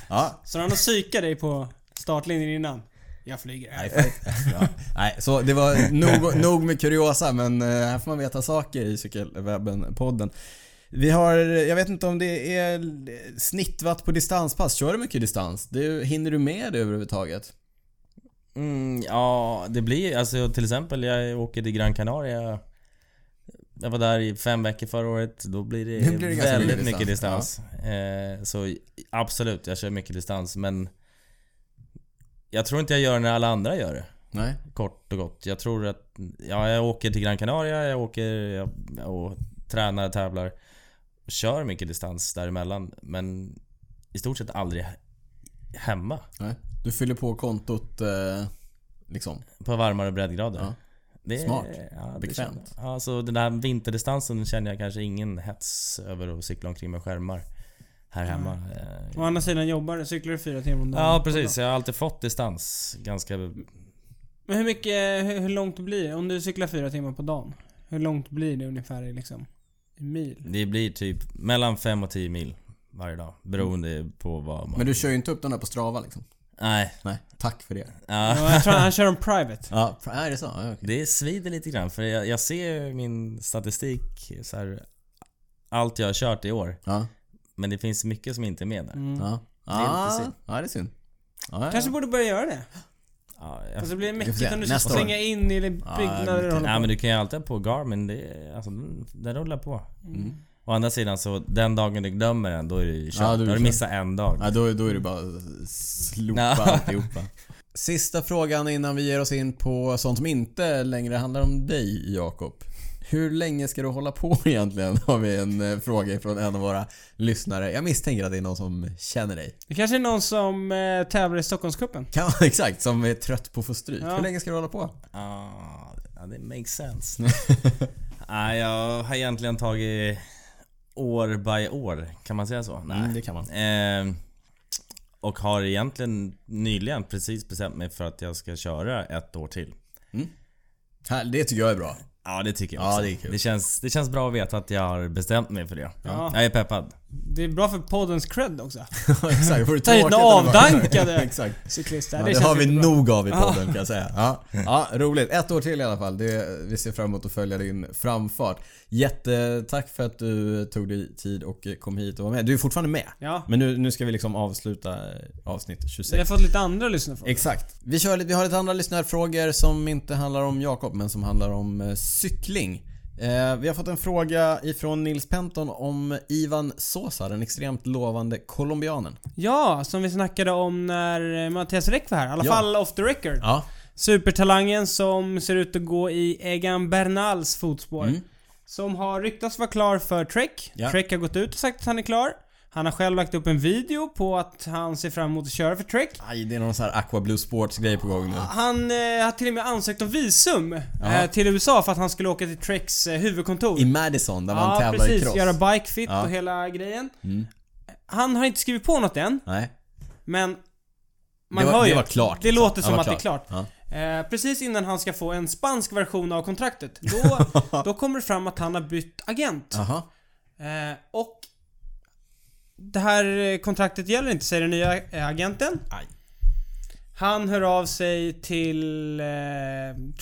Speaker 1: ja.
Speaker 3: Så han har psykat dig på startlinjen innan? Jag flyger.
Speaker 1: Nej, för- ja. Nej, så det var nog, nog med kuriosa men eh, här får man veta saker i Cykelwebben-podden. Vi har, jag vet inte om det är snittvatt på distanspass. Kör du mycket distans? Du, hinner du med det överhuvudtaget?
Speaker 2: Mm, ja, det blir alltså till exempel jag åker till Gran Canaria. Jag var där i fem veckor förra året. Då blir
Speaker 1: [LAUGHS]
Speaker 2: det,
Speaker 1: Det blir det ganska
Speaker 2: väldigt
Speaker 1: mycket
Speaker 2: mycket
Speaker 1: distans.
Speaker 2: distans. Eh, så i- absolut, jag kör mycket distans men jag tror inte jag gör det när alla andra gör det.
Speaker 1: Nej.
Speaker 2: Kort och gott. Jag tror att... Ja, jag åker till Gran Canaria, jag åker jag, och tränar, tävlar. Kör mycket distans däremellan men i stort sett aldrig he- hemma.
Speaker 1: Nej. Du fyller på kontot eh, liksom.
Speaker 2: På varmare breddgrader.
Speaker 1: Ja.
Speaker 2: Det är,
Speaker 1: Smart.
Speaker 2: Ja, det
Speaker 1: Bekvämt.
Speaker 2: känner- Ja, så den där vinterdistansen känner jag kanske ingen hets över att cykla omkring med skärmar här hemma. Eh,
Speaker 3: Å andra sidan jobbar du, cyklar du fyra timmar om dagen?
Speaker 2: Ja precis, jag har alltid fått distans. Ganska...
Speaker 3: Men hur mycket, hur, hur långt blir det? Om du cyklar fyra timmar på dagen. Hur långt blir det ungefär i liksom? I mil?
Speaker 2: Det blir typ mellan 5 och 10 mil varje dag. Beroende på vad man...
Speaker 1: Men du kör ju inte upp den där på Strava liksom?
Speaker 2: Nej.
Speaker 1: Nej. Tack för det.
Speaker 2: Ja.
Speaker 3: Ja, jag tror han kör en private.
Speaker 1: [LAUGHS] Ja, är det så? Ja, okej.
Speaker 2: [LAUGHS] Det svider lite grann för jag, jag ser ju min statistik så här, Allt jag har kört i år.
Speaker 1: Ja.
Speaker 2: Men det finns mycket som inte är
Speaker 3: Mm.
Speaker 2: med där.
Speaker 1: Ja.
Speaker 2: är lite
Speaker 1: Ah,
Speaker 2: synd.
Speaker 1: ja, det är synd. Ja, ja.
Speaker 3: Kanske borde börja göra det.
Speaker 2: Ja, jag
Speaker 3: Alltså det blir
Speaker 1: Vi får se.
Speaker 3: mycket om du ska
Speaker 1: Nästa år. Ah,
Speaker 3: slänga in i
Speaker 1: Ja,
Speaker 3: byggnader och
Speaker 2: Nej
Speaker 3: hålla på.
Speaker 2: men du kan ju alltid på Garmin, det, alltså, den- den rullar på.
Speaker 1: Mm.
Speaker 2: Å andra sidan så den dagen du glömmer den då är du kört.
Speaker 1: Ja, då är
Speaker 2: då
Speaker 1: du
Speaker 2: har du
Speaker 1: kört.
Speaker 2: missat en dag.
Speaker 1: Ja, då, då är det bara att slopa
Speaker 2: Ja.
Speaker 1: alltihopa. [LAUGHS] Sista frågan innan vi ger oss in på sånt som inte längre handlar om dig, Jakob. Hur länge ska du hålla på [LAUGHS] egentligen? Har vi en eh, fråga från en av våra lyssnare. Jag misstänker att det är någon som känner dig.
Speaker 3: Det kanske är någon som eh, tävlar i Stockholmscupen?
Speaker 1: Kan, [LAUGHS] exakt, som är trött på att få stryk.
Speaker 3: Ja.
Speaker 1: Hur länge ska du hålla på?
Speaker 2: Ah, ja, det makes
Speaker 1: [LAUGHS]
Speaker 2: sense. Nej jag har egentligen tagit år by år, kan man säga så? Nej.
Speaker 1: Mm, det kan man.
Speaker 2: Ehm, och har egentligen nyligen precis bestämt mig för att jag ska köra ett år till.
Speaker 1: Här, det tycker jag är bra. [LAUGHS]
Speaker 2: Ja det tycker jag
Speaker 1: Ja,
Speaker 2: också.
Speaker 1: det är kul.
Speaker 2: Det, känns, det känns bra att veta att jag har bestämt mig för det.
Speaker 3: Ja.
Speaker 2: Jag är peppad.
Speaker 3: Det är bra för poddens cred också.
Speaker 1: exakt, får du
Speaker 3: Ta hit några
Speaker 1: eller vad?
Speaker 3: avdankade
Speaker 1: [LAUGHS] Exakt.
Speaker 3: Cyklister.
Speaker 1: Ja,
Speaker 3: det
Speaker 1: det
Speaker 3: känns
Speaker 1: har vi
Speaker 3: jättebra.
Speaker 1: nog av i podden kan jag säga. Ja. ja, roligt. Ett år till i alla fall. Det, vi ser fram emot att följa din framfart. Jättetack för att du tog dig tid och kom hit och var med. Du är fortfarande med.
Speaker 3: Ja.
Speaker 1: Men nu, nu ska vi liksom avsluta eh, avsnitt
Speaker 3: Vi har
Speaker 1: 26.
Speaker 3: fått lite andra lyssnare från.
Speaker 1: Exakt. Vi, kör lite, vi har lite andra lyssnarfrågor som inte handlar om Jakob men som handlar om eh, cykling. Eh, vi har fått en fråga ifrån Nils Penton om Ivan Sosa, den extremt lovande colombianen.
Speaker 3: Ja, som vi snackade om när eh, Mattias Räck var här. I alla
Speaker 1: Ja.
Speaker 3: fall off the record.
Speaker 1: Ja,
Speaker 3: Supertalangen som ser ut att gå i Egan Bernals fotspår. Som har ryktats vara klar för Trek.
Speaker 1: Mm. Ja.
Speaker 3: Trek har gått ut och sagt att han är klar. Han har själv lagt upp en video på att han ser fram emot att köra för Trek.
Speaker 1: Aj, det är någon sån här Aqua Blue Sports grej på gång nu.
Speaker 3: Han eh, har till och med ansökt om visum eh, till USA för att han skulle åka till Treks eh, huvudkontor.
Speaker 1: I Madison där man
Speaker 3: ja,
Speaker 1: tävlar
Speaker 3: precis.
Speaker 1: i cross.
Speaker 3: Göra bikefit
Speaker 1: Ja. Mm.
Speaker 3: och hela grejen. Han har inte skrivit på något än,
Speaker 1: Nej.
Speaker 3: men... Man
Speaker 1: det var,
Speaker 3: hör ju.
Speaker 1: det var klart. liksom.
Speaker 3: Det låter
Speaker 1: Ja,
Speaker 3: som
Speaker 1: var
Speaker 3: att det är klart.
Speaker 1: Ja.
Speaker 3: Eh, precis innan han ska få en spansk version av kontraktet.
Speaker 1: [LAUGHS]
Speaker 3: Då, då kommer det fram att han har bytt agent.
Speaker 1: Jaha.
Speaker 3: Eh, och det här eh, kontraktet gäller inte, säger den nya eh, agenten.
Speaker 1: Aj.
Speaker 3: Han hör av sig till eh,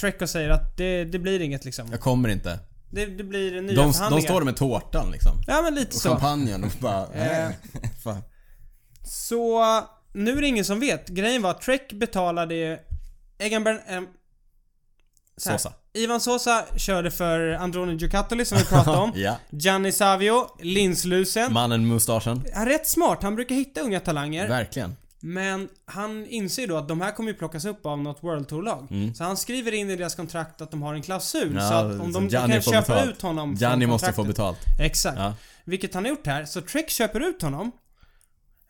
Speaker 3: Trek och säger att det, det blir inget liksom.
Speaker 1: Jag kommer inte.
Speaker 3: Det, det blir nya
Speaker 1: De, de
Speaker 3: förhandlingar.
Speaker 1: står där med tårtan liksom.
Speaker 3: Ja men lite
Speaker 1: Och
Speaker 3: så. Eh.
Speaker 1: champagnen och
Speaker 3: [LAUGHS]
Speaker 1: bara... nej. [LAUGHS] Fan.
Speaker 3: Så nu är det ingen som vet. Grejen var att Trek betalade ju Egan Bern... ehm, så här.
Speaker 1: Sosa.
Speaker 3: Ivan Sosa körde för Androni Giocattoli som vi
Speaker 1: [LAUGHS]
Speaker 3: pratade om.
Speaker 1: Ja.
Speaker 3: Gianni Savio, Linslusen.
Speaker 1: Mannen med mustaschen.
Speaker 3: Han är rätt smart, han brukar hitta unga talanger.
Speaker 1: Verkligen.
Speaker 3: Men han inser ju då att de här kommer ju plockas upp av något World Tour-lag. Så han skriver in i deras kontrakt att de har en klausul.
Speaker 1: Mm. Ja,
Speaker 3: så att om
Speaker 1: som
Speaker 3: de, de
Speaker 1: Gianni
Speaker 3: kan
Speaker 1: får
Speaker 3: köpa
Speaker 1: betalt.
Speaker 3: ut honom från
Speaker 1: Gianni måste få
Speaker 3: kontraktet.
Speaker 1: betalt.
Speaker 3: Exakt.
Speaker 1: Ja.
Speaker 3: Vilket han har gjort här. Så Trek köper ut honom.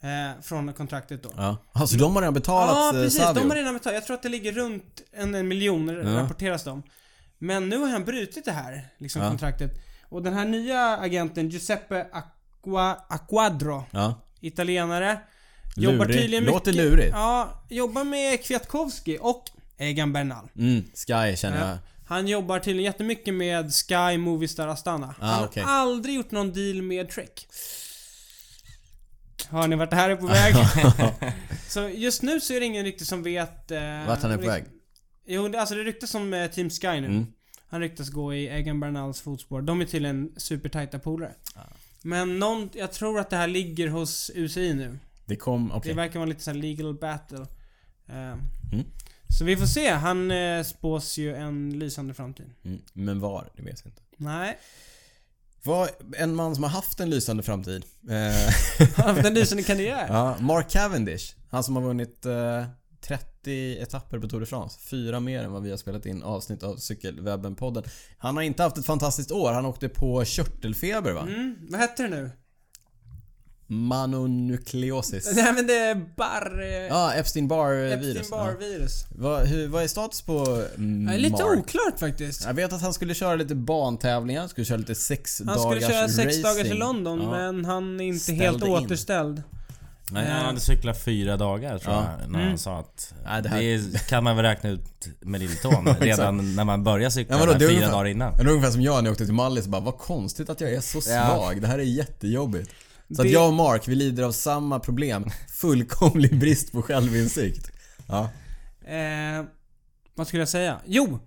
Speaker 3: Eh, från kontraktet då.
Speaker 1: Ja. Alltså de har redan betalat
Speaker 3: Ja,
Speaker 1: eh,
Speaker 3: precis.
Speaker 1: Savio.
Speaker 3: De har redan betalat. Jag tror att det ligger runt en, en miljon, rapporteras de. Men nu har han brutit det här liksom, kontraktet. Och den här nya agenten, Giuseppe Acqua, Acquadro,
Speaker 1: Ja.
Speaker 3: italienare.
Speaker 1: Lurig.
Speaker 3: Jobbar tydligen mycket...
Speaker 1: Låter lurig.
Speaker 3: Ja, jobbar med Kwiatkowski och Egan Bernal.
Speaker 1: Mm, Sky känner jag.
Speaker 3: Han jobbar tydligen jättemycket med Sky Movistar Astana.
Speaker 1: Ah,
Speaker 3: han
Speaker 1: okej.
Speaker 3: har aldrig gjort någon deal med Trek. Har ni vart det här är
Speaker 1: [LAUGHS]
Speaker 3: på väg? så just nu så är det ingen riktigt som vet... Eh,
Speaker 1: Vart han är på väg. Mm.
Speaker 3: Jo, det- alltså det ryktas om eh, Team Sky nu. Han ryktas gå i Egan Bernals fotspår. De är tydligen supertajta polare.
Speaker 1: Ah.
Speaker 3: Men någon, jag tror att det här ligger hos UCI nu.
Speaker 1: Det kom, okej. Mm.
Speaker 3: Det verkar vara lite sån här legal battle. Eh, Så vi får se. Han eh, spås ju en lysande framtid.
Speaker 1: Mm. Men var, det vet jag inte.
Speaker 3: Nej.
Speaker 1: Var en man som har haft en lysande framtid. Eh, [LAUGHS]
Speaker 3: Han har haft en lysande karriär.
Speaker 1: ja, Mark Cavendish. Han som har vunnit eh, 30 etapper på Tour de France. Fyra mer än vad vi har spelat in avsnitt av Cykelwebben-podden. Han har inte haft ett fantastiskt år. Han åkte på körtelfeber va?
Speaker 3: Mm, vad hette det nu? [LAUGHS]
Speaker 1: Manonukleosis.
Speaker 3: Nej men det är barr... Ja,
Speaker 1: Ja, Epstein-Barr-virus. Ja.
Speaker 3: Epstein-Barr-virus.
Speaker 1: Vad, hur, vad är status på mm,
Speaker 3: Ja. Lite
Speaker 1: Mark?
Speaker 3: oklart faktiskt.
Speaker 1: Jag vet att han skulle köra lite bantävlingar, han skulle köra lite sex
Speaker 3: Han skulle
Speaker 1: dagars
Speaker 3: köra sex
Speaker 1: racing.
Speaker 3: dagar till London
Speaker 1: Ja.
Speaker 3: men han är inte
Speaker 1: Ställde
Speaker 3: helt
Speaker 1: in.
Speaker 3: återställd.
Speaker 2: Nej,
Speaker 3: Eh.
Speaker 2: han hade cyklat fyra dagar tror
Speaker 1: Ja.
Speaker 2: jag, när han sa att... "Ah,
Speaker 1: Nej, det
Speaker 2: det,
Speaker 1: här-
Speaker 2: kan man väl räkna ut
Speaker 1: [LAUGHS]
Speaker 2: med lilletån redan när man börjar cykla,
Speaker 1: Ja, vadå, det är
Speaker 2: fyra
Speaker 1: ungefär-
Speaker 2: dagar innan.
Speaker 1: Men det var ungefär som jag när jag åkte till Mallis bara, vad konstigt att jag är så svag. Det här är jättejobbigt. Så
Speaker 3: Det-
Speaker 1: att jag och Mark, vi lider av samma problem. Fullkomlig brist på självinsikt. Ja.
Speaker 3: Eh, vad skulle jag säga? Jo!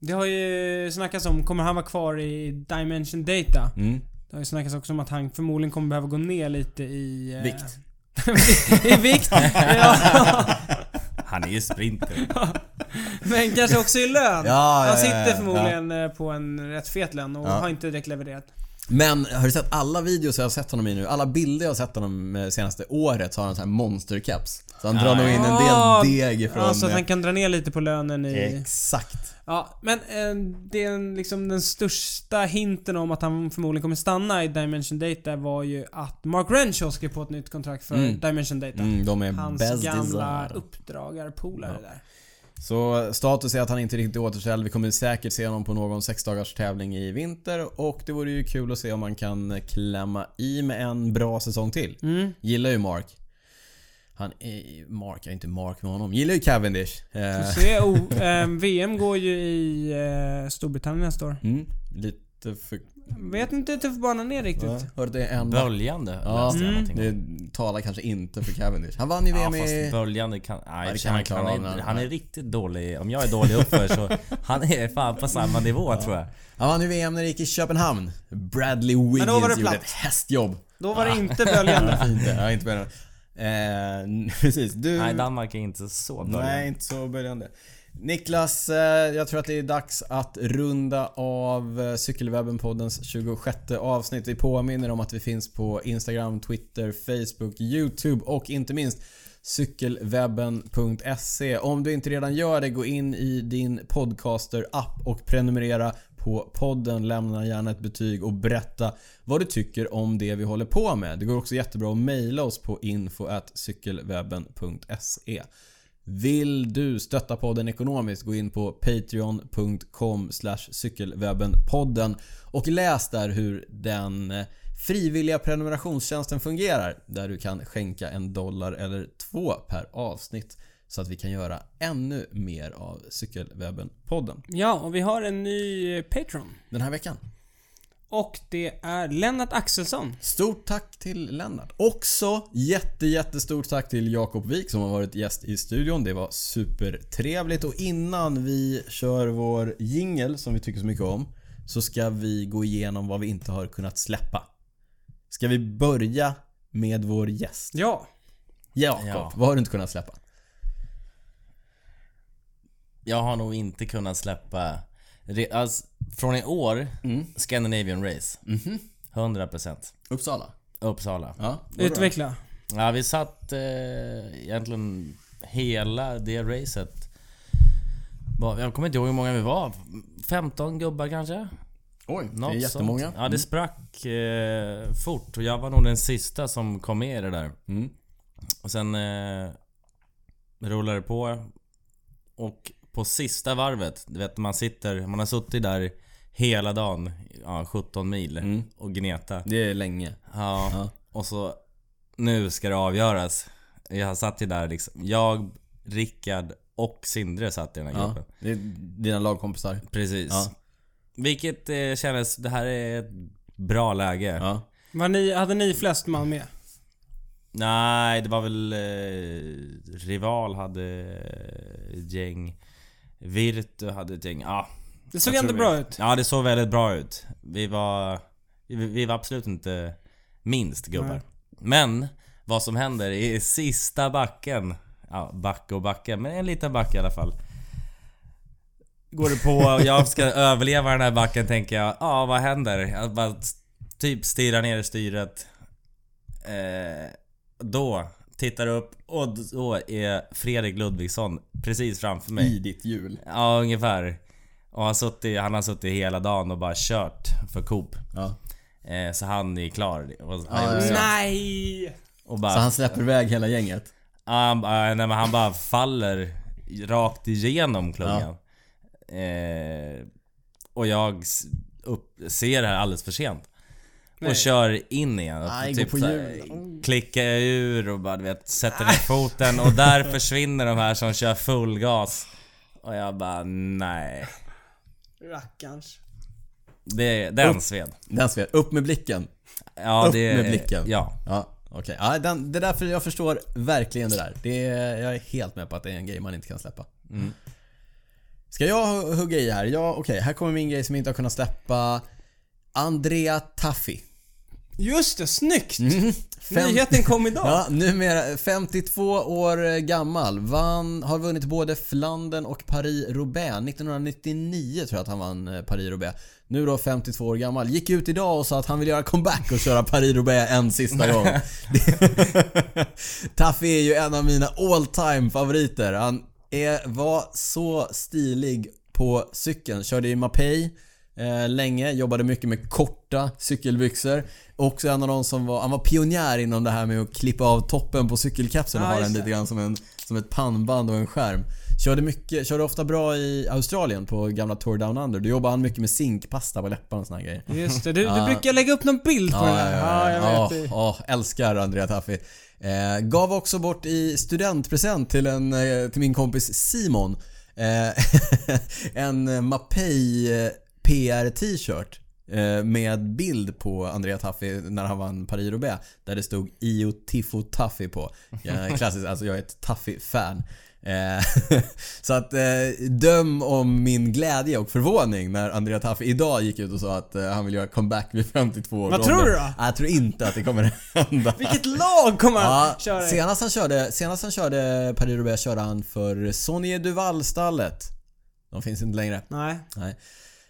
Speaker 3: Det har ju snackats om, kommer han vara kvar i Dimension Data?
Speaker 1: Mm.
Speaker 3: Det har ju snackats också om att han förmodligen kommer behöva gå ner lite i... eh,
Speaker 1: Vikt.
Speaker 3: [LAUGHS] I
Speaker 1: [LAUGHS]
Speaker 3: vikt? ja.
Speaker 2: Han är ju sprinter.
Speaker 3: Men kanske också i lön.
Speaker 1: [LAUGHS] Ja, ja,
Speaker 3: han
Speaker 1: ja,
Speaker 3: sitter
Speaker 1: ja, ja.
Speaker 3: förmodligen eh, på en rätt fet lön och
Speaker 1: Ja.
Speaker 3: har inte direkt levererat.
Speaker 1: Men har du sett alla videos jag har sett honom i nu? Alla bilder jag har sett honom eh, senaste året så har han en sån här monstercaps. Så han drar nog in en
Speaker 3: Ah,
Speaker 1: del deg eh. från...
Speaker 3: Ja, så att han kan dra ner lite på lönen i...
Speaker 1: Exakt.
Speaker 3: Ja, men eh, det är en, liksom den största hinten om att han förmodligen kommer stanna i Dimension Data var ju att Mark Renshaw skrev på ett nytt kontrakt för
Speaker 1: Mm.
Speaker 3: Dimension Data.
Speaker 1: Mm, de är
Speaker 3: Hans
Speaker 1: bästisar.
Speaker 3: gamla uppdragarpolare där.
Speaker 1: Så status är att han inte riktigt är återställd. Vi kommer säkert se honom på någon sexdagars tävling i vinter. Och det vore ju kul att se om man kan klämma i med en bra säsong till.
Speaker 3: Mm.
Speaker 1: Gillar ju Mark. Han är... Mark, jag är inte Mark med honom. Gillar ju Cavendish. Eh,
Speaker 3: Så är, o- ehm, VM går ju i eh, Storbritannien nästa år.
Speaker 1: mm, lite för...
Speaker 3: Vet inte hur banan är riktigt.
Speaker 1: Hörde det är en...
Speaker 2: Böljande
Speaker 1: Ja.
Speaker 2: läste jag
Speaker 1: Mm.
Speaker 2: någonting om.
Speaker 1: Det talar kanske inte för Cavendish. Han vann ju
Speaker 2: Ja
Speaker 1: VM
Speaker 2: fast
Speaker 1: i...
Speaker 2: böljande kan...
Speaker 1: det
Speaker 2: Nej,
Speaker 1: kan han
Speaker 2: han,
Speaker 1: klara
Speaker 2: han,
Speaker 1: av när-
Speaker 2: är, han är riktigt dålig. Om jag är dålig uppför
Speaker 1: [LAUGHS]
Speaker 2: så... Han är fan på samma nivå tror jag.
Speaker 1: Han vann ju VM när det gick i Köpenhamn. Bradley Wiggins
Speaker 3: då var det
Speaker 1: gjorde
Speaker 3: platt.
Speaker 1: ett hästjobb.
Speaker 3: Då var det inte böljande.
Speaker 1: Fint det. Ja, inte börjande. Eh, [LAUGHS] precis. Du...
Speaker 2: Nej, Danmark är inte så böljande.
Speaker 1: Nej, inte så böljande. Niklas, eh, jag tror att det är dags att runda av eh, Cykelwebben-poddens 26 avsnitt. Vi påminner om att vi finns på Instagram, Twitter, Facebook, YouTube och inte minst cykelwebben.se. Om du inte redan gör det, gå in i din podcaster-app och prenumerera på podden. Lämna gärna ett betyg och berätta vad du tycker om det vi håller på med. Det går också jättebra att mejla oss på info.cykelwebben.se vill du stötta podden ekonomiskt gå in på patreon.com cykelwebbenpodden och läs där hur den eh, frivilliga prenumerationstjänsten fungerar. Där du kan skänka en dollar eller två per avsnitt så att vi kan göra ännu mer av Cykelwebben-podden
Speaker 3: Ja, och vi har en ny Patreon.
Speaker 1: den här veckan.
Speaker 3: Och det är Lennart Axelsson.
Speaker 1: Stort tack till Lennart. Också jätte, jättestort tack till Jakob Wik som har varit gäst i studion. Det var supertrevligt och innan vi kör vår jingel som vi tycker så mycket om så ska vi gå igenom vad vi inte har kunnat släppa. Ska vi börja med vår gäst?
Speaker 3: Ja.
Speaker 1: Jakob,
Speaker 2: Ja.
Speaker 1: vad har du inte kunnat släppa?
Speaker 2: Jag har nog inte kunnat släppa... re- Alltså, från i år,
Speaker 1: Mm.
Speaker 2: Scandinavian Race.
Speaker 1: Mhm.
Speaker 2: 100%.
Speaker 1: Uppsala?
Speaker 2: Uppsala.
Speaker 1: Ja.
Speaker 3: Utveckla.
Speaker 2: Ja, vi satt eh, egentligen hela det racet. Bara- Jag kommer inte ihåg hur många vi var. 15 gubbar kanske?
Speaker 1: Oj, det är
Speaker 2: Något
Speaker 1: jättemånga. Mm.
Speaker 2: Sånt. Ja, det sprack eh, fort och jag var nog den sista som kom med i det där.
Speaker 1: Mm.
Speaker 2: Och sen eh, rullade det på. Och på sista varvet, du vet man sitter, man har suttit där hela dagen, ja, 17 mil
Speaker 1: Mm.
Speaker 2: och gneta.
Speaker 1: Det är länge.
Speaker 2: Ja.
Speaker 1: Ja.
Speaker 2: Och så nu ska det avgöras. Jag satt ju där liksom. Jag, Rickard och Sindre satt i den här
Speaker 1: Ja.
Speaker 2: gruppen.
Speaker 1: Det är dina lagkompisar.
Speaker 2: Precis.
Speaker 1: Ja.
Speaker 2: Vilket eh, kändes, det här är ett bra läge.
Speaker 1: Ja.
Speaker 3: Var ni, hade ni flest man med?
Speaker 2: Nej, det var väl... Eh, Rival hade ett gäng. Virtu hade ett gäng. Ja,
Speaker 3: Det såg
Speaker 2: Jag
Speaker 3: ändå
Speaker 2: tror
Speaker 3: bra
Speaker 2: vi-
Speaker 3: ut.
Speaker 2: Ja, det såg väldigt bra ut. Vi var, vi, vi var absolut inte minst gubbar.
Speaker 3: Nej.
Speaker 2: Men vad som händer i sista backen, ja backe och backe, men en liten backe i alla fall. Går det på, jag ska överleva den här backen tänker jag, ja vad händer? Jag bara s- typ stirrar ner i styret. Eh, då tittar upp och då är Fredrik Ludvigsson precis framför mig.
Speaker 1: I ditt hjul.
Speaker 2: Ja, ungefär. Och han, suttit, han har suttit hela dagen och bara kört för Coop.
Speaker 1: Ja.
Speaker 2: Eh, så han är klar. Och,
Speaker 1: ja, ja.
Speaker 3: Nej!
Speaker 2: och bara,
Speaker 1: Så han släpper iväg hela gänget.
Speaker 2: han, bara- nej, men han bara faller rakt igenom klungan. Eh, och jag s- upp, ser det här alldeles för sent.
Speaker 3: Nej.
Speaker 2: Och kör in igen. Och
Speaker 1: Aj, gå på
Speaker 2: så här,
Speaker 1: hjulen.
Speaker 2: klickar jag ur och bara du vet, sätter ner
Speaker 1: Ah.
Speaker 2: foten och
Speaker 1: [LAUGHS]
Speaker 2: där försvinner de här som kör full gas. Och jag bara nej.
Speaker 3: Rackarns.
Speaker 2: Det, den sved.
Speaker 1: Den sved. Upp med blicken.
Speaker 2: Ja,
Speaker 1: Upp
Speaker 2: det,
Speaker 1: med blicken.
Speaker 2: Ja.
Speaker 1: Ja, okej. Ja, den, det där för jag förstår verkligen det där. Det är, jag är helt med på att det är en grej man inte kan släppa. Ska jag hu- hugga i här? Ja, okej. Här kommer min grej som jag inte har kunnat släppa. Andrea Taffi.
Speaker 3: Just det, snyggt!
Speaker 1: Mm. Fem-
Speaker 3: Nyheten kom idag.
Speaker 1: Ja, numera 52 år gammal. Vann, har vunnit både Flandern och Paris-Roubaix. 1999 tror jag att han vann eh, Paris-Roubaix. Nu då 52 år gammal. Gick ut idag och sa att han vill göra comeback och köra Paris-Roubaix en sista gång. Det- Taffy är ju en av mina all time favoriter. Han är, var så stilig på cykeln. Körde i Mapei eh, länge, jobbade mycket med korta cykelbyxor. Också en av de som var, han var pionjär inom det här med att klippa av toppen på cykelkepseln och
Speaker 3: Ja,
Speaker 1: ha den
Speaker 3: just det.
Speaker 1: lite grann som, en, som ett pannband och en skärm. Körde, mycket, körde ofta bra i Australien på gamla Tour Down Under. Då jobbade han mycket med zinkpasta på läpparna och såna här grejer.
Speaker 3: Just det, du, du
Speaker 1: Ja.
Speaker 3: brukar lägga upp någon bild på den här. Ja, jag
Speaker 1: Ja,
Speaker 3: vet.
Speaker 1: ja, älskar Andrea Taffi. Eh, gav också bort i studentpresent till, en, eh, till min kompis Simon eh, [LAUGHS] en eh, Mapei eh, PR t-shirt eh, med bild på Andrea Taffi när han vann Paris-Roubaix där det stod Io Tifo Taffi på.
Speaker 3: [LAUGHS]
Speaker 1: Eh, klassiskt, alltså jag är ett Taffi-fan. Eh, [LAUGHS] så att eh, döm om min glädje och förvåning när Andrea Taffi idag gick ut och sa att eh, han vill göra comeback vid 52 år
Speaker 3: Vad tror du då?
Speaker 1: Nej, Jag tror inte att det kommer hända.
Speaker 3: Vilket lag kommer han
Speaker 1: Ja,
Speaker 3: köra i?
Speaker 1: senast han körde, senast han körde Paris Roubaix körde han för Sonny Duval-stallet. De finns inte längre.
Speaker 3: Nej.
Speaker 1: Nej.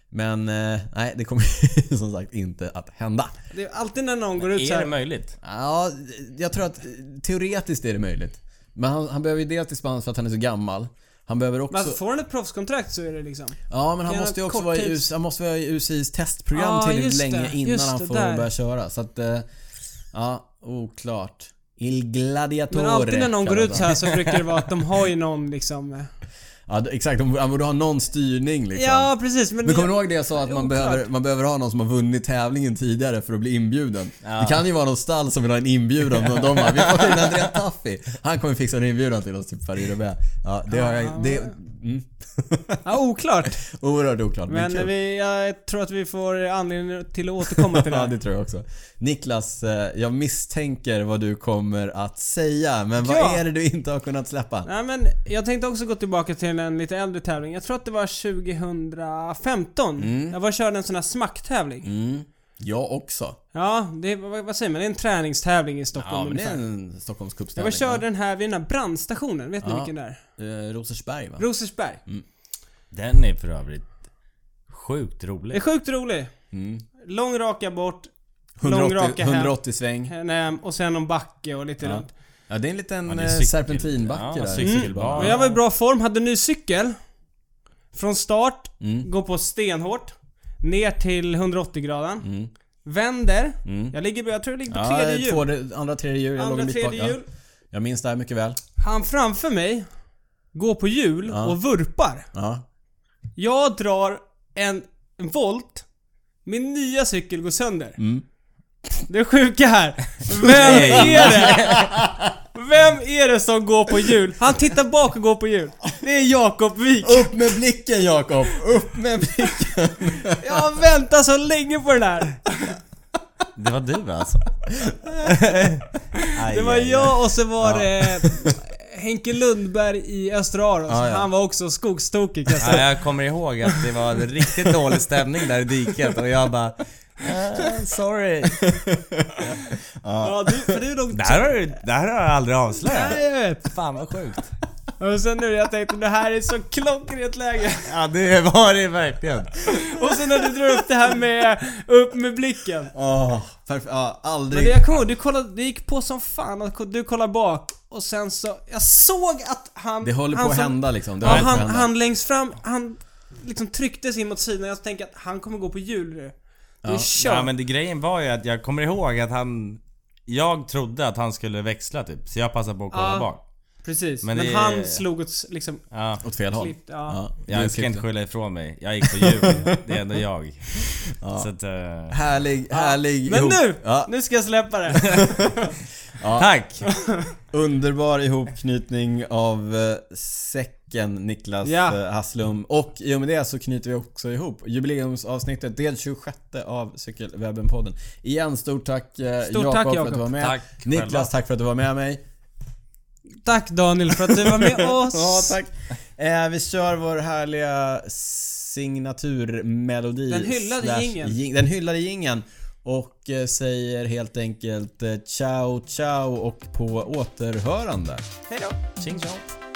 Speaker 1: Men eh, nej, det kommer [LAUGHS] som sagt inte att hända.
Speaker 3: Det är alltid när någon går ut
Speaker 2: Är det
Speaker 3: såhär.
Speaker 2: möjligt?
Speaker 1: Ja, jag tror att eh, teoretiskt är det möjligt. Men han, han behöver ju dels dispens för att han är så gammal. Han behöver också...
Speaker 3: Men alltså, får han ett proffskontrakt så är det liksom...
Speaker 1: Ja, men han
Speaker 3: Det är
Speaker 1: måste ju
Speaker 3: en
Speaker 1: också
Speaker 3: kort
Speaker 1: vara i,
Speaker 3: tids-
Speaker 1: US, han måste vara i UCIs testprogram
Speaker 3: Ja,
Speaker 1: tillräckligt
Speaker 3: just det.
Speaker 1: länge innan
Speaker 3: Just
Speaker 1: han
Speaker 3: det
Speaker 1: får
Speaker 3: där.
Speaker 1: börja köra. Så att... eh, Ja, oklart. Il gladiatore.
Speaker 3: Men alltid när någon går
Speaker 1: kallas
Speaker 3: ut
Speaker 1: han.
Speaker 3: så här så brukar det vara att de har ju någon liksom... eh,
Speaker 1: Ja, d- exakt. de- Han borde ha någon styrning liksom.
Speaker 3: Ja, precis. Men,
Speaker 1: Men kommer du ihåg det jag sa att
Speaker 3: Ja,
Speaker 1: man
Speaker 3: oklart.
Speaker 1: behöver, man behöver ha någon som har vunnit tävlingen tidigare för att bli inbjuden.
Speaker 2: Ja.
Speaker 1: Det kan ju vara någon stall som vill ha en inbjudan och de bara “Vi får in Andrea Taffi, han kommer fixa en inbjudan till oss typ, till Paris roubaix Ja, det har jag... Det, mm, [LAUGHS]
Speaker 3: Ja, oklart.
Speaker 1: oerhört oklart.
Speaker 3: Men
Speaker 1: kul.
Speaker 3: vi, jag tror att vi får anledning till att
Speaker 1: [LAUGHS]
Speaker 3: återkomma till det.
Speaker 1: Ja,
Speaker 3: här.
Speaker 1: det tror jag också. Niklas, eh, jag misstänker vad du kommer att säga, men vad
Speaker 3: Ja.
Speaker 1: är det du inte har kunnat släppa?
Speaker 3: Nej men jag tänkte också gå tillbaka till en lite äldre tävling. Jag tror att det var 2015. Jag var och körde en sån här smacktävling.
Speaker 1: Mm, jag också.
Speaker 3: Ja, det, vad, vad säger man? Det är en träningstävling i Stockholm
Speaker 1: Ja, men det är
Speaker 3: ungefär.
Speaker 1: en
Speaker 3: Jag
Speaker 1: Stockholmscupstävling.
Speaker 3: var och körde den här vid den här brandstationen. Vet ni
Speaker 1: Ja. Mm.
Speaker 3: vilken det är?
Speaker 1: Eh, Rosersberg va?
Speaker 3: Rosersberg.
Speaker 2: Den är för övrigt sjukt
Speaker 3: Det är
Speaker 2: rolig.
Speaker 3: sjukt rolig.
Speaker 1: Mm.
Speaker 3: Lång raka bort, lång
Speaker 1: 180,
Speaker 3: raka hem.
Speaker 1: 180 sväng.
Speaker 3: hem, hem och sen någon backe och lite
Speaker 1: Ja.
Speaker 3: runt.
Speaker 1: Ja, det är en liten
Speaker 2: Ja, det är
Speaker 1: eh,
Speaker 2: cykel-
Speaker 1: serpentinbacke
Speaker 2: ja,
Speaker 1: där. Mm.
Speaker 2: cykelbana.
Speaker 3: Men jag var i bra form, hade ny cykel. Från start,
Speaker 1: Mm.
Speaker 3: går på stenhårt. Ner till 180 graden.
Speaker 1: Mm.
Speaker 3: Vänder.
Speaker 1: Mm.
Speaker 3: Jag ligger, jag tror jag ligger på
Speaker 1: Ja,
Speaker 3: tredje hjul.
Speaker 1: två, andra tredje hjul. Jag låg
Speaker 3: Andra
Speaker 1: en bit bak.
Speaker 3: tredje
Speaker 1: Ja.
Speaker 3: hjul.
Speaker 1: Jag minns det här mycket väl.
Speaker 3: Han framför mig går på hjul
Speaker 1: Ja.
Speaker 3: och vurpar.
Speaker 1: Ja.
Speaker 3: Jag drar en en volt. Min nya cykel går sönder.
Speaker 1: Mm.
Speaker 3: Det är sjuka här. Vem är det? Vem är det som går på hjul? Han tittar bak och går på hjul. Det är Jakob Wik.
Speaker 1: Upp med blicken Jakob! Upp med blicken!
Speaker 3: Jag har väntat så länge på den här.
Speaker 2: Det var du alltså?
Speaker 3: Det var jag och så var det eh, Henke Lundberg i Östra Aros.
Speaker 1: Ja, ja.
Speaker 3: Han var också skogstokig kan jag säga.
Speaker 2: [LAUGHS] Ja, jag kommer ihåg att det var en riktigt dålig stämning där i diket och jag bara... "Eh, sorry.
Speaker 3: Ja, du, för du är nog
Speaker 2: Det här har, du- det här har jag aldrig avslöjat.
Speaker 3: Nej, jag vet.
Speaker 2: Fan vad sjukt.
Speaker 3: Och sen nu jag tänkte det här är så klockrent läge.
Speaker 2: Ja det var det verkligen.
Speaker 3: Och sen när du drar upp det här med upp med blicken.
Speaker 1: Åh, perfekt. Ja, aldrig.
Speaker 3: Men det jag kommer ihåg, du kollade, det gick på som fan att du kollade bak och sen så, jag såg att han...
Speaker 1: Det håller på
Speaker 3: han
Speaker 1: att
Speaker 3: som-
Speaker 1: hända liksom. Det
Speaker 3: Ja,
Speaker 1: håller på att
Speaker 3: han,
Speaker 1: hända.
Speaker 3: han längst fram, han liksom trycktes in mot sidan. Jag tänkte att han kommer gå på hjul nu. Det är kört.
Speaker 2: Ja men det, grejen var ju att jag kommer ihåg att han... Jag trodde att han skulle växla typ, så jag passade på att kolla
Speaker 3: Ja.
Speaker 2: bak.
Speaker 3: Precis.
Speaker 2: men
Speaker 3: Men,
Speaker 2: det-
Speaker 3: han slog åt s- liksom
Speaker 2: Ja.
Speaker 1: Åt fel håll.
Speaker 3: klippt. Ja.
Speaker 1: Ja, det är
Speaker 2: Jag ska inte
Speaker 1: klippt.
Speaker 2: skylla ifrån mig. Jag gick på hjul. Det är ändå [LAUGHS] jag. Så att, eh,
Speaker 1: Härlig, härlig
Speaker 3: Men
Speaker 1: ihop.
Speaker 3: nu!
Speaker 1: Ja,
Speaker 3: Nu ska jag släppa det.
Speaker 2: Tack!
Speaker 1: underbar ihopknytning av eh, säcken Niklas
Speaker 3: Ja.
Speaker 1: eh, Hasslum. Och i och med det så knyter vi också ihop jubileumsavsnittet del 26 av Cykelwebben-podden. Igen, stort tack eh,
Speaker 3: Stort
Speaker 1: Jakob
Speaker 3: tack,
Speaker 1: för att
Speaker 3: Jakob.
Speaker 1: du var med.
Speaker 2: Tack
Speaker 1: Niklas,
Speaker 2: själva.
Speaker 1: tack för att du var med mig.
Speaker 3: Tack Daniel för att du
Speaker 1: [LAUGHS]
Speaker 3: var med oss.
Speaker 1: Ja, tack. Eh, vi kör vår härliga signaturmelodi.
Speaker 3: Den hyllade
Speaker 1: slash
Speaker 3: jingeln.
Speaker 1: jing- Den hyllade gingen. Och eh, säger helt enkelt eh, ciao ciao och på återhörande.
Speaker 3: Hejdå.
Speaker 2: Tjing tjong.